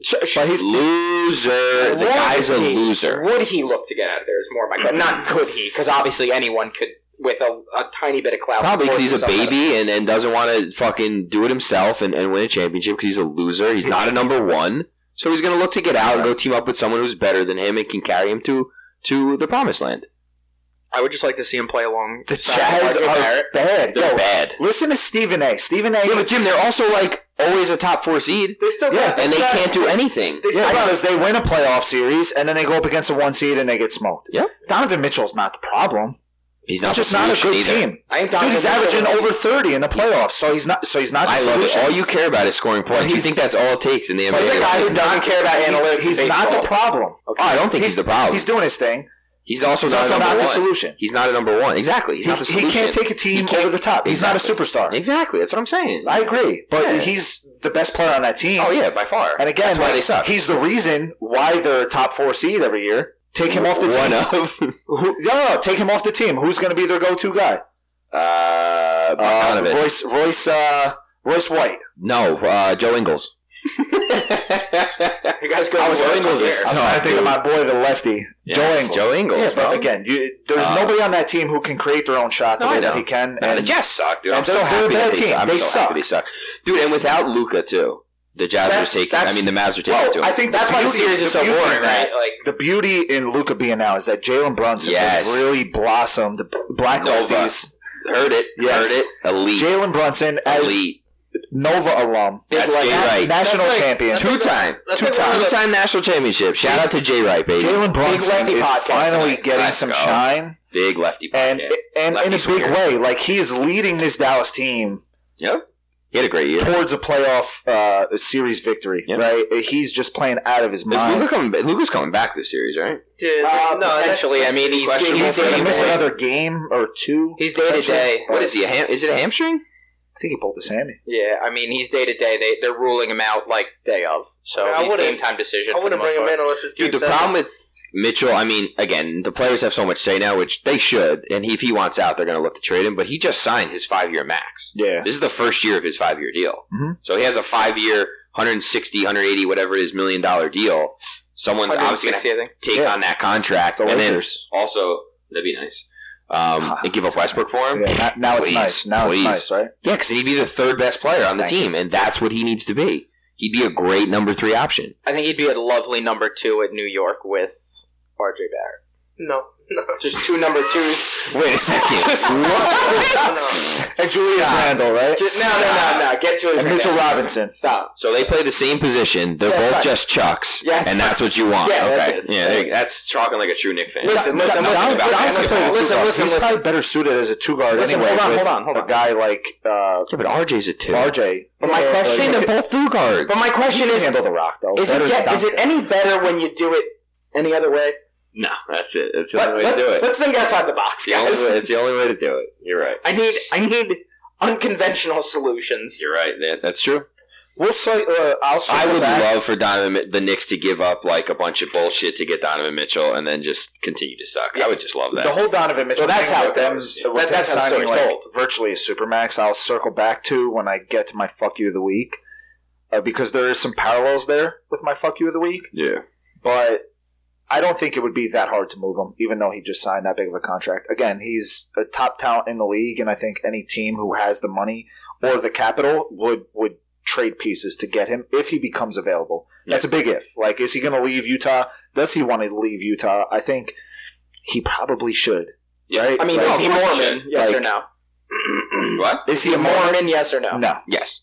S1: Sure, sure.
S3: But he's
S2: Loser. The
S1: Would
S2: guy's a
S1: he-
S2: loser.
S1: Would he look to get out of there? Is more my question. Not could he? Because obviously anyone could with a, a tiny bit of clout.
S2: Probably because he's a
S1: force himself out of-
S2: baby and, and doesn't want to fucking do it himself and, and win a championship because he's a loser. He's not a number one. So he's going to look to get out and go team up with someone who's better than him and can carry him to, to the promised land.
S1: I would just like to see him play along.
S3: the Jazz are bad.
S2: They're
S3: Yo,
S2: bad.
S3: listen to Stephen A. Stephen A.
S2: Yeah, but Jim, they're also like always a top four seed
S4: They still
S3: Yeah,
S4: got
S2: and they can't do anything.
S4: They
S3: Yeah,
S4: still got
S3: because they win a playoff series and then they go up against a one seed and they get smoked.
S2: Yeah.
S3: Donovan Mitchell's not the problem.
S2: He's not
S3: Just
S2: the
S3: not a
S2: solution
S3: good
S2: either.
S3: team.
S1: I think
S3: Dude,
S1: Donovan
S3: he's
S1: Mitchell-
S3: averaging over thirty in the playoffs, so he's not. So he's not. The
S2: I love it.
S3: solution.
S2: All you care about is scoring points. You think that's all it takes in the NBA.
S3: But the guy who doesn't care about analytics, he's not the problem.
S2: Oh, I don't think he's, the problem.
S3: He's
S2: He's,
S3: doing his thing.
S2: also
S3: He's
S2: not a
S3: also
S2: number one.
S3: not the solution.
S2: He's not a number one. Exactly. He's
S3: He,
S2: not the
S3: he
S2: solution.
S3: can't take a team
S2: can't-
S3: over the top. He's
S2: Exactly.
S3: not a superstar.
S2: Exactly. That's what I'm saying.
S3: I agree, but
S2: Yeah.
S3: he's the best player on that team.
S2: oh yeah, by far.
S3: And again,
S2: That's why
S3: like,
S2: they suck.
S3: he's the reason why they're top four seed every year. Take him off the team.
S2: one of.
S3: Who, no, no, no, take him off the team. Who's going to be their go-to guy?
S2: Uh, Bogdanovich.
S3: Royce, Royce, uh, Royce White.
S2: no, uh, Joe Ingles.
S1: You guys go.
S2: I was
S1: to work
S2: Ingles
S1: here.
S2: is-
S3: I'm trying to think
S2: dude.
S3: of my boy, the lefty, Joe
S2: Yes,
S3: Ingles.
S2: Joe Ingles.
S3: Yeah, but
S2: bro.
S3: again, you, there's
S2: Uh,
S3: nobody on that team who can create their own shot the
S2: No, I
S3: way that
S2: know.
S3: he can.
S2: Man, the
S3: and
S2: Jets suck, dude. I'm
S3: and they're-
S2: so happy
S3: they're a
S2: that
S3: bad
S2: they
S3: team.
S2: suck. I'm
S3: They
S2: so
S3: suck.
S2: happy they suck, dude. And without Luca too, the Jazz
S3: That's-
S2: are taking. I
S3: that's-
S2: mean, the Mavs are taking
S3: Well,
S2: it too.
S3: I think
S1: That's
S3: the
S1: why the
S3: beauty-
S1: series is so
S3: beauty
S1: boring,
S3: in
S1: right?
S3: that-
S1: Like
S3: The beauty in Luca being now is that Jalen Brunson
S2: Yes.
S3: has really blossomed. Black
S2: Nova.
S3: lefties.
S2: heard it.
S3: Yes.
S2: Heard it. Elite.
S3: Jalen Brunson as
S2: Elite.
S3: Nova alum,
S2: That's
S3: Like,
S2: Jay
S3: na-
S2: Wright.
S3: national
S4: That's like-
S3: champion.
S4: that's
S2: Two time.
S4: That's
S3: Two
S4: like one of
S3: times.
S4: the-
S2: Two time national championship. Shout out to Jay Wright, baby.
S3: Jalen Brunson
S1: lefty
S3: is
S1: podcast
S3: finally
S1: tonight.
S3: getting
S2: Let's
S3: some
S2: go.
S3: shine,
S2: Big lefty.
S3: and
S2: podcast.
S3: and in a
S2: Lefty's
S3: big
S2: weird.
S3: way, like he is leading this Dallas team
S2: Yep. He had a great year.
S3: towards a playoff uh, series victory.
S2: Yeah.
S3: Right? He's just playing out of his
S2: Is
S3: mind.
S2: Luca coming? ba- Luca's coming back this series, right?
S4: Yeah,
S1: Uh,
S4: no, that's-
S1: potentially, I mean, he's-
S4: that's-
S1: he's-
S3: He's going to
S2: Luka-
S3: miss
S2: Luka-
S3: another game or two.
S1: he's day to day.
S2: What is he? A ham- is it a hamstring?
S3: I think he pulled his hammy.
S1: Yeah, I mean he's day to day. They they're ruling him out like day of. So
S4: I
S1: he's
S4: wouldn't-
S1: game time decision.
S4: I
S1: for the
S4: wouldn't bring
S1: most
S4: him
S1: part.
S4: in unless it's game
S2: Dude, the
S4: seven.
S2: problem with Mitchell, I mean, again, the players have so much say now, which they should. And if he wants out, they're going to look to trade him. But he just signed his five year max.
S3: Yeah.
S2: This is the first year of his five year deal.
S3: Mhm.
S2: So he has a five year, 160, 180, whatever it is, million dollar deal. Someone's obviously going
S1: 160, I think.
S2: to take
S3: Yeah.
S2: on that contract.
S3: The
S2: and then
S3: Lakers. Ah,
S2: also, that'd be nice. Um, and give up Westbrook for him.
S3: Yeah, now, now it's
S2: Please,
S3: nice. Now
S2: please.
S3: it's nice, right?
S2: Yeah, because he'd be the third best player on the
S3: Thank
S2: team, and that's what he needs to be. He'd be a great number three option.
S1: I think he'd be a lovely number two at New York with RJ Barrett.
S4: No, no,
S1: Just two number twos.
S2: Wait a second.
S4: no.
S3: And Julius Randle, right?
S1: Just, no, no, no, no. Get Julius.
S3: And
S1: Randle.
S3: Mitchell Robinson.
S1: Stop.
S2: so they play the same position. They're
S3: Yeah,
S2: both
S3: right.
S2: just chucks,
S1: Yes.
S2: and that's what you want.
S1: Yeah,
S2: okay.
S1: that's it.
S2: Yeah, there you- that's talking like a true Nick fan.
S1: Listen,
S3: No,
S1: listen,
S3: no,
S1: listen.
S3: Don-
S2: about
S3: Don
S2: basketball.
S3: Russell's a two
S1: Listen,
S3: guard.
S1: listen,
S3: He's
S1: listen.
S3: probably better suited as a two guard
S1: Listen,
S3: anyway.
S1: hold on,
S3: with
S1: hold on, hold
S3: A
S1: on.
S3: guy like uh,
S2: Yeah, but RJ's a two.
S3: RJ.
S1: But my
S2: I'm saying
S1: question-
S2: they're both two guards.
S1: But my question
S3: He can
S1: is:
S3: handle the rock though.
S1: is
S3: Better
S1: it,
S3: than
S1: get, is
S3: Duncan.
S1: it any better when you do it any other way?
S2: no, that's it. That's the
S1: Let,
S2: only way to
S1: let,
S2: do it.
S1: Let's think outside the box,
S2: It's the, only
S1: guys.
S2: way, it's the only way to do it. You're right.
S1: I need I need unconventional solutions.
S2: You're right. Yeah, that's true.
S3: We'll say. Uh, I'll say
S2: I would
S3: that.
S2: love for Donovan Mi- the Knicks to give up like a bunch of bullshit to get Donovan Mitchell and then just continue to suck. I would just love that.
S3: The whole Donovan Mitchell.
S1: Well, that's
S3: thing
S1: how
S3: with
S1: it
S3: them,
S1: goes.
S3: with
S1: That-
S3: them
S1: that's how the
S3: signing,
S1: story's
S3: like,
S1: told.
S3: virtually a supermax. I'll circle back to when I get to my fuck you of the week, uh, because there is some parallels there with my fuck you of the week.
S2: yeah.
S3: But I don't think it would be that hard to move him, even though he just signed that big of a contract. Again, he's a top talent in the league, and I think any team who has the money or the capital would would trade pieces to get him if he becomes available. That's a big if. Like, is he going to leave Utah? Does he want to leave Utah? I think he probably should. Right?
S1: I mean,
S3: Like,
S1: is he Mormon? Yes
S3: Like-
S1: or no?
S2: What?
S1: Is he a Mormon? Yes or no?
S3: No.
S2: Yes.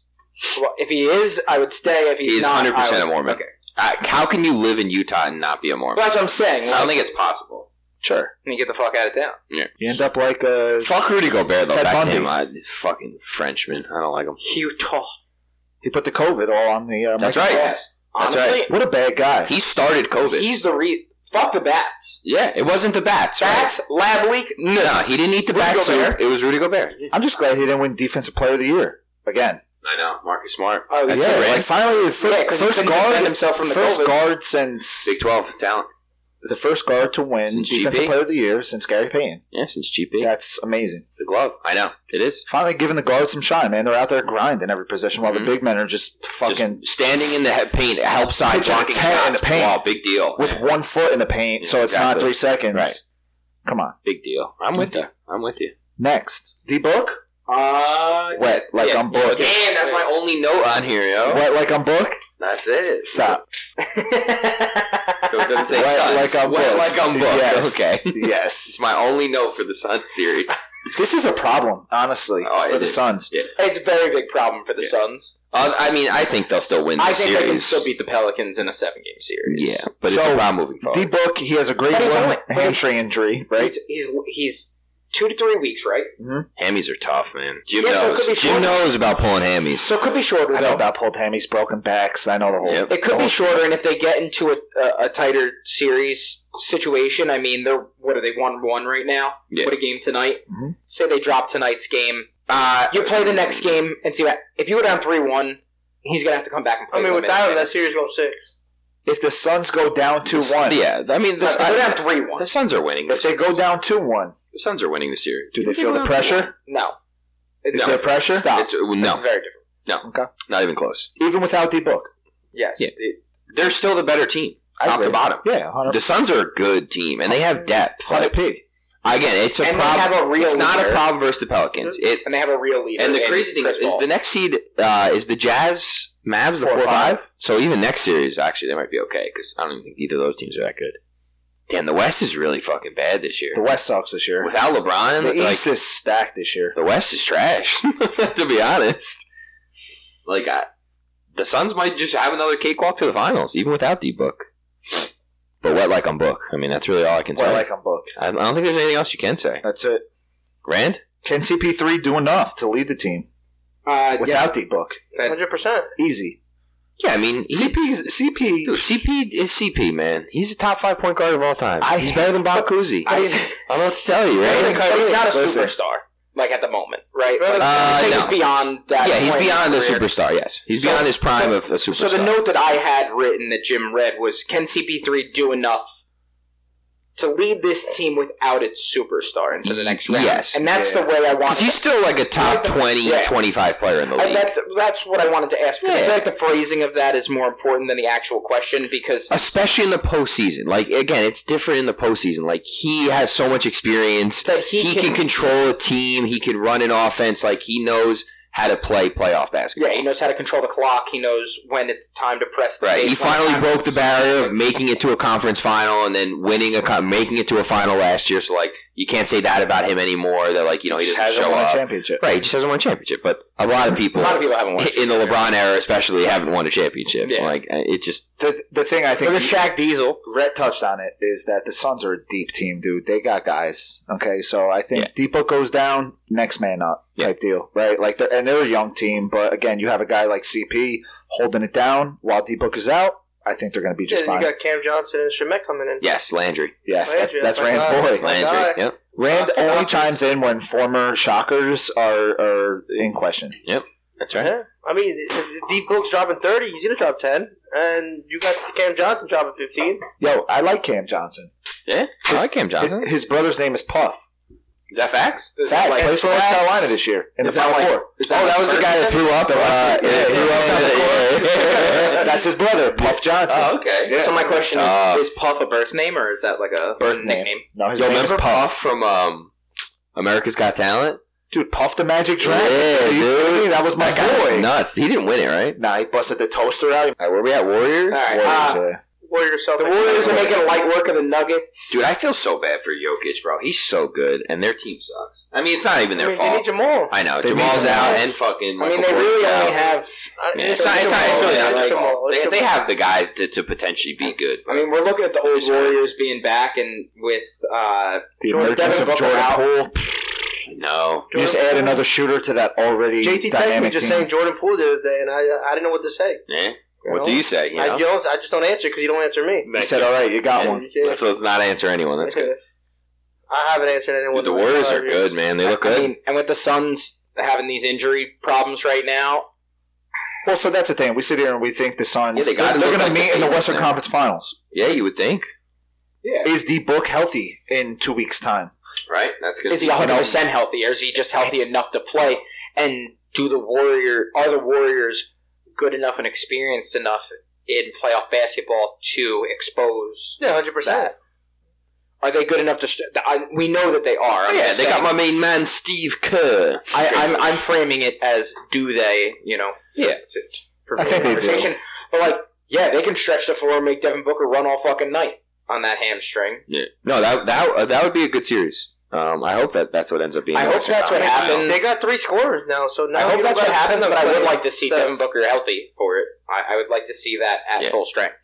S1: Well, if he is, I would stay. If he's
S2: He is
S1: not,
S2: 100%
S1: I
S2: a
S1: would-
S2: Mormon.
S1: Okay.
S2: Uh, how can you live in Utah and not be a
S1: Well,
S2: Mormon?
S1: that's what I'm saying.
S2: I don't
S1: Like,
S2: think it's possible.
S3: Sure.
S1: you get the fuck out of town.
S3: You end up like uh, a.
S2: Fuck Rudy Gobert though.
S3: Ted
S2: Back to
S3: Bundy.
S2: him. I, he's fucking Frenchman. I don't like him.
S1: Utah.
S3: He put the COVID all on the. Uh,
S2: That's
S3: Michael
S2: right.
S3: Jones.
S2: That's
S1: Honestly,
S3: What a bad guy.
S2: He started COVID.
S1: he's the re. Fuck the bats.
S2: yeah, it wasn't the bats. right?
S1: Bats lab leak.
S2: No, no, he didn't eat the
S1: Rudy
S2: bat
S1: Gobert?
S2: soup. It was Rudy Gobert.
S3: I'm just glad he didn't win Defensive Player of the Year again.
S2: I know. Marcus Smart.
S1: Oh
S2: That's
S1: yeah.
S2: it, right?
S3: like finally the first,
S1: Yeah, 'cause he
S3: first
S1: couldn't
S3: guard
S1: defend himself from the
S3: first
S1: COVID.
S3: guard since
S2: Big 12 talent.
S3: the first guard to win
S2: Since
S3: Defensive
S2: GP?
S3: Player of the Year since Gary Payton.
S2: Yeah, since GP.
S3: That's amazing.
S2: The glove. I know. It is.
S3: Finally giving the guards some shine, man. They're out there grinding every position while
S2: Mhm.
S3: the big men are just fucking
S2: Just standing in the he- paint, help side
S3: Pitching a
S2: blocking
S3: tear in
S2: shots.
S3: the paint.
S2: Wow, big deal.
S3: with
S2: Yeah,
S3: one foot in the paint,
S2: Yeah,
S3: so it's not
S2: exactly.
S3: three seconds.
S2: Right.
S3: Come on.
S2: big deal. I'm with you. I'm with you.
S3: Next. The book?
S1: Uh,
S3: Wet like
S2: Yeah.
S3: on book.
S2: Damn, that's my only note on here, yo.
S3: Wet like on book?
S2: That's it.
S3: Stop.
S2: So it doesn't say
S3: Wet
S2: Suns.
S3: like I'm
S2: Wet
S3: booked.
S2: like I'm booked.
S3: Yes.
S2: Okay.
S3: yes.
S2: It's my only note for the Sun series.
S3: This is a problem, honestly,
S2: Oh,
S3: for
S2: it
S3: the
S2: is.
S3: Suns.
S2: Yeah.
S1: it's a very big problem for the
S2: Yeah.
S1: Suns.
S2: Uh, I mean, I think they'll still win the
S1: I think
S2: series.
S1: they can still beat the Pelicans in a seven-game series.
S2: yeah, but it's
S3: So,
S2: a problem moving forward.
S3: The book, he has a great
S1: But he's
S3: one
S1: only-
S3: hamstring injury, right?
S1: He's, he's he's two to three weeks, right?
S2: Hammies are tough, man. Jim
S1: Yeah, so it
S2: knows.
S1: could be
S2: Jim
S1: short.
S2: knows about pulling hammies.
S1: So it could be shorter.
S3: I know
S1: though.
S3: about Paul Tammy's broken backs. I know the whole.
S2: Yep.
S1: It could be shorter, and if they get into a, a, a tighter series situation, I mean, they're what are they one one right now?
S2: Yeah. Mm-hmm.
S1: What a game tonight!
S3: Mhm.
S1: Say they drop tonight's game,
S2: Uh,
S1: you play the next game and see what. If you go down three one, he's gonna have to come back and play.
S4: I mean,
S1: limited
S4: without him, that
S1: minutes.
S4: series goes six.
S3: If the Suns go down two one,
S2: Yeah, I mean, the,
S1: But
S2: I-
S1: They're down three one.
S2: the Suns are winning.
S3: if they go down two one,
S2: the Suns are winning the series.
S3: do they feel the pressure?
S1: No,
S3: Is
S1: it's,
S3: there pressure?
S1: Stop.
S2: It's, no,
S1: it's very different.
S2: not even close.
S3: Even without the book,
S1: Yes,
S2: Yeah.
S1: It-
S2: They're still the better team,
S3: I
S2: top to
S3: agree.
S2: bottom.
S3: yeah,
S2: The
S3: hundred
S2: Suns are a good team, and they have depth. Like,
S3: p.
S2: again, it's a
S1: and they have
S2: problem.
S1: a real.
S2: It's not a
S1: leader.
S2: problem versus the Pelicans. It
S1: and they have a real leader.
S2: and the crazy thing
S1: Chris
S2: is
S1: Paul.
S2: the next seed uh, is the Jazz, Mavs, the
S3: Four,
S2: four
S3: five.
S2: five. So even next series, actually, they might be okay because I don't even think either of those teams are that good. Damn, the West is really fucking bad this year.
S3: The West sucks this year.
S2: Without LeBron,
S3: The
S2: like,
S3: East is stacked this year.
S2: the West is trash. to be honest, like I, the Suns might just have another cakewalk to the finals, even without D book. But wet like on book. I mean, that's really all I can
S3: Well, I
S2: say.
S3: like on book.
S2: I I don't think there's anything else you can say.
S3: That's it.
S2: Rand,
S3: Can CP three do enough to lead the team
S1: uh,
S3: without the book?
S1: That-
S4: Hundred percent.
S3: Easy.
S2: yeah, I mean, he-
S3: CP. 's-
S2: Dude,
S3: CP.
S2: CP is CP, man. He's a top five point guard of all time.
S3: I-
S2: He's better than Bob Cousy. I,
S1: I,
S2: I don't know what to tell you,
S1: But
S2: right?
S1: he's not a
S3: Listen.
S1: superstar, like at the moment, right?
S4: Right.
S1: Like, I
S2: Uh,
S1: think
S2: no.
S1: he's beyond that.
S2: Yeah, he's
S1: point in
S2: beyond a
S1: his career.
S2: superstar. Yes, he's
S1: So-
S2: beyond his prime
S1: so-
S2: of a superstar.
S1: So the note that I had written that Jim read was: Can CP3 do enough to lead this team without its superstar into the next round?
S2: Yes.
S1: and that's
S3: Yeah.
S1: the way I want.
S2: 'Cause he's still like a top 20,
S1: Yeah.
S2: 25 player in the
S1: I,
S2: league.
S1: that, that's what I wanted to ask because I
S2: Yeah.
S1: feel like the phrasing of that is more important than the actual question because
S2: Especially in the postseason. Like again, it's different in the postseason. Like he has so much experience.
S1: that he,
S2: He can control a team. He can run an offense. Like he knows how to play playoff basketball.
S1: Yeah, he knows how to control the clock. He knows when it's time to press the
S2: Right. He
S1: baseline,
S2: finally
S1: time-
S2: broke the barrier of making it to a conference final and then winning a con- making it to a final last year. So like you can't say that about him anymore. That like you know he
S3: Just
S2: doesn't
S3: hasn't
S2: show
S3: won a
S2: up.
S3: championship.
S2: Right. He just hasn't won a championship. But a lot of
S1: A
S2: people,
S1: lot of people haven't won.
S2: in the LeBron era, especially, haven't won a championship.
S1: Yeah.
S2: Like uh, it just
S3: The, the thing I think
S1: Look at Shaq
S3: Diesel Rhett touched on it is that the Suns are a deep team, dude. They got guys. Okay, so I think Depot goes down, next man up type deal, right? Like, they're, and they're a young team, but again, you have a guy like CP holding it down while Depot is out. I think they're going to be
S4: Yeah,
S3: just
S4: you
S3: fine.
S4: got Cam Johnson and Shemek coming in.
S2: yes, Landry,
S3: yes, that's,
S4: Landry,
S3: that's
S4: my
S3: Rand's
S4: guy.
S3: boy.
S4: My
S2: Landry.
S4: guy.
S2: Yep.
S3: Rand
S4: Lock-
S3: only
S4: lock-
S3: chimes in when former Shockers are are in question.
S2: That's right.
S4: Yeah. I mean, if- if D Book's dropping thirty, he's gonna drop ten, and you got Cam Johnson dropping fifteen.
S3: Yo, I like Cam Johnson.
S2: Yeah. I like Cam
S3: His,
S2: Johnson.
S3: his brother's name is Puff.
S2: Is that facts?
S3: Facts
S1: Like,
S3: plays for North Carolina this year in
S1: Is
S3: the
S1: that
S3: Final
S1: like-
S3: Four. Oh,
S1: is that like Bird?
S2: threw up. Uh,
S3: yeah,
S2: threw up.
S3: Uh, That's his brother, Puff Johnson.
S2: Oh, okay.
S3: Yeah.
S1: So my question is:
S2: Uh,
S1: Is Puff a birth name or is that like a
S3: Birth name.
S1: nickname?
S3: no, his
S2: Yo,
S3: name is
S2: remember
S3: Puff.
S2: Puff from um, America's Got Talent?
S3: Dude, Puff the Magic Dragon.
S2: Yeah,
S3: Are you
S2: dude.
S3: kidding me? That was my
S2: That guy was
S3: boy.
S2: nuts. He didn't win it, right?
S3: Nah, he busted the toaster out.
S2: All right, where we at? Warriors?
S1: All right,
S3: Warriors,
S1: uh,
S3: yeah.
S4: Warrior Celtics.
S1: the Warriors are making light work of the Nuggets.
S2: Dude, I feel so bad for Jokic, bro. He's so good, and their team sucks. I mean, it's not even
S4: I
S2: their
S4: mean, they need
S2: fault.
S4: Jamal.
S2: I know.
S3: They
S2: Jamal's
S3: need
S2: out,
S3: Jamal.
S2: and fucking.
S1: I mean,
S2: Michael
S1: they
S2: Porter's
S1: really
S2: out.
S1: only have.
S4: I-
S2: Yeah, it's, not, it's, not, it's really not their fault. They, they have the guys to, to potentially be good.
S1: I mean, we're looking at the old
S2: It's-
S1: Warriors being back, and with uh,
S3: The
S1: Jordan-
S3: emergence
S1: Devin Booker
S3: of Jordan
S1: out.
S3: Poole.
S2: No.
S3: You just add another shooter to that already
S4: JT texted
S3: dynamic
S4: me just
S3: team.
S4: saying Jordan Poole the other day, and I I didn't know what to say.
S2: Eh?
S4: You
S2: What
S4: know?
S2: do you say? You
S4: I,
S2: know?
S4: you don't- I just don't answer because you don't answer me.
S3: He said, all right, you got one.
S2: Let's- let's, let's not answer anyone. That's good.
S4: I haven't answered
S2: Dude,
S4: anyone.
S2: the
S4: in my
S2: Warriors
S4: five
S2: are
S4: years.
S2: good, man. They look
S1: I
S2: good.
S1: mean, and with the Suns having these injury problems right now,
S3: Well, so that's the thing. We sit here and we think the Suns,
S2: Yeah, they
S3: they're,
S2: gotta
S3: going
S2: look
S3: to
S2: like
S3: meet
S2: the
S3: in the
S2: favorites
S3: Western
S2: now.
S3: Conference Finals.
S2: Yeah, you would think.
S1: Yeah.
S3: Is the book healthy in two weeks' time?
S2: right? That's gonna
S1: Is he
S2: be-
S1: 100 percent healthy, or is he just healthy enough to play? And do the warrior are the Warriors good enough and experienced enough in playoff basketball to expose
S4: Yeah, hundred percent.
S1: that? Are they good enough to? St- I, we know that they are.
S2: Oh,
S1: I'm
S2: yeah,
S1: just
S2: they got
S1: saying-
S2: my main man Steve Kerr.
S1: I, I'm I'm framing it as do they? You know.
S2: Yeah.
S1: For
S3: I think they do.
S1: conversation, but like, yeah, they can stretch the floor and make Devin Booker run all fucking night on that hamstring.
S2: No, that that uh, that would be a good series. Um, I hope that that's what ends up being.
S1: I
S2: the
S1: hope
S2: Western
S1: that's what
S2: Conference
S1: happens.
S4: They got three scorers now, so now
S1: I hope
S4: you
S1: that's
S4: don't
S1: what
S4: gotta
S1: happens,
S4: depend
S1: but
S4: on
S1: I would
S4: players.
S1: like to see
S4: So-
S1: Devin Booker healthy for it. I, I would like to see that at
S2: Yeah.
S1: full strength.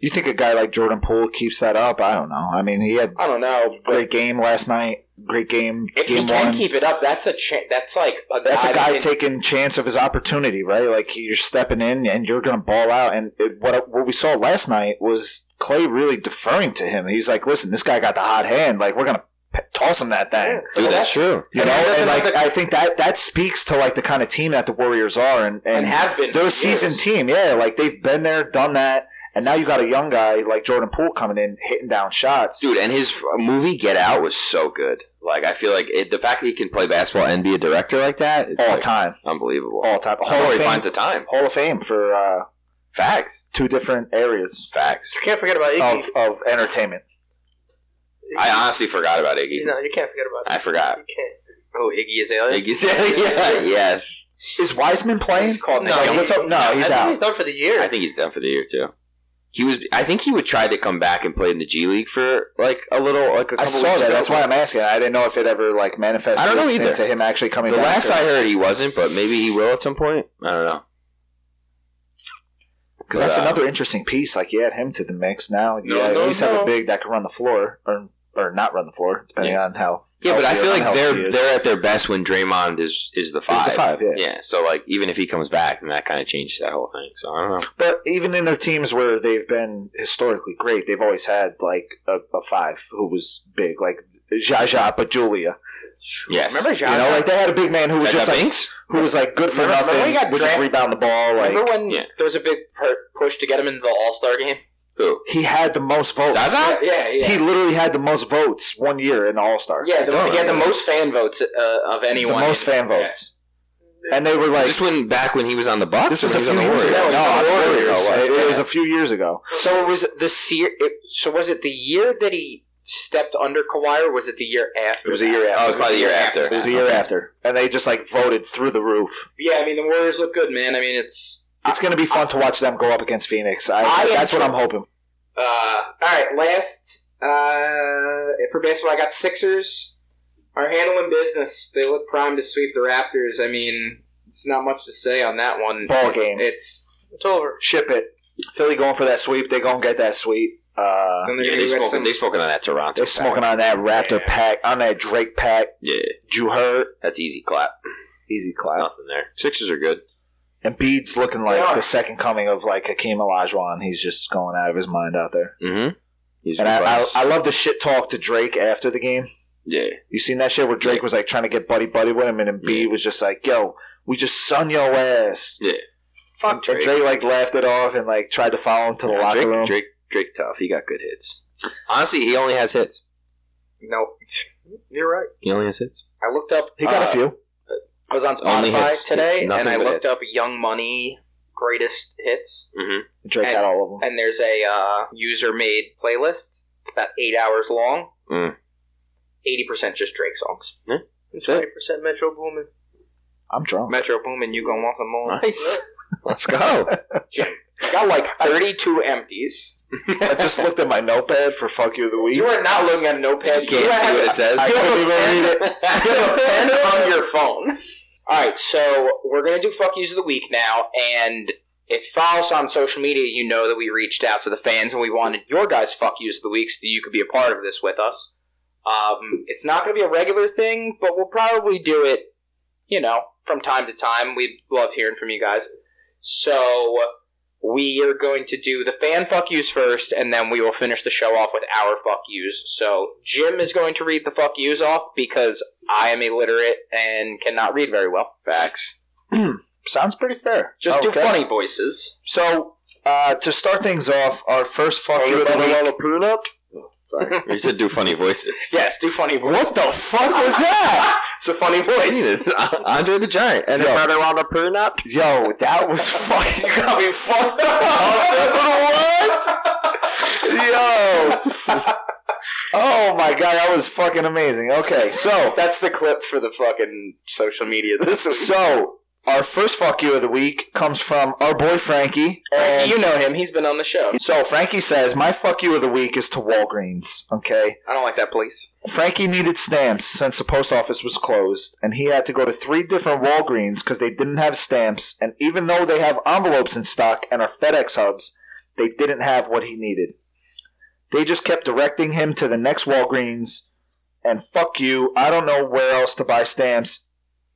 S3: You think a guy like Jordan Poole keeps that up? I don't know. I mean, he had
S1: I don't know, but
S3: great game last night. Great game.
S1: if
S3: game
S1: he can
S3: one.
S1: keep it up, that's a cha- that's like a
S3: that's
S1: guy
S3: a guy
S1: that can-
S3: taking chance of his opportunity, right? Like you're stepping in and you're going to ball out. And it, what what we saw last night was Clay really deferring to him. He's like, "Listen, this guy got the hot hand. Like we're going to toss him that thing."
S2: Dude, that's, true.
S3: You know, and like I think that that speaks to like the kind of team that the Warriors are, and
S1: and
S3: and,
S1: have been
S3: they're a
S1: for years.
S3: seasoned team. Yeah, like they've been there, done that, and now you got a young guy like Jordan Poole coming in hitting down shots.
S2: Dude, and his uh, movie Get Out was so good. Like, I feel like it, the fact that he can play basketball and be a director like that, it's
S3: all
S2: like,
S3: time,
S2: unbelievable.
S3: all time, Hall
S2: Or
S3: of
S2: he
S3: Fame,
S2: finds a time.
S3: Hall of Fame for uh,
S2: Facts.
S3: two different areas
S2: Facts.
S4: You can't forget about Iggy.
S3: of, of entertainment.
S2: I honestly forgot about Iggy.
S4: no, you can't forget about.
S2: I forgot.
S4: Iggy. You can't.
S1: Oh, Iggy Azalea.
S2: Iggy said, yeah, yes.
S3: Is Wiseman playing?
S1: He's called
S3: no,
S1: now.
S3: what's up? No,
S4: I
S3: he's
S4: think
S3: out.
S4: he's done for the year.
S2: I think he's done for the year, too. He was. I think he would try to come back and play in the G League for like a little, like a couple
S3: I saw
S2: weeks
S3: that.
S2: ago.
S3: That's why I'm asking. I didn't know if it ever like
S2: I
S3: manifested.
S2: don't know either.
S3: into him actually coming.
S2: The
S3: back
S2: last
S3: or-
S2: I heard, he wasn't, but maybe he will at some point. I don't know.
S3: Because that's
S2: But, uh,
S3: another interesting piece. Like you add him to the mix now, you
S2: No,
S3: at
S2: no,
S3: least have
S2: no.
S3: a big that can run the floor or or not run the floor, depending on how.
S2: Yeah, but I
S3: healthy or
S2: feel like
S3: unhealthy
S2: they're
S3: he is.
S2: they're at their best when Draymond is is the five.
S3: the five, yeah.
S2: So like even if he comes back, then that kind of changes that whole thing. So I don't know.
S3: But even in their teams where they've been historically great, they've always had like a, a five who was big, like Zsa Zsa but Julia.
S2: Yes.
S1: Remember, John,
S3: You know, like they had a big man who was
S2: Jaja
S3: just like
S2: Binks?
S3: who was like good for
S1: Remember- remember
S3: nothing,
S1: he got
S3: would just
S1: drafted-
S3: rebound the ball. Like
S1: remember when
S2: Yeah.
S1: there was a big per- push to get him into the All Star game?
S2: Who?
S3: he had the most votes.
S2: Zaza?
S1: yeah, yeah.
S3: He literally had the most votes one year in the All Star.
S1: yeah, the,
S2: don't
S1: he had the
S2: remember.
S1: most fan votes uh, of
S3: the
S1: anyone.
S3: most fan
S1: Yeah.
S3: votes, and they were like
S2: this went back when he was on the Bucks.
S3: This was
S2: or
S3: a
S2: when he
S3: few
S2: on the
S3: years ago.
S2: Warriors?
S3: No,
S1: No,
S3: on the
S1: Warriors.
S3: Warriors.
S1: Oh,
S3: It, it
S1: yeah.
S3: was a few years ago.
S1: So it was the year. It, so was it the year that he stepped under Kawhi, or was it the year after?
S3: It was a
S1: that?
S3: year after.
S2: Oh, it was probably the year after.
S3: It was a year after, and they just like voted through the roof.
S1: Yeah, I mean the Warriors look good, man. I mean it's
S3: It's going to be fun to watch them go up against Phoenix.
S1: I
S3: I,
S1: am
S3: that's what
S1: sure-
S3: I'm hoping.
S1: Uh, all right, last uh, for baseball, I got Sixers are handling business. They look primed to sweep the Raptors. I mean, it's not much to say on that one.
S3: Ball game.
S1: It's
S4: it's over.
S3: Ship it. Philly going for that sweep. They going to get that sweep. Uh,
S1: then they're
S2: Yeah,
S1: gonna
S2: they
S1: get
S2: smoking.
S1: some-
S2: They smoking on that Toronto.
S3: they're smoking on that Raptor pack, on that Drake pack.
S2: Yeah,
S3: You heard?
S2: that's easy clap.
S3: Easy clap.
S2: Nothing there. Sixers are good.
S3: And Bede's looking like
S1: Yeah.
S3: the second coming of like Hakeem Olajuwon. He's just going out of his mind out there.
S2: Mm-hmm. He's
S3: And
S2: a good
S3: I, I,
S2: player.
S3: I love the shit talk to Drake after the game.
S2: yeah.
S3: You seen that shit where Drake was like trying to get buddy buddy with him, and then B was just like, "Yo, we just sun your ass."
S2: Yeah.
S3: Fuck Drake. And Drake like laughed it off and like tried to follow him to the
S2: Yeah,
S3: locker
S2: Drake,
S3: room.
S2: Drake Drake tough. He got good hits. Honestly, he only has hits.
S1: no, you're right.
S2: He only has hits.
S1: I looked up.
S3: He got
S1: uh,
S3: a few.
S1: I was on
S2: Only
S1: Spotify
S2: hits.
S1: today,
S2: Nothing
S1: and I
S2: but
S1: looked
S2: hits.
S1: up Young Money greatest hits,
S2: Mm-hmm.
S3: Drake had all of them.
S1: and there's a uh, user made playlist. It's about eight hours long.
S2: Mm.
S1: Eighty percent just Drake songs.
S2: That's
S4: Twenty percent Metro Boomin.
S3: I'm drunk.
S1: Metro Boomin, you gonna want the more?
S2: Nice. Let's go.
S1: Jim. I got like 32 empties.
S3: I just looked at my notepad for "fuck you" of the week.
S1: You are not looking at a notepad.
S2: Can't see
S1: You have-
S2: what it says.
S3: I
S1: You have
S3: couldn't
S1: a pen-
S3: even read
S1: you have a pen on your phone. All right, so we're going to do fuck yous of the week now. And if you follow us on social media, you know that we reached out to the fans and we wanted your guys' fuck yous of the week so that you could be a part of this with us. Um, it's not going to be a regular thing, but we'll probably do it, you know, from time to time. We love hearing from you guys. So we are going to do the fan fuck yous first, and then we will finish the show off with our fuck yous. So Jim is going to read the fuck yous off because I am illiterate and cannot read very well.
S2: Facts.
S3: Sounds pretty fair.
S1: Just do
S3: Okay.
S1: funny voices.
S3: So uh, to start things off, our first "fuck you" of the week.
S2: Sorry. You said do funny voices.
S1: Yes, do funny voice.
S3: What the fuck was that?
S1: It's a funny voice.
S2: Jesus. Andre the Giant. And
S3: Yeah.
S2: brother on the peanut.
S3: Yo, that was fucking. You got me fucked up. dude. what? Yo. Oh my god, that was fucking amazing. Okay, so
S1: That's the clip for the fucking social media this week.
S3: so our first fuck you of the week comes from our boy Frankie.
S1: Frankie,
S3: And
S1: you know him. He's been on the show.
S3: so Frankie says, "My fuck you of the week is to Walgreens." Okay.
S1: I don't like that place.
S3: Frankie needed stamps since the post office was closed, and he had to go to three different Walgreens because they didn't have stamps. And even though they have envelopes in stock and are FedEx hubs, they didn't have what he needed. They just kept directing him to the next Walgreens, and fuck you, I don't know where else to buy stamps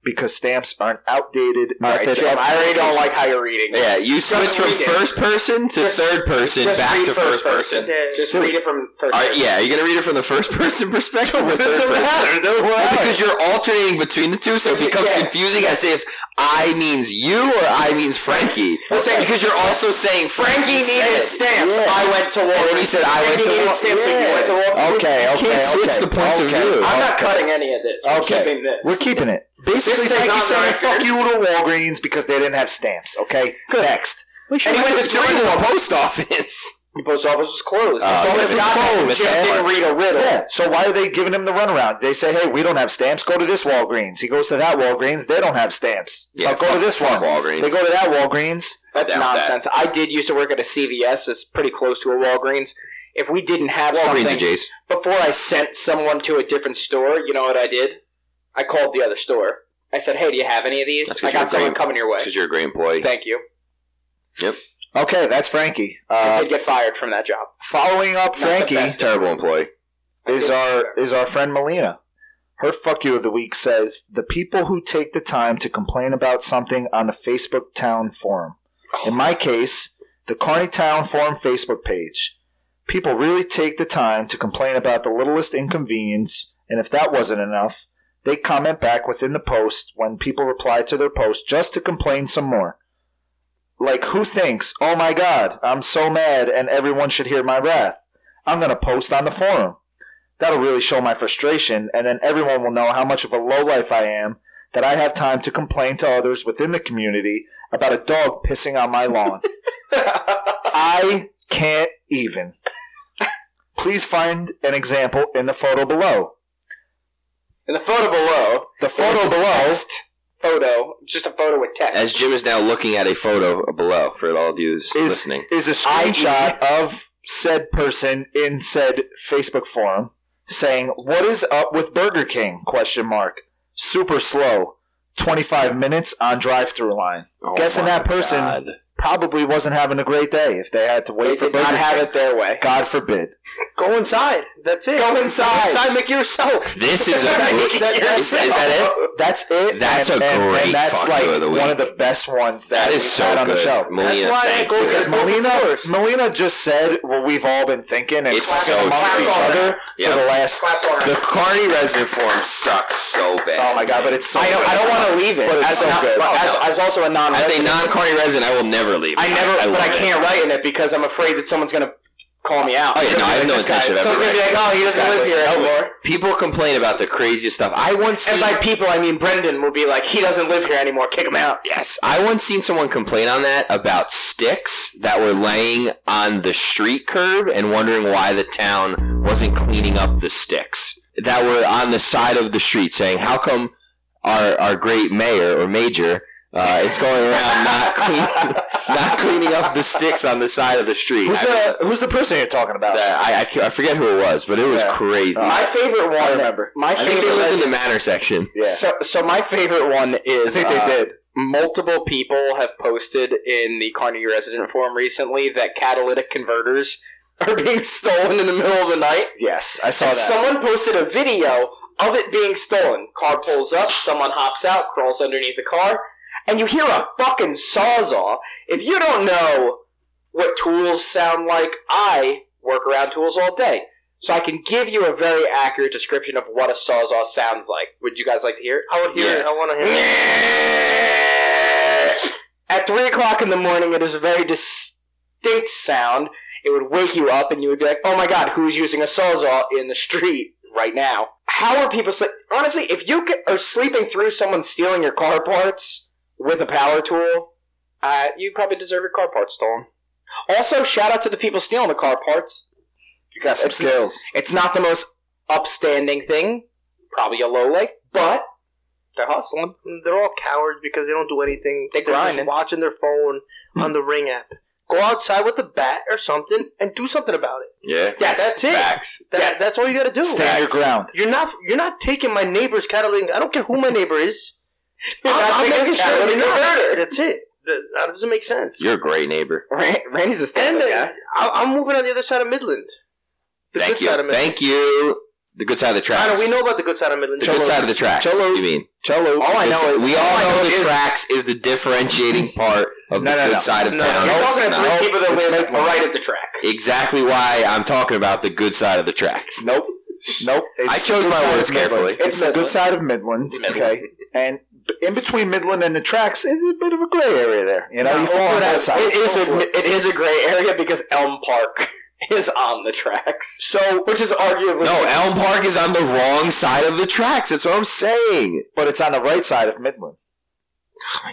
S3: because stamps are an outdated
S1: All right,
S3: method
S1: Jim,
S3: of
S1: I already don't like how you're reading.
S2: Yeah, you
S1: Just
S2: switch from
S1: read it.
S2: first person to
S1: Just-
S2: third person
S1: just
S2: back
S1: read
S2: to first person.
S4: Yeah.
S1: Just
S3: Dude.
S1: read it from first.
S2: All right,
S1: person.
S2: yeah, are you going to read it from the first person perspective or third person?
S3: dude, we're
S2: Well,
S3: out.
S2: because you're alternating between the two, so it becomes
S1: Yeah.
S2: confusing as if I means you or I means Frankie. Because you're also saying
S1: Frankie
S2: Frankie
S1: needed
S2: said.
S1: stamps.
S3: Yeah.
S1: I went to
S2: And then you
S1: Walgreens.
S2: said I went
S1: Frankie
S2: to
S1: needed
S2: Wal-
S1: stamps, and you
S2: Yeah.
S1: went to Walgreens.
S3: Okay, okay,
S2: You can't
S3: okay.
S2: switch the points of
S3: okay.
S2: view.
S1: I'm not cutting any of this. I'm
S3: Okay.
S1: keeping this.
S3: We're keeping it. Basically,
S1: This is
S3: Frankie
S1: on the
S3: saying
S1: record.
S3: fuck you to Walgreens because they didn't have stamps. Okay, next.
S1: and he went to
S2: Join
S1: Jordan.
S2: the post office.
S1: The post office was closed.
S2: Oh,
S1: so
S2: yeah,
S1: this
S2: it's
S1: guy
S2: closed.
S1: Jim
S2: That's
S1: didn't
S2: hard.
S1: read a riddle.
S3: Yeah. So why are they giving him the runaround? They say, "Hey, we don't have stamps. Go to this Walgreens." He goes to that Walgreens. They don't have stamps.
S2: Yeah,
S3: "Uh, go to
S2: fuck-
S3: this
S2: fuck
S3: one.
S2: Walgreens.
S3: They go to that Walgreens.
S1: That's
S2: I doubt that.
S1: nonsense. I did used to work at a CVS. It's pretty close to a Walgreens. If we didn't have
S2: Walgreens
S1: something
S2: and Jace.
S1: before I sent someone to a different store, you know what I did? I called the other store. I said, "Hey, do you have any of these?
S2: That's 'cause
S1: I got
S2: you're
S1: someone
S2: great.
S1: coming your way."
S2: Because you're a great employee.
S1: Thank you.
S3: Okay, that's Frankie.
S1: I
S3: Uh,
S1: did get fired from that job.
S3: following up,
S1: the
S3: Frankie
S1: best.
S2: Terrible employee.
S3: is our is our friend Melina. Her fuck you of the week says the people who take the time to complain about something on the Facebook Town forum. In my case, the Carney Town forum Facebook page. People really take the time to complain about the littlest inconvenience, and if that wasn't enough, they comment back within the post when people reply to their post just to complain some more. Like who thinks, "Oh my god, I'm so mad and everyone should hear my wrath. I'm going to post on the forum." That'll really show my frustration, and then everyone will know how much of a lowlife I am that I have time to complain to others within the community about a dog pissing on my lawn. I can't even. Please find an example in the photo below.
S1: In the photo below,
S3: The photo
S1: There's a
S3: below.
S1: text photo, just a photo with text.
S2: As Jim is now looking at a photo below for all of you that's
S3: Is-
S2: listening.
S3: is a screenshot of said person in said Facebook forum saying, "What is up with Burger King?" Question mark. Super slow. Twenty five minutes on drive through line. Guessing that person probably wasn't having a great day if they had to wait
S1: they
S3: for
S1: did
S3: Burger
S1: not have
S3: King.
S1: it their way.
S3: God forbid.
S4: Go inside. That's it.
S1: Go inside.
S4: Make it yourself.
S2: This is a
S1: That-
S2: good.
S1: that-
S2: Is, is that it?
S3: That's it.
S2: That's
S3: and,
S2: a
S3: and,
S2: great
S3: and that's
S2: fuck
S3: like
S2: you of the week.
S3: one of the best ones that,
S2: That is
S3: we've
S2: so
S3: had on
S2: good.
S3: the show.
S2: Melina,
S4: That's why
S2: thank
S4: that goal
S2: you.
S4: gets more-
S3: Melina,
S4: course.
S3: Melina just said what we've all been thinking and
S2: It's
S3: talking
S2: so
S3: amongst
S2: true.
S3: each other
S2: Yep.
S3: for the last.
S2: The Carney resident form sucks so bad.
S3: Oh my god! But it's so.
S1: I don't,
S3: good.
S1: I don't want to leave it.
S3: But it's
S1: as,
S3: so
S1: not-
S3: good. Oh,
S1: but as, as also a non
S2: As a non-Carney resident, I will never leave.
S1: I never, but
S2: love
S1: I
S2: it.
S1: can't write in it because I'm afraid that someone's going to call me out.
S2: Oh yeah, no, I have no
S1: This guy-
S2: intention of
S1: Someone's
S2: ever.
S1: going to be like, oh, he doesn't live
S2: Exactly.
S1: here anymore.
S2: People complain about the craziest stuff. I once
S1: And
S2: seen,
S1: by people, I mean Brendan will be like, he doesn't live here anymore. Kick him out.
S2: yes, I once seen someone complain on that about sticks that were laying on the street curb and wondering why the town wasn't cleaning up the sticks that were on the side of the street, saying, "How come our our great mayor or major uh, is going around not cleaning not cleaning up the sticks on the side of the street?"
S3: Who's
S2: I-
S3: the Who's the person you're talking about?
S2: that- I, I can't- I forget who it was, but it was
S3: Yeah.
S2: crazy.
S1: My favorite one.
S3: I remember.
S1: My
S2: I think they
S1: favorite.
S2: lived in the manor section.
S3: Yeah.
S1: So, so my favorite one
S3: I
S1: is
S3: think
S1: uh,
S3: they did.
S1: multiple people have posted in the Carnegie resident forum recently that catalytic converters are being stolen in the middle of the night.
S3: Yes, I saw
S1: And
S3: that.
S1: Someone posted a video of it being stolen. Car pulls up, someone hops out, crawls underneath the car, and you hear a fucking sawzall. If you don't know what tools sound like, I work around tools all day. So I can give you a very accurate description of what a sawzall sounds like. Would you guys like to hear it?
S4: I would hear it. I want to hear it.
S1: At three o'clock in the morning, it is a very dis- distinct sound. It would wake you up, and you would be like, "Oh my god, who's using a sawzall in the street right now?" How are people sleep? Honestly, if you ca are sleeping through someone stealing your car parts with a power tool, uh, you probably deserve your car parts stolen. Also, shout out to the people stealing the car parts.
S3: You got some
S1: It's-
S3: skills.
S1: It's not the most upstanding thing, probably a low life, but they're hustling.
S4: Mm, They're all cowards because they don't do anything.
S1: They
S4: They're just
S1: grinding.
S4: watching their phone on the Ring app. Go outside with a bat or something and do something about it.
S2: Yeah.
S1: Yes,
S4: that's it.
S2: Facts.
S4: That,
S1: Yes.
S4: That's all you gotta do.
S3: Stand your ground.
S4: You're not you're not taking my neighbor's cataloging. I don't care who my neighbor is.
S1: You're not
S4: I'm
S1: taking
S4: making
S1: his
S4: sure
S1: cataloging
S4: you're not.
S1: murder.
S4: That's it. That, that doesn't make sense.
S2: You're a great neighbor.
S1: Ran- Randy's a
S4: and
S1: stand
S4: uh,
S1: guy.
S4: I, I'm moving on the other side of Midland. The
S2: Thank
S4: good
S2: you.
S4: side of Midland.
S2: Thank you. The good side of the tracks.
S4: I know we know about the good side of Midland.
S2: The good side of the tracks.
S3: Cholo.
S2: You mean?
S3: Cholo.
S1: All I know is
S2: we all know the tracks is the differentiating part of
S3: No,
S2: the
S3: no,
S2: good
S3: no.
S2: side of
S4: No,
S2: town.
S1: You're talking to
S2: No.
S1: three people that
S3: It's
S1: live
S3: Midland.
S1: right at the track.
S2: Exactly why I'm talking about the good side of the tracks.
S3: Nope. Nope.
S2: I
S3: It's
S2: chose
S3: the good
S2: my
S3: side
S2: words
S3: of Midland.
S2: carefully.
S3: It's, the good side of Midland. Okay. And b- in between Midland and the tracks is a bit of a gray area there. You know,
S1: No,
S3: you fall on both
S1: It
S3: sides.
S1: is a it is a gray area because Elm Park is on the tracks. So, which is arguably
S2: No, Elm Park is on the wrong side of the tracks. That's what I'm saying.
S3: but it's on the right side of Midland.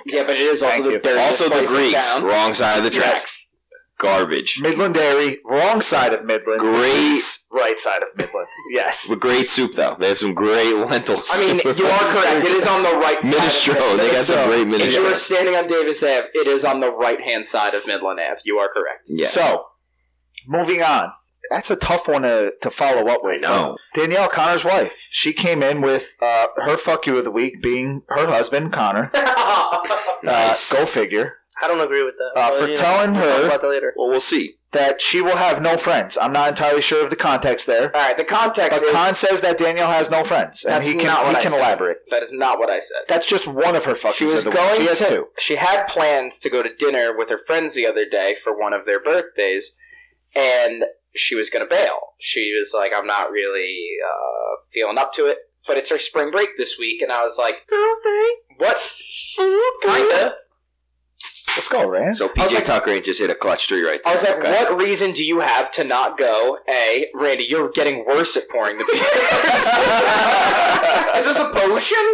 S1: yeah, but it is also
S3: Thank
S1: the
S3: you.
S1: dirtiest
S2: Also, the
S1: place in
S2: Greeks,
S1: town.
S2: wrong side of the tracks. Garbage.
S3: Midland Dairy, wrong side of Midland.
S2: Great,
S3: Right side of Midland. Yes.
S2: great soup though. They have some great lentils.
S1: I mean, you are correct. It is on the right side. of
S2: Minestrone.
S1: Midland.
S2: They got some great
S1: If you were
S2: minestrone.
S1: standing on Davis Ave, it is on the right hand side of Midland Ave. You are correct.
S2: Yeah.
S3: So, moving on. That's a tough one to, to follow up with.
S2: no.
S3: Danielle Connor's wife. She came in with uh, her fuck you of the week being her husband, Connor.
S2: Nice.
S3: Uh, go figure.
S4: I don't agree with that.
S3: Uh,
S4: but,
S3: for
S4: you know,
S3: telling
S4: we'll talk
S3: her-
S4: about that later.
S2: Well, we'll see.
S3: That she will have no friends. I'm not entirely sure of the context there.
S1: All right, the context
S3: But
S1: is
S3: Khan says that Danielle has no friends, and
S1: That's
S3: he can
S1: not what
S3: he
S1: I
S3: can
S1: said.
S3: elaborate.
S1: that is not what I said.
S3: That's just one of her fuck
S1: She
S3: yous
S1: was
S3: of the week.
S1: going
S3: She has
S1: to.
S3: two.
S1: She had plans to go to dinner with her friends the other day for one of their birthdays, and she was going to bail. She was like, "I'm not really uh, feeling up to it." But it's her spring break this week, and I was like,
S4: Girls' Day.
S1: "What? Kinda."
S3: Let's go, Rand.
S2: So
S1: I was
S2: PJ
S1: like-
S2: Tucker ain't just hit a clutch three right there.
S1: I was like,
S2: Okay.
S1: "What reason do you have to not go?" A, Randy, you're getting worse at pouring the beer. Is this a potion?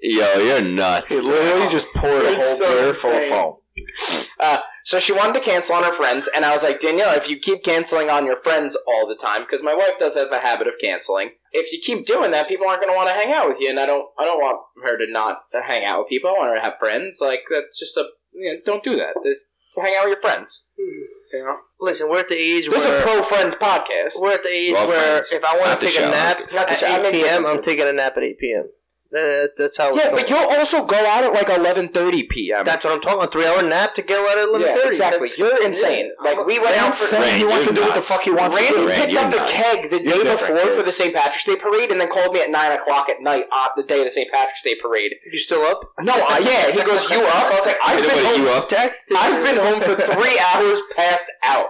S2: Yo, you're nuts.
S3: It literally just poured a
S1: You're
S3: whole
S1: so
S3: beer full of
S1: insane.
S3: foam.
S1: So she wanted to cancel on her friends, and I was like, Danielle, if you keep canceling on your friends all the time, because my wife does have a habit of canceling, if you keep doing that, people aren't going to want to hang out with you, and I don't, I don't want her to not hang out with people. I want her to have friends. Like that's just a, you know, don't do that. Just hang out with your friends.
S4: Hmm.
S1: You know?
S4: Listen, we're at the age
S1: This
S4: where
S1: is a pro friends podcast.
S4: we're at the age
S2: Well,
S4: where
S2: friends.
S4: if I want
S2: Not
S4: to
S2: the
S4: take a
S2: show.
S4: nap
S1: Not the
S4: at
S1: show. I
S4: 8
S1: make
S4: p.m., I'm
S1: different-
S4: taking a nap at 8 p.m. That- that's how. it's
S1: yeah,
S4: going.
S1: but you'll also go out at like eleven thirty p.m.
S4: That's what I'm talking. about. Three hour nap to get out at eleven
S1: yeah,
S4: thirty.
S1: exactly. You're insane. Like we went out for
S3: Saying he
S2: Rand,
S3: wants to
S2: you're
S3: do what the
S2: nuts.
S3: fuck he wants to
S1: Randy
S3: do.
S2: Rand,
S1: picked
S2: you're
S1: up the
S2: nuts.
S1: keg the
S3: You're
S1: day
S3: different,
S1: before
S3: dude.
S1: for the St. Patrick's Day parade, and then called me at nine o'clock at night on the day of the St. Patrick's Day parade.
S4: you still up?
S1: No, I, yeah, he goes, "You up?" I was like, "I've
S2: Did
S1: been
S2: anybody
S1: home.
S2: you up text?
S1: I've been home for three hours, passed out."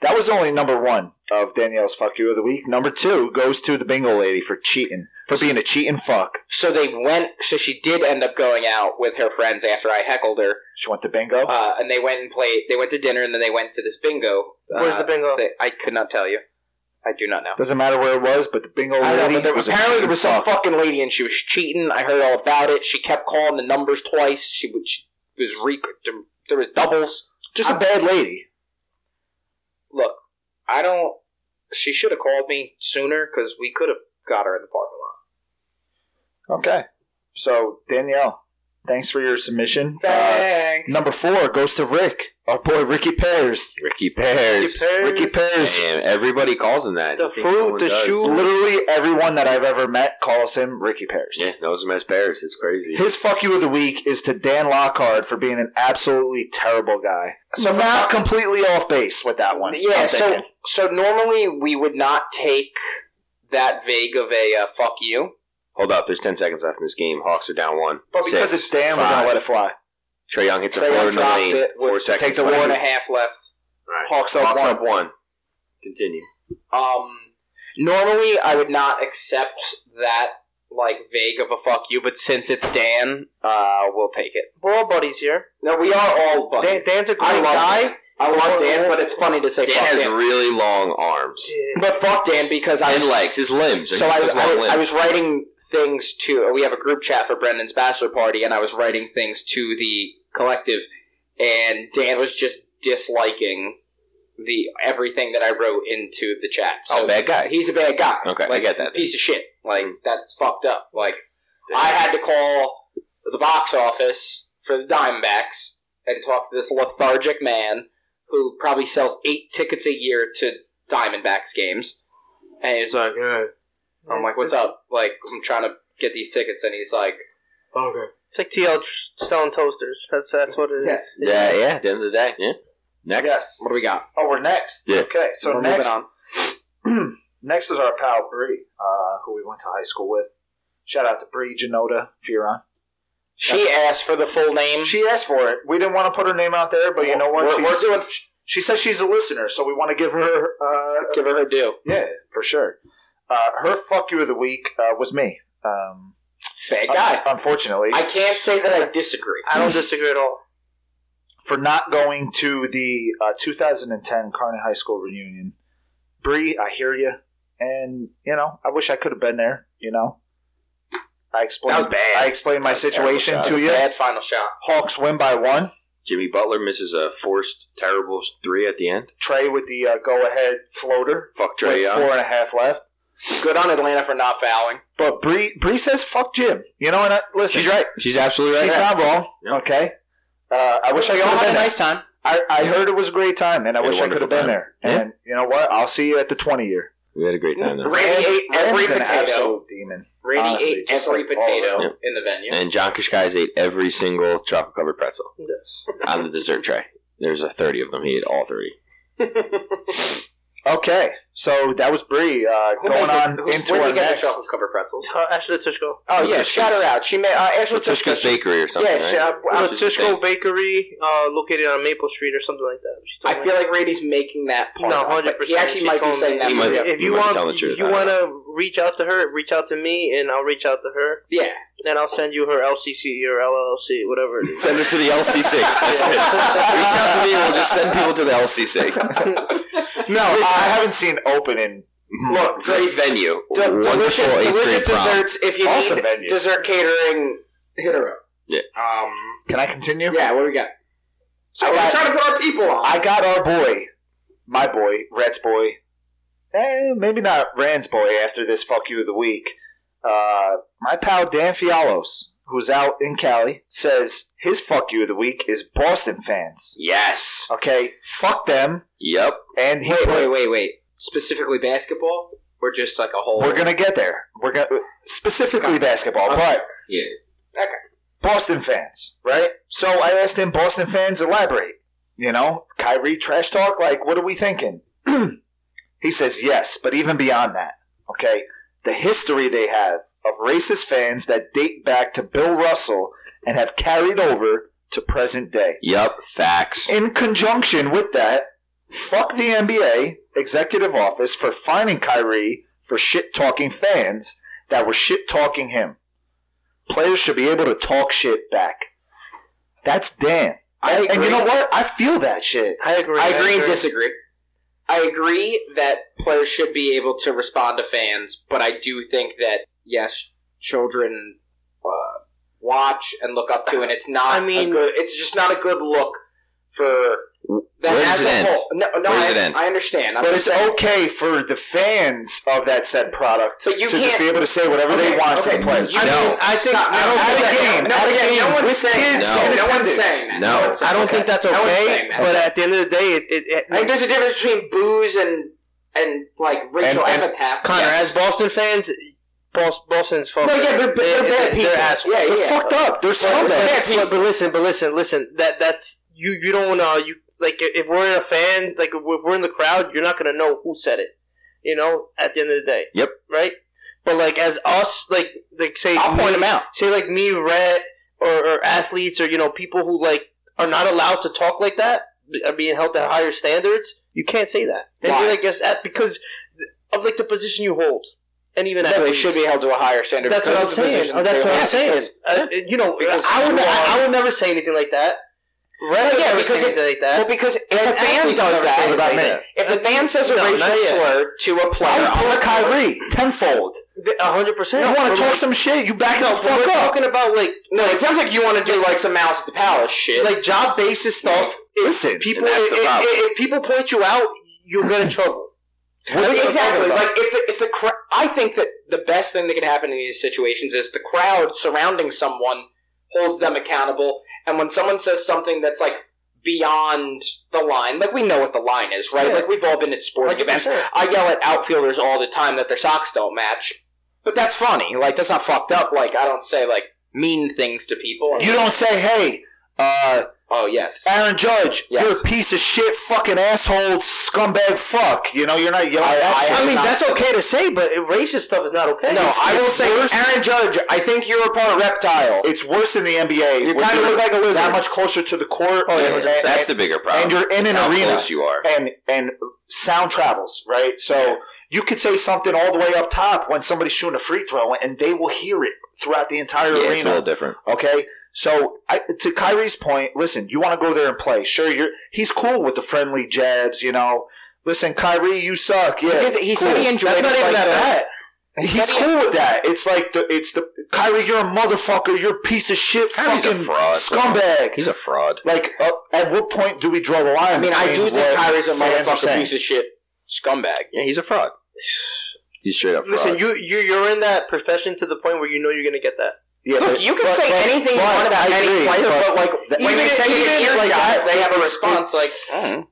S3: That was only number one of Danielle's fuck you of the week. Number two goes to the bingo lady for cheating, for being a cheating fuck.
S1: So they went. So she did end up going out with her friends after I heckled her,
S3: She went to bingo.
S1: uh, and they went and played. They went to dinner, and then they went to this bingo. uh,
S4: Where's the bingo?
S1: that I could not tell you. I do not know.
S3: Doesn't matter where it was, but the bingo
S1: I know,
S3: lady
S1: but there,
S3: was a
S1: apparently there was
S3: cheating
S1: some
S3: fuck.
S1: fucking lady and she was cheating. I heard all about it. She kept calling the numbers twice. She, would, she was re- there- there was doubles.
S3: Just a bad lady.
S1: Look, I don't. She should have called me sooner because we could have got her in the parking lot.
S3: Okay. So Danielle, thanks for your submission. Uh,
S1: Thanks.
S3: number four goes to Rick, our boy Ricky Pears.
S2: Ricky
S4: Your
S2: Pears.
S4: parents-
S3: Ricky Pears.
S2: Damn, everybody calls him that.
S4: The
S2: You think no
S4: fruit,
S2: one
S4: the
S2: does.
S4: shoe.
S3: Literally everyone that I've ever met calls him Ricky Pears.
S2: Yeah, knows him as Pears. It's crazy.
S3: His fuck you of the week is to Dan Lockhart for being an absolutely terrible guy. So not completely off base with that one.
S1: Yeah.
S3: I'm
S1: so
S3: thinking.
S1: so normally we would not take that vague of a uh, fuck you.
S2: Hold up, there's 10 seconds left in this game. Hawks are down one.
S3: but because
S2: Six,
S3: it's Dan, we we're gonna
S2: five.
S3: let it fly.
S2: Trey Young hits a
S1: Trae Young
S2: floater in the
S1: dropped
S2: lane.
S1: it with-
S2: Four seconds
S1: Takes a
S2: left.
S1: one and a half left.
S2: All right.
S3: Hawks up
S2: Hawks
S3: one.
S2: up one. Continue.
S1: Um, normally, I would not accept that like vague of a fuck you, but since it's Dan, uh, we'll take it.
S4: We're all buddies here.
S1: No, we are all
S4: Dan,
S1: buddies.
S4: Dan's a
S1: I
S4: great
S1: love
S4: guy.
S1: Dan. I love Dan, but it's funny to say
S2: Dan
S1: fuck
S2: has
S1: Dan.
S2: really long arms
S4: Yeah.
S1: but fuck Dan because I
S2: and
S1: was
S2: legs. His limbs.
S1: so I
S2: He
S1: was,
S2: has long
S1: I, was- I
S2: limbs.
S1: was writing things to. We have a group chat for Brendan's bachelor party, and I was writing things to the collective, and Dan was just disliking the everything that I wrote into the chat. So
S2: oh, bad guy.
S1: he's a bad guy.
S2: Okay, I
S1: like,
S2: get that. Mm.
S1: piece of shit. Like that's fucked up. Like I had to call the box office for the Diamondbacks and talk to this lethargic man who probably sells eight tickets a year to Diamondbacks games. And he's like, "Eh." I'm like, what's up? Like, I'm trying to get these tickets. And he's like,
S4: It's like TL tr- selling toasters. That's that's what it is.
S1: Yes.
S2: yeah, yeah. At the end of the day, yeah. Next.
S3: Yes.
S1: what do we got?
S3: Oh, we're next.
S2: Yeah.
S3: Okay, so
S1: We're
S3: next, next is our pal Bree, uh, who we went to high school with. Shout out to Bree Janota Furon.
S1: She asked for the full name.
S3: She asked for it. We didn't want to put her name out there, but you know what?
S1: We're,
S3: She's-
S1: we're doing,
S3: she says she's a listener, so we want to give her. Uh,
S1: give her her due.
S3: yeah, for sure. Uh, her fuck you of the week uh, was me. Um,
S1: Bad guy.
S3: un- Unfortunately,
S1: I can't say that I disagree.
S4: I don't disagree at all.
S3: for not going to the uh, 2010 Carney High School reunion. Bree, I hear you, and you know I wish I could have been there. You know, I explained.
S1: That was bad.
S3: I explained my
S2: That was terrible
S3: situation
S2: shot.
S3: to you.
S1: Bad final shot.
S3: Hawks win by one.
S2: Jimmy Butler misses a forced terrible three at the end.
S3: Trey with the uh, go-ahead floater
S2: Fuck Trey
S3: with
S2: Young.
S3: four and a half left.
S1: Good on Atlanta for not fouling.
S3: But Bree, Bree says "fuck Jim." You know, and I, listen,
S2: She's right. She's absolutely right.
S3: She's not wrong.
S2: Yeah.
S3: Okay. Uh, I wish I could
S1: Y'all
S3: have
S1: had
S3: been
S1: a
S3: there.
S1: nice time.
S3: I, I heard it was a great time, and I
S2: Had a
S3: wish I could
S2: wonderful
S3: have
S2: time.
S3: been there.
S2: Yeah.
S3: And you know what? I'll see you at the 20 year.
S2: We had a great time though.
S1: Randy ate every
S3: Rand's an
S1: potato.
S3: absolute demon.
S1: Randy
S3: Honestly,
S1: ate
S3: just
S1: every
S3: like all
S1: potato
S2: around.
S1: in the venue.
S2: And John Kishkai's ate every single chocolate covered pretzel
S4: Yes.
S2: on the dessert tray. There's a thirty of them. He ate all thirty.
S3: Okay, so that was Bree uh,
S1: Who
S3: going
S1: made the-
S3: on
S1: who-
S3: into
S1: where did
S3: our
S1: you get
S3: next.
S1: the chocolate covered pretzels?
S4: Uh, Ashley Tushko.
S1: Oh yeah,
S2: Tushka's-
S1: shout her out. She made uh, Ashley Tushka.
S2: Tushka's Bakery or something.
S1: Yeah,
S2: right?
S1: she, uh,
S4: Uh,
S1: uh,
S2: Which is the
S4: Tushko
S2: thing.
S4: Bakery, uh, located on Maple Street or something like that. She told
S1: I
S4: me.
S1: feel like Randy's making that part.
S4: No,
S1: up, but
S4: hundred percent.
S1: He actually might be saying that.
S2: He
S1: for
S2: might-
S1: real.
S4: if
S2: he
S4: you
S2: might be
S4: want,
S2: telling the truth.
S4: you
S2: I
S4: want
S2: don't
S4: to reach out to her, reach out to me, and I'll reach out to her,
S1: yeah,
S4: and I'll send you her LCC or LLC, whatever. It is.
S2: Send her to the LCC. That's it. Reach out to me and we'll just send people to the LCC.
S3: No, I haven't seen open in
S2: Look, great venue.
S1: De-
S2: Wonderful
S1: delicious,
S2: eighth grade
S1: delicious
S2: prom.
S1: desserts. If you
S3: awesome
S1: need
S3: venue.
S1: dessert catering, hit her up.
S2: Yeah.
S1: Um.
S3: Can I continue?
S1: Yeah. What do we got?
S3: So
S1: I,
S3: I-
S1: we're trying to put our people on.
S3: I got our boy, my boy, Rat's boy. Eh, maybe not Rand's boy after this fuck you of the week. Uh, my pal Dan Fialos, who's out in Cali, says his fuck you of the week is Boston fans.
S2: Yes.
S3: Okay, fuck them.
S2: Yep.
S3: And he
S1: wait,
S3: put-
S1: wait, wait, wait. Specifically basketball, or just like a whole.
S3: we're gonna get there. We're gonna specifically basketball,
S1: Okay.
S3: but
S2: Yeah.
S1: Okay.
S3: Boston fans, right? So I asked him, Boston fans, elaborate. You know, Kyrie trash talk, like, what are we thinking? he says, yes, but even beyond that, okay? The history they have of racist fans that date back to Bill Russell and have carried over to present day.
S2: Yep. Facts.
S3: In conjunction with that, fuck the NBA executive office for fining Kyrie for shit talking fans that were shit talking him. Players should be able to talk shit back. That's Dan.
S1: I
S3: And- And
S1: agree.
S3: you know what? I feel that shit.
S4: I agree.
S1: I agree and disagree. I agree that players should be able to respond to fans, but I do think that yes, children uh, watch and look up to, and it's not.
S4: I
S1: I mean,
S4: mean-
S1: good, it's just not a good look for them
S2: Where
S1: as
S2: does it
S1: a
S2: end?
S1: whole. No, no,
S2: Where does
S1: I,
S2: it end?
S1: I understand. I'm
S3: But
S1: just
S3: it's
S1: saying-
S3: okay for the fans of that said product
S1: But you
S3: to just
S1: can't-
S3: be able to say whatever they
S1: Okay,
S3: want to
S1: okay,
S3: the players.
S1: you-
S2: No.
S1: I think
S3: I don't
S1: no,
S3: think
S1: no,
S3: that-
S1: game,
S3: no,
S1: at a
S3: yeah,
S1: game
S3: no one's
S1: with
S3: saying
S1: kids
S2: that.
S1: in
S3: No one's
S1: attendance.
S3: saying
S2: that. No.
S1: one's saying
S4: I don't think that's
S1: No one's
S4: okay,
S1: saying that.
S4: but at the end of the day, it, it, it
S1: I think there's a difference between booze and and like racial
S3: And- and-
S1: epithet.
S4: Connor,
S1: Yes.
S4: as Boston fans, Bos- Boston's fucking.
S1: no, yeah, they're, but they're, bad people.
S4: They're assholes.
S1: Yeah,
S3: They're
S1: yeah.
S3: fucked up. They're
S1: Well,
S4: But-
S3: scumbags.
S1: Yeah,
S4: but, but listen, but listen, listen. That that's you. You don't uh you like if we're in a fan like if we're in the crowd, you're not gonna know who said it. You know, at the end of the day.
S2: Yep.
S4: Right. But like as us, like like say
S1: I'll point
S4: me-
S1: them out.
S4: Say like me, Red, or, or athletes, or you know people who like are not allowed to talk like that are being held to higher standards. You can't say that. And
S1: Why?
S4: you're, like, yes, at- because of like the position you hold. and even
S1: But they
S4: athletes.
S1: should be held to a higher standard.
S4: That's what
S1: because
S4: I'm
S1: of the
S4: saying.
S1: position
S4: Oh, that's
S1: they
S4: what
S1: were
S4: I'm
S1: in.
S4: saying.
S1: Because-
S4: Uh, you know,
S1: because
S4: I would,
S1: you
S4: I, I would never say anything like that. Right?
S1: Yeah,
S4: Yeah,
S1: because
S4: because
S1: it-
S4: anything like
S1: Well,
S4: that.
S1: because if
S4: And
S1: a fan
S4: athletes
S1: does
S4: never say
S1: that,
S4: it
S3: about
S4: like
S3: me.
S4: that.
S1: if the fan says a
S4: No,
S1: racial
S4: not yet.
S1: slur to a
S3: I
S1: player,
S3: would pull a Kyrie tenfold.
S4: A hundred percent.
S3: you want to talk some shit? You back the
S4: No, but
S3: fuck
S4: we're
S3: up.
S4: talking about like
S1: no, it sounds like you want to do like some mouse at the palace shit.
S4: like job basis stuff. If
S3: Listen,
S4: people,
S2: and that's the
S4: if- if-
S2: problem.
S4: if people point you out, you'll get in trouble.
S1: I mean,
S4: That's what I'm
S1: exactly.
S4: talking about.
S1: Like if the if the cr- I think that the best thing that can happen in these situations is the crowd surrounding someone holds them accountable, and when someone says something that's like beyond the line, like we know what the line is, right?
S4: Yeah.
S1: Like we've all been at sporting events.
S4: 100%.
S1: I yell at outfielders all the time that their socks don't match, but that's funny. Like that's not fucked up. Like I don't say like mean things to people.
S3: you don't say, hey, uh,
S1: oh yes.
S3: Aaron Judge,
S1: Yes.
S3: you're a piece of shit, fucking asshole, scumbag, fuck. You know, you're not yelling.
S1: I-
S3: at
S1: I-
S3: shit.
S4: I mean,
S1: not-
S4: that's okay to say, but racist stuff is not okay.
S1: No,
S4: It's-
S1: I will say,
S3: worse-
S1: Aaron Judge. I think you're a part of reptile.
S3: it's worse in the NBA.
S1: You
S3: when
S1: kinda
S3: you're
S1: look like a lizard.
S3: That much closer to the court. Oh,
S2: Yeah, that's the bigger problem.
S3: and you're in an
S2: how
S3: arena.
S2: close you are.
S3: and and sound travels right so you could say something all the way up top when somebody's shooting a free throw and they will hear it throughout the entire
S2: Yeah, it's a little
S3: arena
S2: different.
S3: okay so I, to Kyrie's point listen you want to go there and play sure you're he's cool with the friendly jabs you know listen Kyrie you suck yeah
S1: Because he
S3: cool.
S1: said he enjoyed
S3: That's
S1: it
S3: not even
S1: like
S3: that
S1: that.
S3: bad. He's
S1: said he-
S3: cool with that. It's like the it's the Kyrie, you're a motherfucker. You're a piece of shit,
S2: Kyrie's a
S3: fucking
S2: fraud.
S3: scumbag.
S2: He's a fraud.
S3: like, uh, at what point do we draw the line?
S1: I mean, I do
S3: between
S1: think
S3: what
S1: Kyrie's a
S3: fans are
S1: motherfucking
S3: saying?
S1: piece of shit scumbag.
S2: Yeah, he's a fraud. He's straight up fraud.
S4: Listen, you you you're in that profession to the point where you know you're gonna get that.
S3: Yeah,
S1: Look,
S3: but-
S1: you can
S3: but-
S1: say
S3: but-
S1: anything you
S3: but
S1: want about
S3: I
S1: any
S3: agree,
S1: player, but, like, when
S4: even
S1: you
S4: if-
S1: say
S4: even
S1: it
S4: if
S1: here, guys,
S4: like that,
S1: they have a
S4: it's-
S1: response like, mm.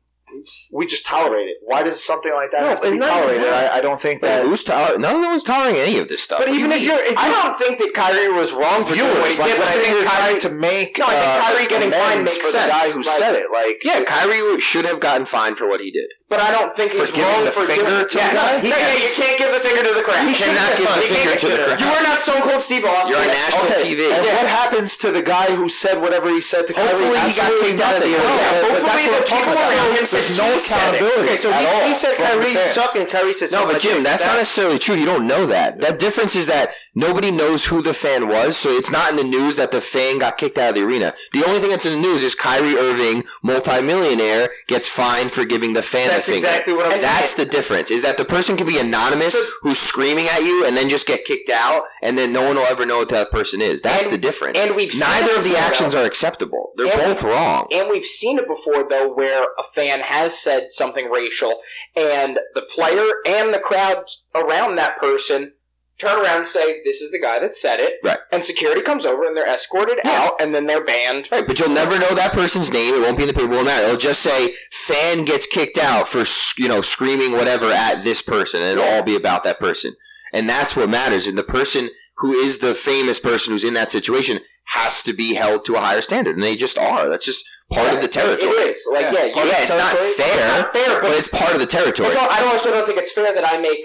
S3: we just tolerate it. Why does something like that
S4: No,
S3: have to be
S4: it's not
S3: tolerated?
S4: even
S3: I, I don't think
S2: But
S3: that.
S2: who's toler- none of one's tolerating any of this stuff.
S4: But even if you're, if
S1: I don't think that Kyrie was wrong for doing what
S3: Viewers,
S1: he
S3: like,
S1: did, but I
S3: we're sitting
S1: think
S3: here
S1: Kyrie.
S3: trying to make
S1: No, I think
S3: uh,
S1: Kyrie getting
S3: amends
S1: fined makes
S3: for
S1: sense.
S3: the guy who
S1: Like-
S3: said it. Like,
S2: yeah, Kyrie should have gotten fined for what he did.
S1: But I don't think he's
S3: For giving
S1: wrong
S3: the
S1: for
S3: finger
S1: doing.
S3: to
S1: yeah,
S3: the
S1: no, no,
S3: guy?
S1: yeah, you can't give the finger to the crowd. You
S2: cannot give the finger to the crowd.
S1: You are not Stone Cold Steve Austin.
S2: You're on national
S3: okay,
S2: TV.
S3: And
S1: Yeah.
S3: what happens to the guy who said whatever he said to
S2: Hopefully
S3: Kyrie?
S2: he got
S3: Absolutely
S2: kicked out of the
S3: nothing.
S2: arena.
S3: No, but
S1: Hopefully
S3: that's
S1: the
S3: what I'm talking
S1: people
S3: about.
S1: around him
S3: There's
S1: said
S3: no
S1: he said it.
S3: accountability.
S4: okay, so
S3: at all
S4: he, he said
S3: from the
S4: Kyrie
S3: fans.
S4: suck and Kyrie said
S2: No,
S4: something
S2: but
S4: like
S2: Jim, that's
S4: that.
S2: not necessarily true. You don't know that. That difference is that nobody knows who the fan was, so it's not in the news that the fan got kicked out of the arena. The only thing that's in the news is Kyrie Irving, multimillionaire, gets fined for giving the fan
S4: That's
S2: the finger.
S4: exactly what I'm
S2: And
S4: saying.
S2: That's the difference. Is that the person can be anonymous, who's screaming at you, and then just get kicked out, and then no one will ever know what that person is. That's
S1: And-
S2: the difference.
S1: and we've seen
S2: neither
S1: it
S2: of the
S1: before,
S2: actions
S1: though.
S2: are acceptable. They're
S1: And-
S2: both wrong.
S1: And we've seen it before, though, where a fan has said something racial, and the player and the crowd around that person turn around and say, "This is the guy that said it."
S2: Right.
S1: And security comes over, and they're escorted out, and then they're banned.
S2: Right, but you'll never know that person's name. It won't be in the paper. It won't matter. It'll just say fan gets kicked out for s- you know screaming whatever at this person, and it'll all be about that person. And that's what matters. And the person who is the famous person who's in that situation has to be held to a higher standard, and they just are. That's just part of the territory.
S1: It is like, yeah,
S2: Yeah,
S1: you
S2: it's not
S1: territory-
S2: fair,
S1: It's not fair,
S2: but,
S1: but
S2: it's part of the territory.
S1: it's all, I also don't think it's fair that I make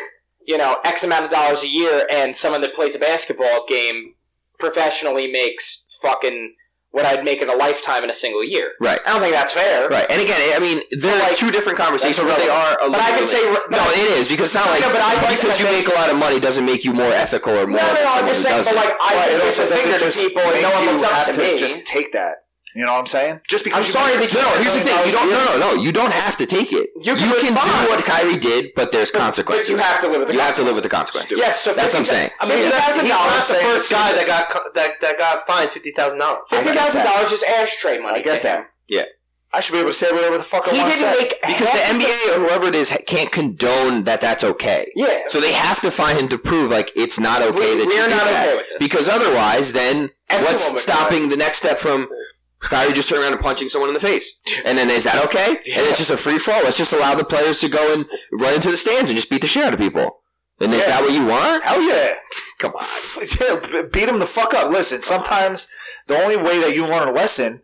S1: you know X amount of dollars a year, and someone that plays a basketball game professionally makes fucking what I'd make in a lifetime in a single year.
S2: Right.
S1: I don't think that's fair.
S2: Right, and again, I mean, they're
S1: But, like,
S2: two different conversations,
S1: that's
S2: but they are. A
S1: But I can
S2: little
S1: say-
S2: bit- no, it is because it's not like
S1: No, but I think
S2: because
S1: that
S2: you
S1: they-
S2: make a lot of money doesn't make you more ethical or more.
S1: No, no, no.
S2: than
S1: I'm
S2: someone
S1: just
S2: who
S1: saying,
S2: doesn't.
S1: but like, I
S3: But
S1: give
S3: it
S1: this
S3: also
S1: a
S3: doesn't
S1: finger to
S3: just
S1: people, and
S3: make
S1: no one
S3: you
S1: looks up
S3: have
S1: to me.
S3: just take that. You know what I'm saying? Just because
S1: I'm
S3: you
S1: sorry that you
S2: No, here's the thing. You don't. No, no, no. You don't have to take it.
S1: You
S2: You
S1: can
S2: can,
S1: respond.
S2: do what Kyrie did, but there's
S1: But
S2: consequences.
S1: you have to live with the
S2: You have to live with the consequences.
S1: Yes, so
S2: that's what I'm
S1: 50
S2: saying.
S1: I mean, fifty thousand
S4: He's not
S1: dollars.
S4: the first guy that got co- that that got fined fifty thousand dollars.
S1: Fifty thousand dollars is ashtray money.
S3: I get
S1: to him.
S3: that.
S2: Yeah.
S3: I should be able to say whatever the fuck
S1: He
S3: I want to say.
S1: didn't make
S2: because the NBA or whoever it is ha- can't condone that. That's okay.
S1: Yeah.
S2: So they have to find him to prove like it's not okay
S1: We-
S2: that
S1: we
S2: you
S1: are
S2: did
S1: not
S2: that.
S1: okay with this.
S2: Because otherwise, then
S1: Everyone would
S2: what's stopping the next step from? Kyrie just turning around and punching someone in the face, and then is that okay? And it's just a free for all. Let's just allow the players to go and run into the stands and just beat the shit out of people. And is
S3: Yeah.
S2: that what you want?
S3: Hell yeah.
S2: Come on.
S3: yeah. Beat him the fuck up. Listen, sometimes the only way that you learn a lesson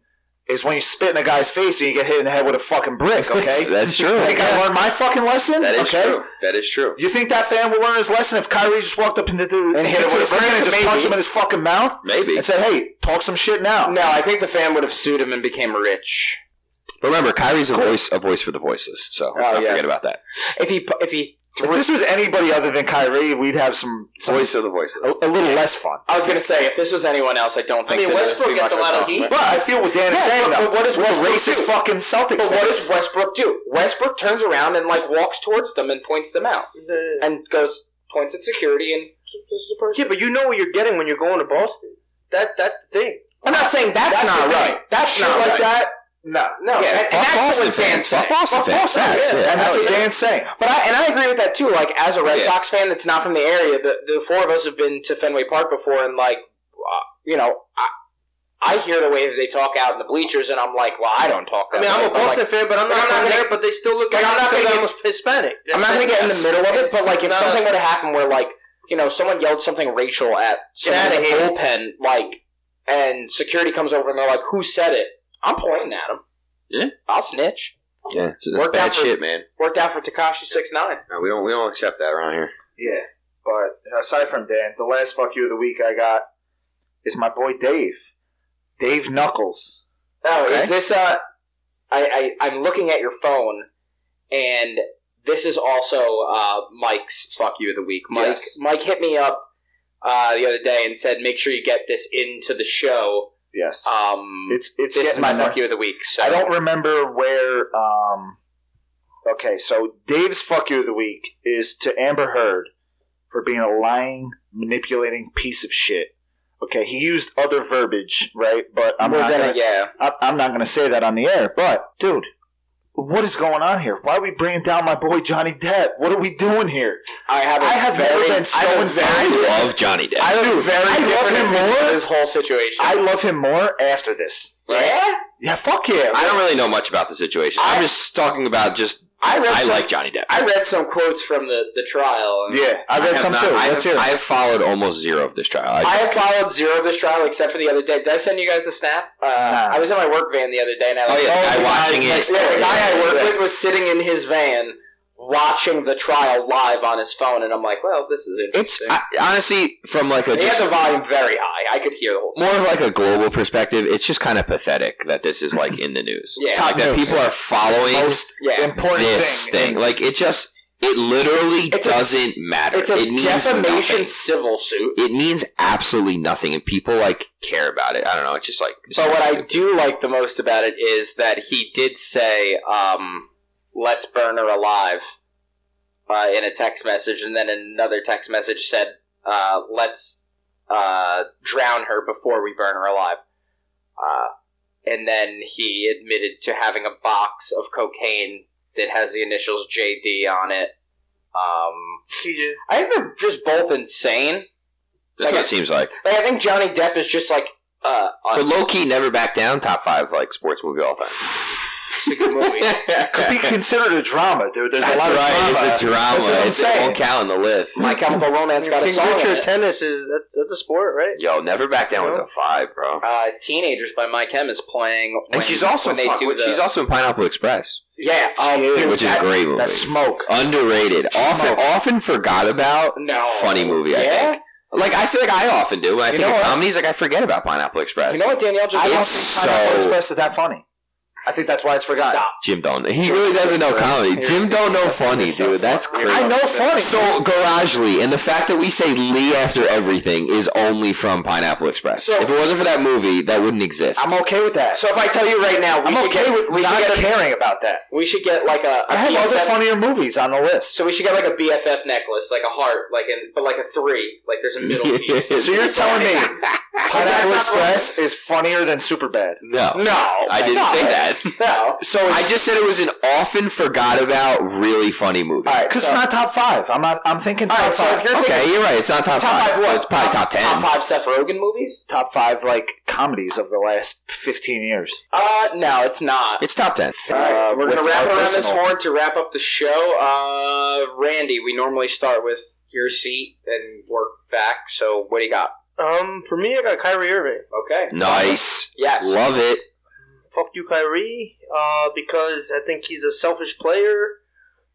S3: is when you spit in a guy's face and you get hit in the head with a fucking brick, okay? you
S2: That's true.
S3: think I learned my fucking lesson?
S2: That is
S3: okay?
S2: true. That is true.
S3: You think that fan would learn his lesson if Kyrie just walked up into the,
S1: And hit him
S3: into
S1: with
S3: the
S1: a brick?
S3: screen and just
S1: Maybe.
S3: punched him in his fucking mouth
S2: Maybe.
S3: and said, hey, talk some shit now?
S1: No, I think the fan would have sued him and became rich.
S2: But remember, Kyrie's a voice, a voice for the voiceless. So let's
S1: Oh,
S2: not
S1: yeah.
S2: forget about that.
S1: If he pu- if he
S3: If this was anybody other than Kyrie, we'd have some, some
S2: Voice of the voice.
S3: a, a little less fun.
S1: I was going to say, if this was anyone else, I don't
S4: I
S1: think
S4: mean,
S1: that there's
S4: Westbrook
S1: too
S4: gets
S1: much
S4: a lot of
S1: talk,
S4: heat.
S1: but-
S3: But I feel what Dan is
S1: Yeah,
S3: saying.
S1: but-
S3: though.
S1: but what does
S3: With the
S1: Westbrook
S3: racist
S1: do?
S3: fucking Celtics?
S1: But what
S3: fans.
S1: does Westbrook do? Westbrook turns around and like walks towards them and points them out
S4: The-
S1: and goes points at security and this is the person.
S4: yeah, but you know what you're getting when you're going to Boston. That that's the thing.
S1: I'm not saying that's,
S3: That's
S1: not
S3: the thing.
S1: right. That's
S3: shit
S1: not
S3: like
S1: right.
S3: that? No.
S1: No, and,
S2: Yeah,
S1: and
S2: fuck
S1: that's what
S2: Boston fans.
S1: say.
S2: Fuck Boston
S1: Fuck
S2: fans.
S1: Boston
S2: Facts,
S1: fans.
S2: yeah.
S3: And that's
S1: Hell
S3: what
S1: yeah.
S3: Dan's saying.
S1: But I, and I agree with that too. Like as a Red
S2: Yeah.
S1: Sox fan that's not from the area, the, the four of us have been to Fenway Park before, and like, uh, you know, I, I hear the way that they talk out in the bleachers, and I'm like, well, I don't talk. That
S4: I mean,
S1: way.
S4: I'm a
S1: But, like,
S4: Boston fan, but I'm
S1: Like, I'm not
S4: not from
S1: gonna-
S4: there. But they still look
S1: Like, I'm
S4: at me
S1: not
S4: until
S1: gonna
S4: they're
S1: get-
S4: almost Hispanic.
S1: I'm not gonna get in the middle of it, but like if
S4: It's
S1: something
S4: not-
S1: would have happened where like you know someone yelled something racial at someone
S4: outta
S1: in the
S4: here.
S1: bullpen, like, and security comes over and they're like, "Who said it?" I'm pointing at him.
S2: Yeah.
S1: I'll snitch.
S2: Yeah, it's
S1: Worked
S2: bad
S1: out for-
S2: shit, man.
S1: Worked out for Takashi six nine.
S2: No, we don't we don't accept that around here.
S3: Yeah, but aside from Dan, the last fuck you of the week I got is my boy Dave. Dave Knuckles.
S1: Oh,
S2: Okay.
S1: is this uh I, I I'm looking at your phone and this is also uh Mike's fuck you of the week. Mike
S2: Yes.
S1: Mike hit me up uh the other day and said make sure you get this into the show.
S3: Yes,
S1: Um
S3: it's it's
S1: this is
S3: getting
S1: my
S3: in there.
S1: fuck you of the week. So
S3: I don't remember where. Um, okay, so Dave's fuck you of the week is to Amber Heard for being a lying, manipulating piece of shit. Okay, he used other verbiage, right? But I'm
S1: we're
S3: not
S1: gonna,
S3: gonna
S1: yeah.
S3: I- I'm not going to say that on the air, but dude, what is going on here? Why are we bringing down my boy Johnny Depp? What are we doing here?
S1: I have a
S3: I have never
S1: very,
S3: been so
S1: I have a
S3: involved.
S1: very
S2: love Johnny Depp.
S1: I have a very
S3: I love
S1: different
S3: him
S1: opinion
S3: more.
S1: of this whole situation.
S3: I love him more after this.
S1: yeah?
S3: Yeah, fuck yeah.
S2: I don't really know much about the situation. I, am just talking about just
S1: I read
S2: I
S1: some,
S2: like Johnny Depp.
S1: I read some quotes from the, the trial. and-
S3: yeah, I've read
S2: have
S3: some
S2: not-
S3: too.
S2: I have,
S3: Let's hear it.
S2: I have followed almost zero of this trial. I,
S1: I have followed zero of this trial except for the other day. Did I send you guys the snap? Uh,
S3: Nah.
S1: I was in my work van the other day, and I
S2: oh
S1: like,
S2: yeah, the guy watching it.
S1: yeah, the guy I work
S3: Yeah.
S1: with was sitting in his van watching the trial live on his phone, and I'm like, well, this is
S2: It's
S1: interesting.
S2: I, honestly from like a
S1: And he has
S2: just,
S1: the volume very high. I could hear the whole.
S2: more of like a global perspective. It's just kind of pathetic that this is like in the news.
S1: Yeah.
S2: like that
S3: News.
S2: people are following
S3: Most
S1: Yeah,
S3: important
S2: this
S3: thing.
S2: thing. Like it just it literally
S1: It's a-
S2: doesn't matter.
S1: it's a
S2: it means
S1: defamation
S2: nothing.
S1: civil suit.
S2: It means absolutely nothing, and people like care about it. I don't know. It's just like. it's
S1: But what I
S2: stupid.
S1: do like the most about it is that he did say, um, "Let's burn her alive," uh, in a text message, and then another text message said, uh, "Let's uh, drown her before we burn her alive." Uh, and then he admitted to having a box of cocaine that has the initials JD on it. Um,
S4: Yeah.
S1: I think they're just both insane.
S2: That's what it seems like.
S1: Like I think Johnny Depp is just like uh,
S2: But
S1: a
S2: low key, never back down. Top five like sports movie all time.
S1: it's a good movie.
S3: Could be considered a drama, dude. There's
S2: That's
S3: a lot
S2: right.
S3: of drama.
S2: It's a drama.
S3: That's what I'm
S2: It's- it
S3: saying.
S2: won't count in the list.
S1: My Chemical Romance got a
S4: King
S1: song in
S4: Richard
S1: it.
S4: tennis is that's that's a sport, right?
S2: Yo, never back down was a five, bro.
S1: uh, Teenagers by Mike Hem is playing.
S2: And
S1: when-
S2: she's also
S1: when they
S2: fuck-
S1: do the-
S2: she's also in Pineapple Express,
S1: yeah. Oh,
S3: She is.
S1: dude,
S2: which is a
S1: that-
S2: great movie.
S3: That smoke.
S2: Underrated, often often forgot about.
S1: No
S2: Funny movie, I
S1: Yeah?
S2: think. Like I feel like I often do when I
S1: You
S2: think
S1: know
S2: of
S1: what?
S2: comedies. Like I forget about Pineapple Express.
S1: You know what Danielle just?
S3: I don't
S2: It's
S3: think Pineapple
S2: so-
S3: Express is that funny. I think that's why it's forgotten.
S1: Stop.
S2: Jim don't. He really doesn't know comedy. Jim don't know funny, dude. That's crazy.
S3: I know funny.
S2: So Garage Lee, and the fact that we say Lee after everything is only from Pineapple Express.
S1: So-
S2: if it wasn't for that movie, that wouldn't exist.
S3: I'm okay with that.
S1: So if I tell you right now, we
S3: I'm
S1: should
S3: okay
S1: get,
S3: with
S1: we
S3: not
S1: should get a,
S3: caring about that.
S1: we should get like a. a
S3: I have other
S1: BFF
S3: funnier movies on the list.
S1: So we should get like a BFF necklace, like a heart, like in but like a three, like there's a middle piece.
S3: So you're telling me Pineapple
S1: That's not
S3: Express is funnier than Superbad?
S2: no,
S1: no,
S2: I didn't
S1: no,
S2: say that.
S1: No,
S3: So
S2: I
S3: it's,
S2: just said it was an often forgot about, really funny movie.
S3: all right, because
S1: so-
S3: it's not top five. I'm not. I'm thinking top
S1: All right, so
S3: five.
S1: if you're
S2: okay, you're right. It's not top,
S1: top five. What?
S2: It's probably top, ten.
S1: Top five Seth Rogen movies?
S3: top five like comedies of the last 15 years. Uh,
S1: Uh, no, it's not.
S2: It's top ten.
S1: Alright, we're gonna
S3: with
S1: wrap
S3: our
S1: around this
S3: personal-
S1: horn to wrap up the show. Uh, Randy, we normally start with your seat and work back. So what do you got?
S4: Um, for me, I got Kyrie Irving.
S1: Okay.
S2: Nice,
S1: Yes.
S2: love it.
S4: Fuck you, Kyrie. Uh, because I think he's a selfish player.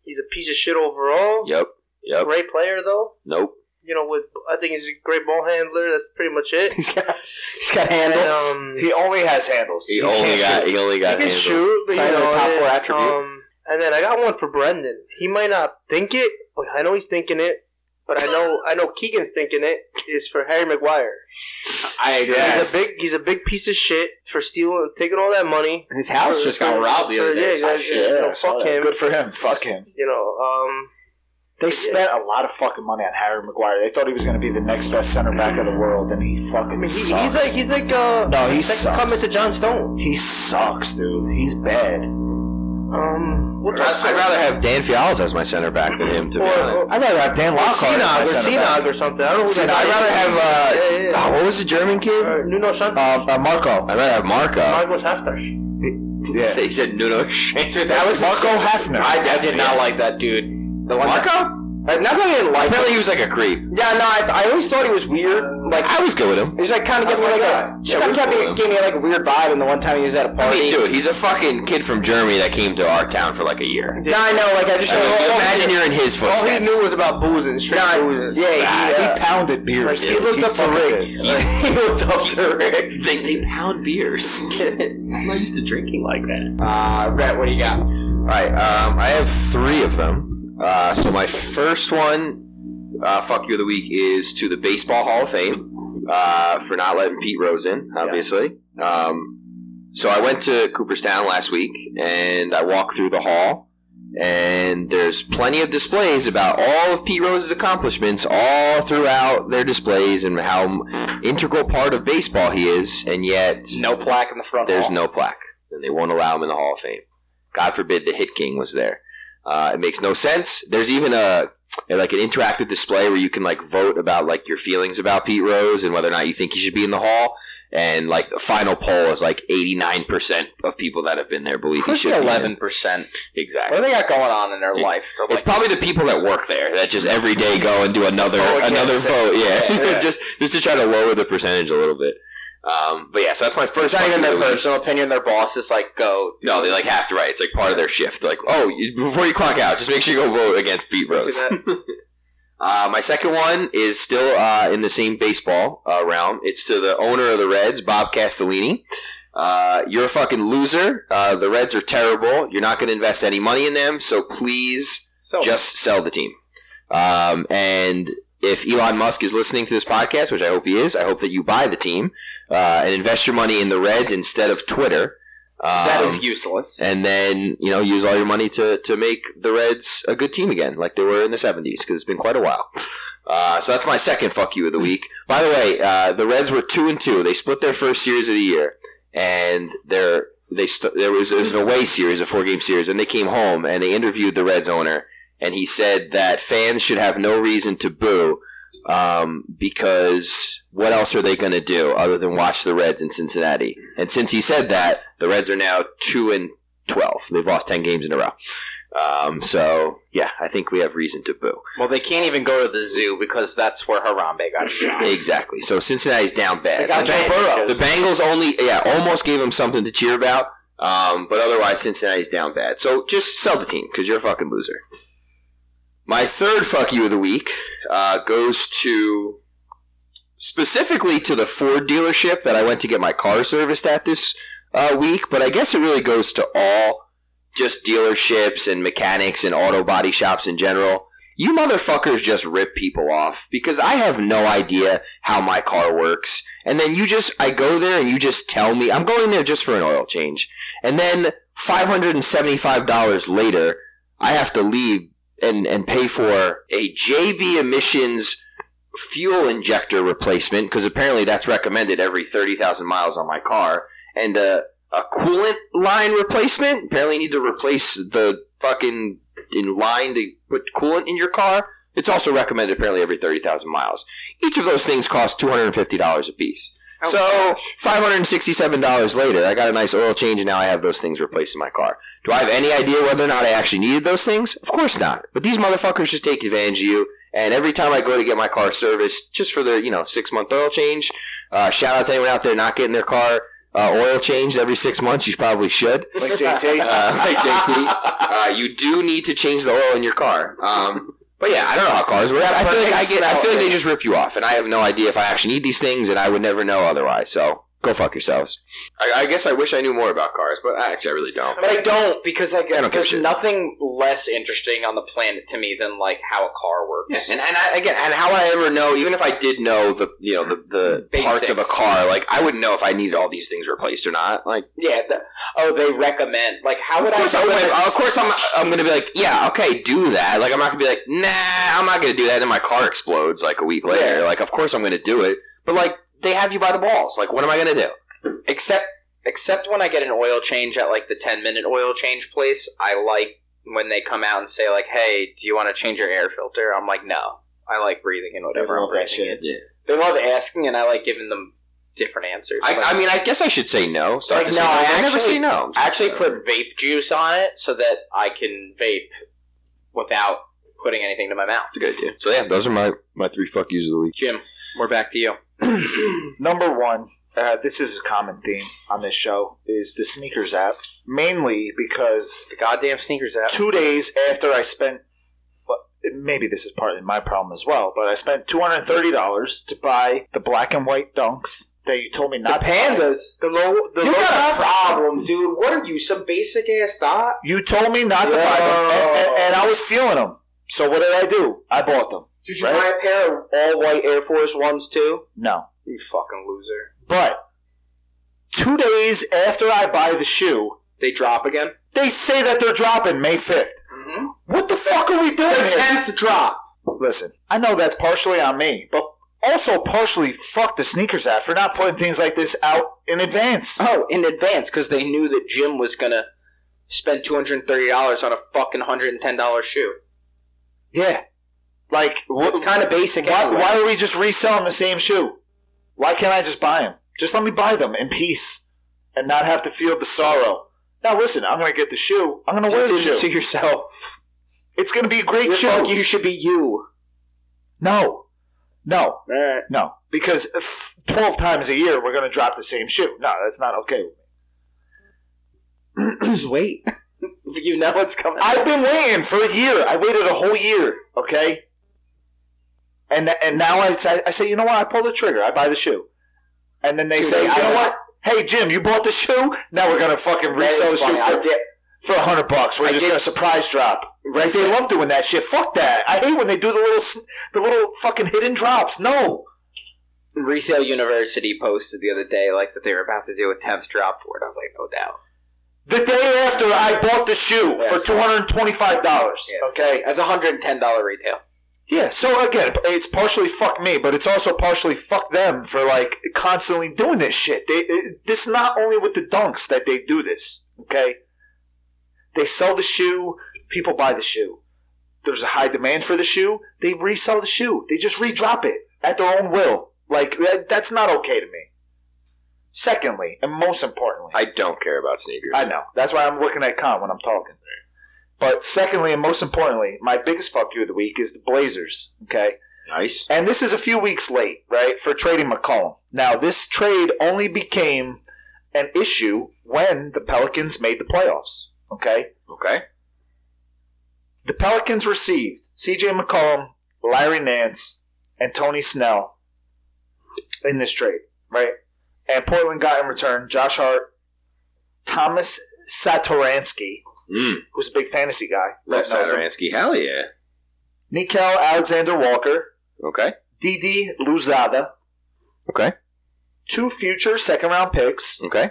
S4: He's a piece of shit overall.
S2: Yep, yep.
S4: Great player though.
S2: Nope.
S4: You know, with I think he's a great ball handler. That's pretty much it.
S3: He's got, he's got
S4: And,
S3: handles.
S4: um,
S3: he only has handles.
S2: He, only
S3: can't
S2: got.
S3: shoot.
S2: He only got.
S4: he can
S2: handles.
S4: shoot. but,
S3: Sign
S4: you
S3: of the
S4: know,
S3: top four
S4: and,
S3: attribute.
S4: Um, and then I got one for Brendan. He might not think it, Wait, I know he's thinking it, but I know I know Keegan's thinking it is for Harry Maguire.
S1: I agree.
S2: Yes.
S4: He's a big he's a big piece of shit for stealing, taking all that money.
S1: His house just got
S4: For-
S1: robbed the
S4: for-
S1: other
S4: yeah,
S1: day. so
S4: yeah,
S1: shit.
S4: yeah.
S3: I saw
S4: fuck
S3: that.
S4: him.
S3: uh, Good for him. Fuck him.
S4: You know, um,
S3: They spent a lot of fucking money on Harry Maguire. They thought he was going to be the next best center back of the world, and he fucking
S4: I mean, he,
S3: sucks.
S4: he's like he's like uh,
S3: No, he
S4: he's like
S3: sucks.
S4: coming to John Stone.
S3: he sucks, dude. He's bad.
S4: Um, what
S2: I'd, I'd rather have Dan Fiales as my center back than him, to be
S4: Or-
S2: honest.
S3: I'd rather have Dan
S4: or
S3: Lockhart. as my
S4: Senog or
S3: center back.
S4: Senog or something. I don't know. who
S2: I'd
S4: that is.
S2: rather have. Uh,
S4: yeah, yeah, yeah.
S2: oh, what was the German kid?
S4: Or Nuno Santos.
S3: Uh, uh, Marco.
S2: I'd rather have Marco.
S4: Marcos Heftas.
S3: Yeah.
S2: He said Nuno Schneider.
S3: That was Marco Hefner.
S1: I, I did not like that dude. The one
S2: Marco?
S1: That, Uh, not that I didn't like
S2: Apparently,
S1: him.
S2: he was like a creep.
S1: Yeah, no, I, I always thought he was weird. Like,
S2: I was good with him.
S1: he's like kind of gave
S4: Oh
S1: me like a,
S2: Yeah,
S1: kind
S2: we
S1: of kept
S2: fooled him.
S1: me, gave me like a weird vibe. And the one time he was at a
S2: I
S1: party,
S2: mean, dude, he's a fucking kid from Germany that came to our town for like a year.
S1: No, I know. Like, I just
S2: I mean,
S1: all- all-
S2: imagine you're in his footsteps.
S4: All he knew was about boozing, straight
S1: Nah,
S4: boozing.
S1: yeah, he-
S3: Yeah, he pounded beers.
S4: Like, he
S3: dude.
S4: looked up to
S3: fucking
S4: Rick.
S3: did.
S2: He looked up to Rick. They, they pound beers. I'm not used to drinking like that.
S1: Uh, Brett, what do you got?
S2: All right, um, I have three of them. Uh, so my first one, uh, fuck you of the week, is to the Baseball Hall of Fame uh, for not letting Pete Rose in, obviously. Um, so I went to Cooperstown last week and I walked through the hall. And there's plenty of displays about all of Pete Rose's accomplishments all throughout their displays and how integral part of baseball he is. And yet,
S1: No plaque in the front.
S2: there's
S1: hall.
S2: no plaque, and they won't allow him in the Hall of Fame. God forbid the Hit King was there. Uh, it makes no sense. There's even a like an interactive display where you can like vote about like your feelings about Pete Rose and whether or not you think he should be in the Hall. And like the final poll is like 89% of people that have been there believe he should. be in.
S1: eleven percent. What
S2: exactly.
S1: do they got going on in their
S2: Yeah.
S1: life? They're like,
S2: It's probably the people that work there that just every day go and do another
S1: Vote against
S2: another
S1: it.
S2: vote. Yeah,
S1: Yeah.
S2: just just to try to lower the percentage a little bit. Um, but yeah, so that's my
S1: it's
S2: first.
S1: not even their
S2: fucking week.
S1: personal opinion. Their boss is like, go.
S2: No, they like have to write. It's like part of their shift. Like, oh, you, before you clock out, just make sure you go vote against Pete Rose.
S4: See that?
S2: Uh, my second one is still uh, in the same baseball uh, realm. It's to the owner of the Reds, Bob Castellini. Uh, you're a fucking loser. Uh, the Reds are terrible. You're not going to invest any money in them. So please
S1: So
S2: just sell the team. Um, and if Elon Musk is listening to this podcast, which I hope he is, I hope that you buy the team uh, and invest your money in the Reds instead of Twitter. Um,
S1: that is useless.
S2: and then you know use all your money to to make the Reds a good team again, like they were in the '70s, because it's been quite a while. Uh, so that's my second fuck you of the week. By the way, uh, the Reds were two and two. They split their first series of the year, and their they st- there was there was an away series, a four game series, and they came home and they interviewed the Reds owner, and he said that fans should have no reason to boo. Um, because what else are they going to do other than watch the Reds in Cincinnati? And since he said that, the Reds are now two and 12. They've lost 10 games in a row. Um, so, yeah, I think we have reason to boo.
S1: well, they can't even go to the zoo because that's where Harambe got shot.
S2: Exactly. So Cincinnati's down
S1: They
S2: bad.
S1: got Joe Burrow.
S2: The Bengals only, yeah, almost gave them something to cheer about. Um, but otherwise, Cincinnati's down bad. So just sell the team because you're a fucking loser. My third fuck you of the week uh, goes to specifically to the Ford dealership that I went to get my car serviced at this uh, week, but I guess it really goes to all just dealerships and mechanics and auto body shops in general. You motherfuckers just rip people off because I have no idea how my car works. And then you just, I go there and you just tell me, I'm going there just for an oil change. And then $575 later, I have to leave and, and pay for a JB emissions fuel injector replacement because apparently that's recommended every 30,000 miles on my car. And, uh, a coolant line replacement. Apparently, you need to replace the fucking in line to put coolant in your car. It's also recommended apparently every thirty thousand miles. Each of those things cost two hundred and fifty dollars a piece.
S1: Oh,
S2: so five hundred and sixty-seven dollars later, I got a nice oil change, and now I have those things replaced in my car. Do I have any idea whether or not I actually needed those things? Of course not. But these motherfuckers just take advantage of you. And every time I go to get my car serviced, just for the you know six-month oil change, uh, shout out to anyone out there not getting their car uh, oil changed every six months. You probably should.
S3: Like JT.
S2: Uh, like JT, uh, you do need to change the oil in your car. Um, but yeah, I don't know how cars work. I feel like I get. I feel like they just rip you off, and I have no idea if I actually need these things, and I would never know otherwise. So Go fuck yourselves. I, I guess I wish I knew more about cars, but I actually I really don't.
S1: But I don't because like
S2: I don't give a
S1: there's
S2: shit.
S1: nothing less interesting on the planet to me than like how a car
S2: Yeah,
S1: works.
S2: and, and I, again, and how would I ever know? Even if I did know the you know the, the parts of a
S1: Basics.
S2: car, like I wouldn't know if I needed all these things replaced or not. Like,
S1: yeah. The, oh, they recommend like how
S2: of
S1: would
S2: course,
S1: I?
S2: I
S1: know
S2: would,
S1: that-
S2: of course, I'm I'm gonna be like, yeah, okay, do that. Like, I'm not gonna be like, nah, I'm not gonna do that. And my car explodes like a week later.
S1: Yeah.
S2: Like, of course, I'm gonna do it. But like, they have you by the balls. Like, what am I gonna do?
S1: except except when I get an oil change at like the ten minute oil change place, I like when they come out and say like, "Hey, do you want to change your air filter?" I'm like, "No, I like breathing in whatever I'm
S3: love that
S1: breathing in."
S3: shit.
S2: Yeah.
S1: They love asking, and I like giving them different answers.
S2: I,
S1: Like,
S2: I mean, I guess I should say no. Start
S1: Like,
S2: to say
S1: no, I
S2: but never
S1: actually-
S2: say no.
S1: I actually put vape juice on it so that I can vape without putting anything to my mouth.
S2: It's a good idea. So yeah, those are my my three fuck yous of the week.
S1: Jim, we're back to you.
S3: Number one, uh, this is a common theme on this show, is the sneakers app. Mainly because
S1: The goddamn sneakers app.
S3: two days after I spent, well, maybe this is partly my problem as well, but I spent two hundred thirty dollars to buy the black and white Dunks that you told me not to buy.
S1: The low. The
S3: You got a
S1: problem, dude. What are you, some basic ass dot?
S3: You told me not to buy them, and, and- and I was feeling them. So what did I do? I bought them.
S1: Did
S3: you buy
S1: a pair of all white Air Force Ones too?
S3: No,
S1: You fucking loser.
S3: but two days after I buy the shoe,
S1: They drop again.
S3: they say that they're dropping May fifth.
S1: Mm-hmm.
S3: What the fuck are we doing here?
S1: tenth drop.
S3: Listen, I know that's partially on me, but also partially fuck the sneakers app for not putting things like this out in advance.
S1: Oh, in advance because they knew that Jim was gonna spend two hundred and thirty dollars on a fucking hundred and ten dollar shoe.
S3: Yeah, like what,
S1: It's kind of basic.
S3: why,
S1: anyway.
S3: why are we just reselling the same shoe? Why can't I just buy them? Just let me buy them in peace and not have to feel the sorrow. Now listen, I'm gonna get the shoe. I'm gonna wear
S1: You
S3: the
S1: did it to
S3: shoe.
S1: yourself.
S3: It's gonna be a great
S1: Your
S3: shoe.
S1: fuck you should be you.
S3: No, no,
S1: Alright.
S3: no. Because if twelve times a year we're gonna drop the same shoe. No, that's not okay.
S1: Just wait. you know it's coming.
S3: I've been waiting for a year. I waited a whole year. Okay. And and now I say, I say, you know what? I pull the trigger. I buy the shoe. And then they
S1: Dude,
S3: say,
S1: I
S3: you know
S1: got-
S3: what? Hey Jim, you bought the shoe. Now we're gonna fucking
S1: That is
S3: resell the
S1: funny.
S3: shoe for
S1: I did-
S3: for a hundred bucks.
S1: I
S3: We're just
S1: did-
S3: gonna surprise drop. Right? They love doing that shit. Fuck that. I hate when they do the little s- the little fucking hidden drops. No.
S1: Resale University posted the other day like that they were about to do a tenth drop for it. I was like, no doubt.
S3: The day after I bought the shoe
S1: Yeah.
S3: for two hundred and twenty five dollars.
S1: Yeah. Okay, that's hundred and ten dollar retail.
S3: Yeah, so again, it's partially fuck me, but it's also partially fuck them for like constantly doing this shit. They it, this not only with the dunks that they do this, okay? They sell the shoe, people buy the shoe. There's a high demand for the shoe, they resell the shoe. They just redrop it at their own will. Like that, that's not okay to me. Secondly, and most importantly,
S2: I don't care about sneakers.
S3: I know. That's why I'm looking at Con when I'm talking. But secondly, and most importantly, my biggest fuck you of the week is the Blazers. Okay,
S2: nice.
S3: and this is a few weeks late, right, for trading McCollum. Now, this trade only became an issue when the Pelicans made the playoffs. Okay?
S2: Okay.
S3: The Pelicans received CJ McCollum, Larry Nance, and Tony Snell in this trade, right? And Portland got in return Josh Hart, Thomas Satoransky,
S2: Mm.
S3: who's a big fantasy guy.
S2: Love
S3: That knows him.
S2: Saturansky. Hell yeah.
S3: Nikel Alexander Walker,
S2: Okay.
S3: Didi Luzada,
S2: Okay.
S3: two future second round picks,
S2: Okay.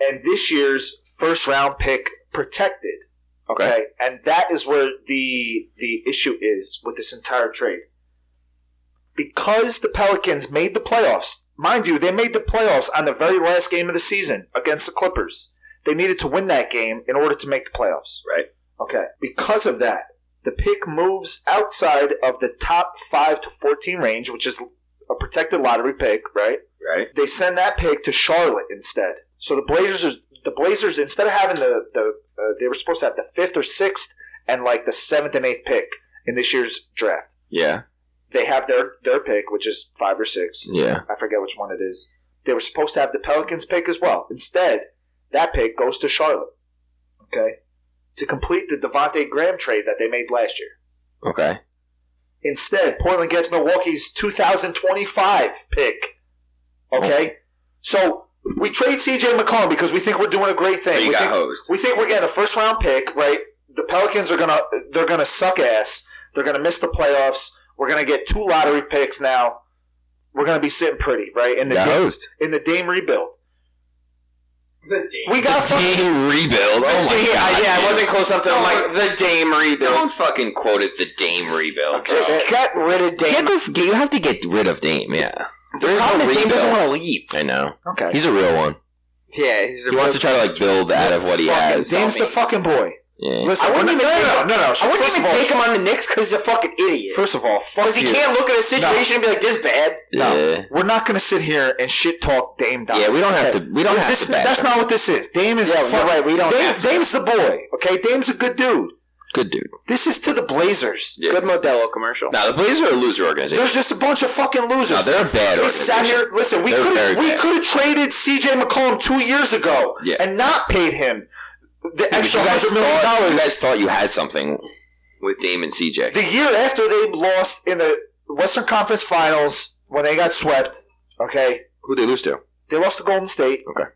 S3: and this year's first round pick protected. Okay. And that is where the the issue is with this entire trade. Because the Pelicans made the playoffs, mind you, they made the playoffs on the very last game of the season against the Clippers. They needed to win that game in order to make the playoffs.
S2: Right.
S3: Okay. Because of that, the pick moves outside of the top 5 to 14 range, which is a protected lottery pick, right?
S2: Right.
S3: they send that pick to Charlotte instead. So the Blazers, the Blazers, instead of having the the uh, they were supposed to have the fifth or sixth and like the seventh and eighth pick in this year's draft.
S2: Yeah.
S3: They have their their pick, which is five or six.
S2: Yeah.
S3: I forget which one it is. They were supposed to have the Pelicans pick as well. Instead, that pick goes to Charlotte. Okay, to complete the Devonte Graham trade that they made last year.
S2: Okay.
S3: Instead, Portland gets Milwaukee's 2025 pick. Okay? So we trade CJ McCollum because we think we're doing a great thing.
S2: So you
S3: we,
S2: got
S3: think,
S2: hosed.
S3: we think we're getting a first round pick, right? The Pelicans are gonna they're gonna suck ass. They're gonna miss the playoffs. We're gonna get two lottery picks now. We're gonna be sitting pretty, right? In the
S2: got
S3: Dame,
S2: hosed.
S3: in the Dame rebuild,
S4: The Dame.
S3: we got fucking
S2: Dame rebuild. Oh my
S3: Dame-
S2: god.
S1: yeah, I wasn't close enough to. I'm like the Dame
S2: Don't
S1: rebuild.
S2: fucking quote it. The Dame rebuild.
S3: Okay.
S2: bro.
S1: Get rid of Dame.
S2: Get the, f- you have to get rid of Dame. Yeah.
S1: The
S2: There's
S1: problem
S2: no
S1: is Dame doesn't
S2: rebuild.
S1: want to leave.
S2: I know.
S3: okay.
S2: He's a real one.
S1: Yeah, he's a
S2: He wants to try to like build out of what he
S3: Fucking
S2: has.
S3: Dame's the fucking boy.
S2: Yeah.
S3: Listen,
S1: I wouldn't
S3: we're not-
S1: even
S3: no, no,
S1: take
S3: no, no, no.
S1: I wouldn't
S3: First
S1: even
S3: of all,
S1: take him on the Knicks because he's a fucking idiot.
S3: First of all, fuck
S1: Because he
S3: you.
S1: can't look at a situation and be like, this is bad.
S2: Yeah.
S3: We're not going to sit here and shit talk Dame. Donovan.
S2: Yeah, we don't have to- we don't have
S3: this,
S2: to bash
S3: That's
S2: him.
S3: not what this is. Dame is
S1: Yeah,
S3: a fuck-
S1: you're right, we don't
S3: Dame,
S1: have to.
S3: Dame's the boy. Okay, Dame's a good dude.
S2: Good dude.
S3: This is to the Blazers.
S2: Yeah.
S1: Good Modelo commercial.
S2: Now the Blazers are a loser organization.
S3: They're just a bunch of fucking
S2: No,
S3: losers.
S2: they're a bad
S3: we sat
S2: organization.
S3: here. Listen, we
S2: They're very
S3: could we
S2: bad.
S3: could have traded C.J. McCollum two years ago
S2: Yeah.
S3: and not paid him the
S2: But
S3: extra
S2: you guys
S3: hundred million
S2: thought-
S3: dollars
S2: You guys thought you had something with Dame and CJ.
S3: the year after they lost in the Western Conference Finals when they got swept. Okay,
S2: Who they lose to?
S3: They lost to Golden State.
S2: Okay.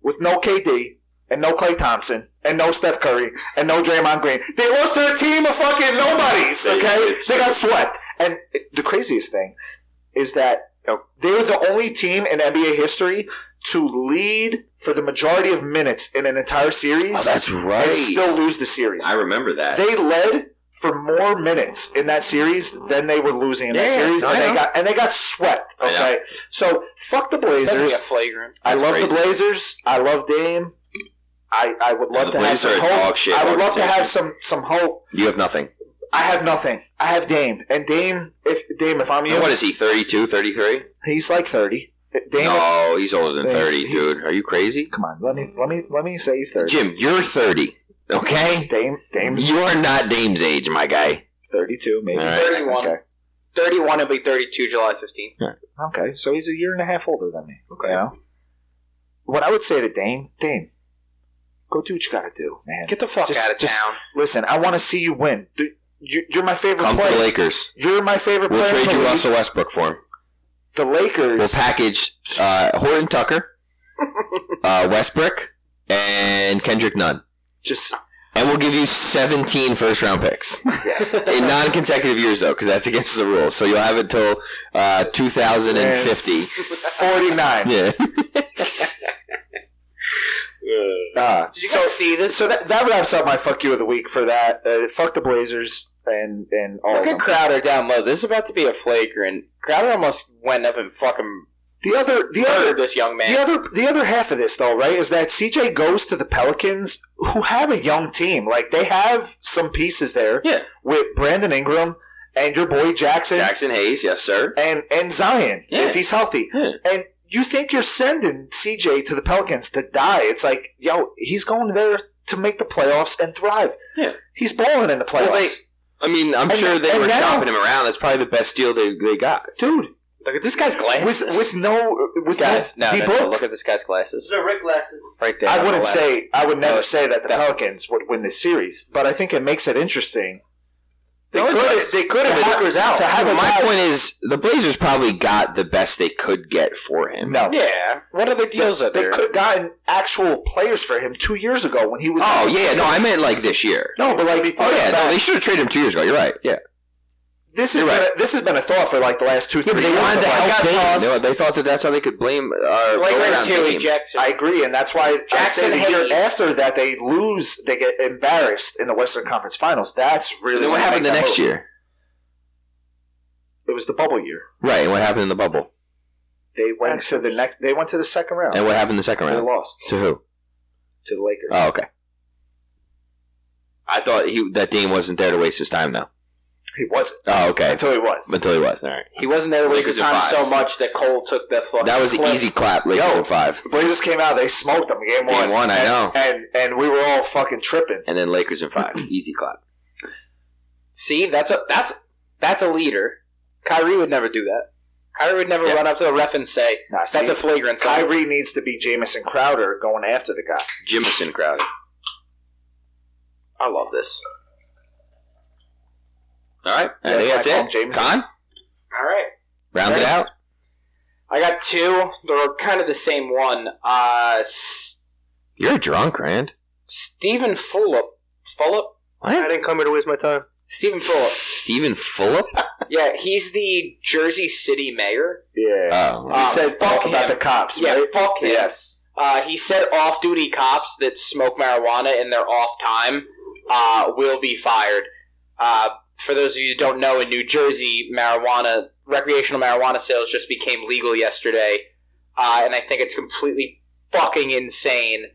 S3: With no KD and no Clay Thompson and no Steph Curry and no Draymond Green. They lost to a team of fucking nobodies,
S2: They-
S3: okay?
S2: it's
S3: They
S2: true.
S3: got swept. And the craziest thing is that they were the only team in NBA history to lead for the majority of minutes in an entire series
S2: Oh, right.
S3: and still lose the series.
S2: I remember that.
S3: They led for more minutes in that series than they were losing in that
S2: Yeah,
S3: series,
S2: I
S3: and they
S2: know.
S3: got and they got swept.
S2: I know.
S3: Okay, so fuck the Blazers.
S1: flagrant.
S3: I
S2: That's
S3: love the
S2: crazy.
S3: Blazers. I love Dame. I, I would love
S2: the
S3: to
S2: Blazers are
S3: have
S2: a
S3: some hope.
S2: dog shit
S3: I would love to
S2: organization.
S3: have some some hope.
S2: you have nothing.
S3: I have nothing. I have Dame, and Dame. If Dame, if I'm you,
S2: And what is he, 32, 33?
S3: he's like thirty. Dame,
S2: No, he's older than
S3: He's-
S2: 30,
S3: he's-
S2: dude. Are you crazy?
S3: come on. Let me let me let me say he's thirty.
S2: Jim, you're 30, okay?
S3: Dame Dame's
S2: You're not Dame's age, my guy.
S3: thirty-two, maybe
S2: All right.
S1: 31.
S3: Okay.
S1: 31 will be 32 July 15th.
S3: Okay, so he's a year and a half older than me.
S1: Okay.
S3: You know? What I would say to Dame, Dame, go do what you gotta do, man.
S1: Get the fuck
S3: Just-
S1: out of
S3: just-
S1: town.
S3: Listen, I want to see you win. Dude, you- You're my favorite
S2: Come to
S3: player.
S2: the Lakers.
S3: You're my favorite
S2: We'll
S3: player. in
S2: trade
S3: the
S2: you
S3: league.
S2: Russell Westbrook for him.
S3: The Lakers.
S2: We'll package uh, Horton Tucker, uh, Westbrook, and Kendrick Nunn.
S3: just
S2: And we'll give you 17 first round picks. In non consecutive years, though, because that's against the rules. So you'll have it till uh, 2050.
S3: 49.
S2: Yeah.
S3: Ah,
S1: Did you
S3: so
S1: guys see this?
S3: so that, that wraps up my fuck you of the week for that. Uh, fuck the Blazers and and all.
S1: Look
S3: of
S1: at
S3: them.
S1: Crowder down low. This is about to be a flagrant. Crowder almost went up and fucking
S3: The other the
S1: murdered
S3: other
S1: this young man.
S3: the other the other half of this though, right, is that CJ goes to the Pelicans, who have a young team. Like they have some pieces there.
S2: Yeah.
S3: With Brandon Ingram and your boy Jackson,
S2: Jackson Hayes, yes, sir.
S3: and and Zion
S2: Yeah.
S3: if he's healthy.
S2: Yeah.
S3: And you think you're sending CJ to the Pelicans to die? It's like yo, he's going there to make the playoffs and thrive.
S2: Yeah.
S3: He's balling in the playoffs.
S2: Well, they- I mean, I'm
S3: And-
S2: sure they
S3: and
S2: were
S3: now-
S2: shopping him around. That's probably the best deal they, they got.
S3: dude.
S1: Look at this guy's
S3: With
S1: glasses.
S3: with no with
S1: guys, no,
S3: no,
S1: no,
S3: D
S1: no,
S3: book.
S1: look at this guy's
S4: This
S1: glasses.
S4: is a Rick glasses.
S1: Right there.
S3: I
S1: on
S3: wouldn't
S1: the left.
S3: say I would never
S1: No,
S3: say that the
S1: that-
S3: Pelicans would win this series, but I think it makes it interesting.
S1: They
S3: No, it
S1: could.
S3: does.
S1: They could
S3: To
S1: have.
S3: have-
S1: Booker's out.
S3: to have
S2: But
S3: a
S2: my
S3: guy-
S2: point is, the Blazers probably got the best they could get for him.
S3: No,
S1: yeah. What other deals are
S3: they
S1: there?
S3: could have gotten actual players for him two years ago when he was.
S2: Oh yeah, no, I meant like this year.
S3: no, but like
S2: Oh yeah, no, they should have traded him two years ago. You're right. Yeah,
S3: this has
S2: You're
S3: been a, this has been a thought for like the last two three
S2: they
S3: years.
S2: wanted
S3: of,
S2: to
S3: like,
S2: help
S3: got
S2: Dame.
S3: tossed.
S2: They, they thought that that's how they could blame. Uh,
S1: like
S2: go
S1: right
S2: around
S1: until he
S2: Dame.
S1: ejects him.
S3: I agree, and that's why Jackson
S1: Jackson
S3: the year
S1: Hayes.
S3: after that they lose, they get embarrassed in the Western Conference Finals. That's really
S2: Then what happened the
S3: made that
S2: next
S3: move.
S2: year?
S3: It was the bubble year.
S2: Right, and what happened in the bubble?
S3: They went
S4: That's
S3: to the next. They went to the second round.
S2: And what happened in the second
S3: Oh. they
S2: round?
S3: lost
S2: To who?
S3: to the Lakers.
S2: Oh, okay. I thought he that Dame wasn't there to waste his time though.
S3: he wasn't
S2: Oh, okay.
S3: until he was.
S2: Until he was. All right.
S1: he wasn't there to waste
S2: Lakers
S1: his
S2: in
S1: time
S2: five.
S1: so much that Cole took the fucking.
S2: That was an
S1: clip.
S2: easy clap. Lakers in five.
S3: The Blazers came out. They smoked them game,
S2: Game one, I
S3: and,
S2: know.
S3: And and we were all fucking tripping.
S2: and then Lakers in five. Easy clap.
S1: See, that's a that's that's a leader. Kyrie would never do that. Kyrie would never
S2: Yeah.
S1: run up to the ref and say
S3: Nah, see,
S1: that's a flagrant. So
S3: Kyrie needs to be Jamison Crowder going after the guy.
S2: Jimison crowd.
S1: I love this.
S2: All right. I
S3: Yeah,
S2: think
S3: I
S2: that's
S3: call him
S2: it.
S3: Jameson.
S2: Con,
S1: All right.
S2: round it out.
S1: I got two. They're kind of the same one. Uh, S-
S2: You're drunk, Rand.
S1: Stephen Fulop. Fulop?
S4: I didn't come here to waste my time.
S1: Stephen Fulop.
S2: Stephen Fulop?
S1: Yeah, he's the Jersey City mayor.
S3: Yeah.
S2: Oh.
S1: Uh,
S3: he said
S1: fuck
S3: fuck um, about
S1: him.
S3: the cops,
S1: yeah,
S3: right?
S1: fuck him.
S3: Yes.
S1: Uh, he said off duty cops that smoke marijuana in their off time uh, will be fired. Uh, for those of you who don't know, in New Jersey, marijuana, recreational marijuana sales just became legal yesterday. Uh, and I think it's completely fucking insane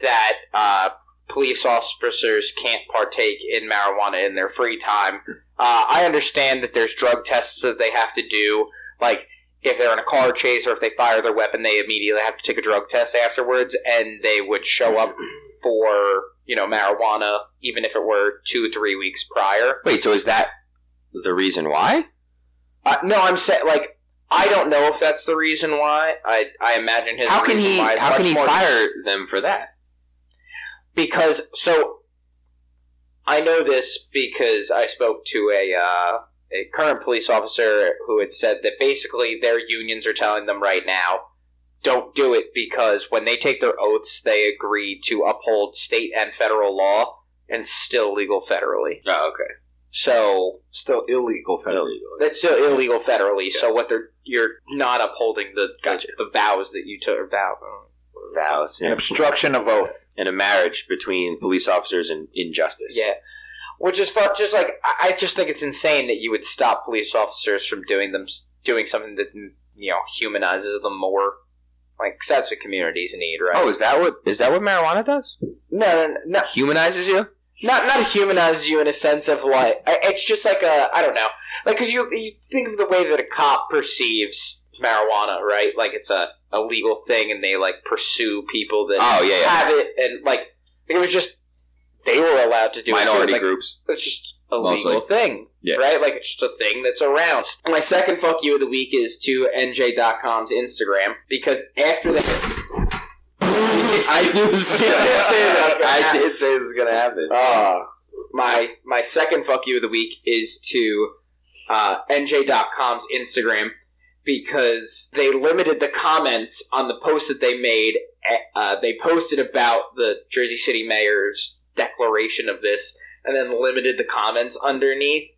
S1: that uh, police officers can't partake in marijuana in their free time. Uh, I understand that there's drug tests that they have to do. Like, if they're in a car chase or if they fire their weapon, they immediately have to take a drug test afterwards, and they would show up for you know marijuana, even if it were two or three weeks prior.
S2: Wait, so is that the reason why?
S1: Uh, no, I'm saying like I don't know if that's the reason why. I I imagine his
S2: How can
S1: reason
S2: he
S1: why is
S2: how
S1: much
S2: can he
S1: more-
S2: fire them for that?
S1: because so I know this because I spoke to a uh, a current police officer who had said that basically their unions are telling them right now don't do it because when they take their oaths they agree to uphold state and federal law and it's still legal federally.
S2: Oh, okay.
S1: So
S3: Still illegal federally.
S1: that's still illegal federally. So what they're you're not upholding the
S2: Gotcha.
S1: the vows that you took or vow.
S2: Vows.
S3: An
S2: Yeah.
S3: obstruction of oath.
S2: And a marriage between police officers and injustice.
S1: Yeah. Which is fu- just like I I just think it's insane that you would stop police officers from doing them doing something that mm, you know humanizes them more. Like 'cause that's what communities need, right?
S2: Oh, is that what is that what marijuana does?
S1: no, no, no,
S2: Humanizes you?
S1: not not humanizes you in a sense of like I- it's just like a I don't know, like because you you think of the way that a cop perceives marijuana, right? Like it's a a legal thing, and they like pursue people that
S2: Oh yeah, yeah.
S1: have it, and like it was just they were allowed to do it, so,
S2: Minority
S1: like,
S2: groups.
S1: it's just a
S2: Mostly.
S1: legal thing,
S2: Yeah.
S1: right? Like it's just a thing that's around. My second fuck you of the week is to NJ.com's Instagram because after that, I
S2: did
S1: say that was gonna happen.
S2: did say this was gonna happen.
S1: uh, my my second fuck you of the week is to uh, NJ.com's Instagram because they limited the comments on the post that they made. Uh, they posted about the Jersey City mayor's declaration of this, and then limited the comments underneath.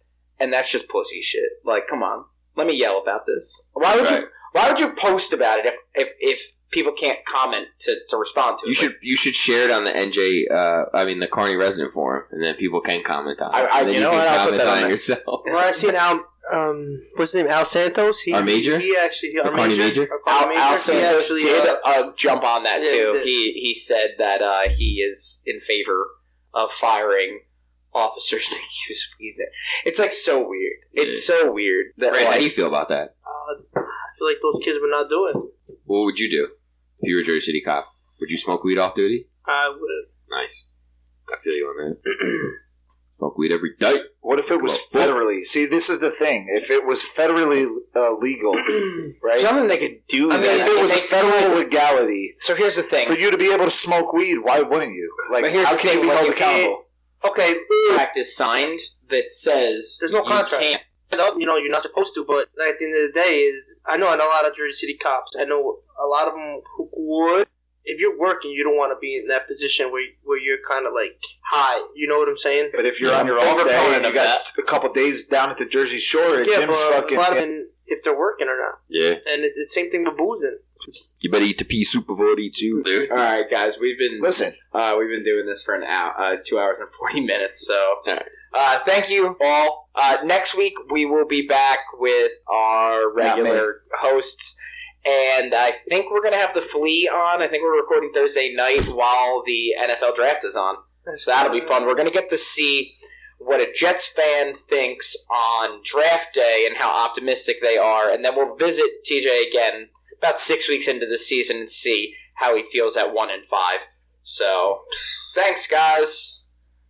S1: And that's just pussy shit. Like, come on, let me yell about this. Why would
S2: Right.
S1: you? Why would you post about it if if, if people can't comment to, to respond to it?
S2: You should you should share it on the NJ. Uh, I mean the Carney Resident forum, and then people can comment on it.
S1: I- I-
S2: and then
S1: you know
S2: can
S1: what, I'll put
S2: comment
S1: that on
S2: on it
S1: there.
S2: yourself.
S4: Well, I seen Al. Um, what's his name? Al Santos. He,
S2: Our major?
S4: He, actually. He, our
S2: Carney
S4: major.
S2: major?
S4: Our
S1: Al,
S4: major,
S1: Al
S4: he
S1: Santos
S4: actually,
S1: did
S4: uh,
S1: uh, jump on that
S4: yeah, he
S1: too.
S4: did.
S1: He he said that uh, he is in favor of firing officers that use weed. There, it's like so weird. It's so weird that
S2: Brad, how
S1: like,
S2: do you feel about that?
S4: uh, I feel like those kids would not do it.
S2: What would you do if you were a Jersey City cop? Would you smoke weed off duty?
S4: I would.
S2: Nice. I feel you on that. smoke weed every day.
S3: What if it was
S2: Well,
S3: federally? See, this is the thing. If it was federally uh, legal, right?
S1: something they could do.
S3: I mean,
S1: that-
S3: if it was a
S1: they-
S3: federal legality
S1: so here's the thing.
S3: for you to be able to smoke weed, why wouldn't you? Like,
S1: But here's
S3: how
S1: the
S3: can
S1: thing,
S3: you be
S1: when
S3: held
S1: you can't-
S3: accountable?
S4: Okay.
S1: Contract is signed that says
S4: There's no
S1: you
S4: contract.
S1: can't-
S4: You know, you're not supposed to, but at the end of the day, is I know I know a lot of Jersey City cops. I know a lot of them who would. If you're working, you don't want to be in that position where where you're kind of like high. You know what I'm saying?
S3: But if you're
S1: Yeah,
S3: on your
S1: I'm
S3: off day
S1: overconfident
S3: and you
S1: of
S3: got a couple days down at the Jersey Shore, yeah, Jim's
S4: but
S3: fucking.
S4: a lot of them, if they're working or not,
S2: Yeah.
S4: and it's the same thing with boozing.
S2: You better eat the pea soup before it eats you, dude.
S1: All right, guys, we've been
S3: Listen,
S1: Uh, we've been doing this for an hour, uh, two hours and forty minutes. So,
S2: Alright.
S1: uh, thank you all. Uh, next week we will be back with our regular hosts, and I think we're gonna have the flea on. I think we're recording Thursday night while the NFL draft is on, so that'll be fun. We're gonna get to see what a Jets fan thinks on draft day and how optimistic they are, and then we'll visit TJ again about six weeks into the season and see how he feels at one and five. So, thanks, guys.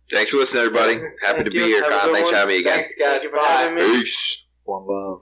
S2: Thanks for listening, everybody. Happy
S4: Thank
S2: to be
S4: you.
S2: here,
S4: Have a
S2: Con.
S4: good
S2: Thanks for
S4: one.
S2: having me again.
S1: Thanks, guys.
S4: Thank you for
S1: Bye.
S4: having me.
S2: Peace.
S3: one love.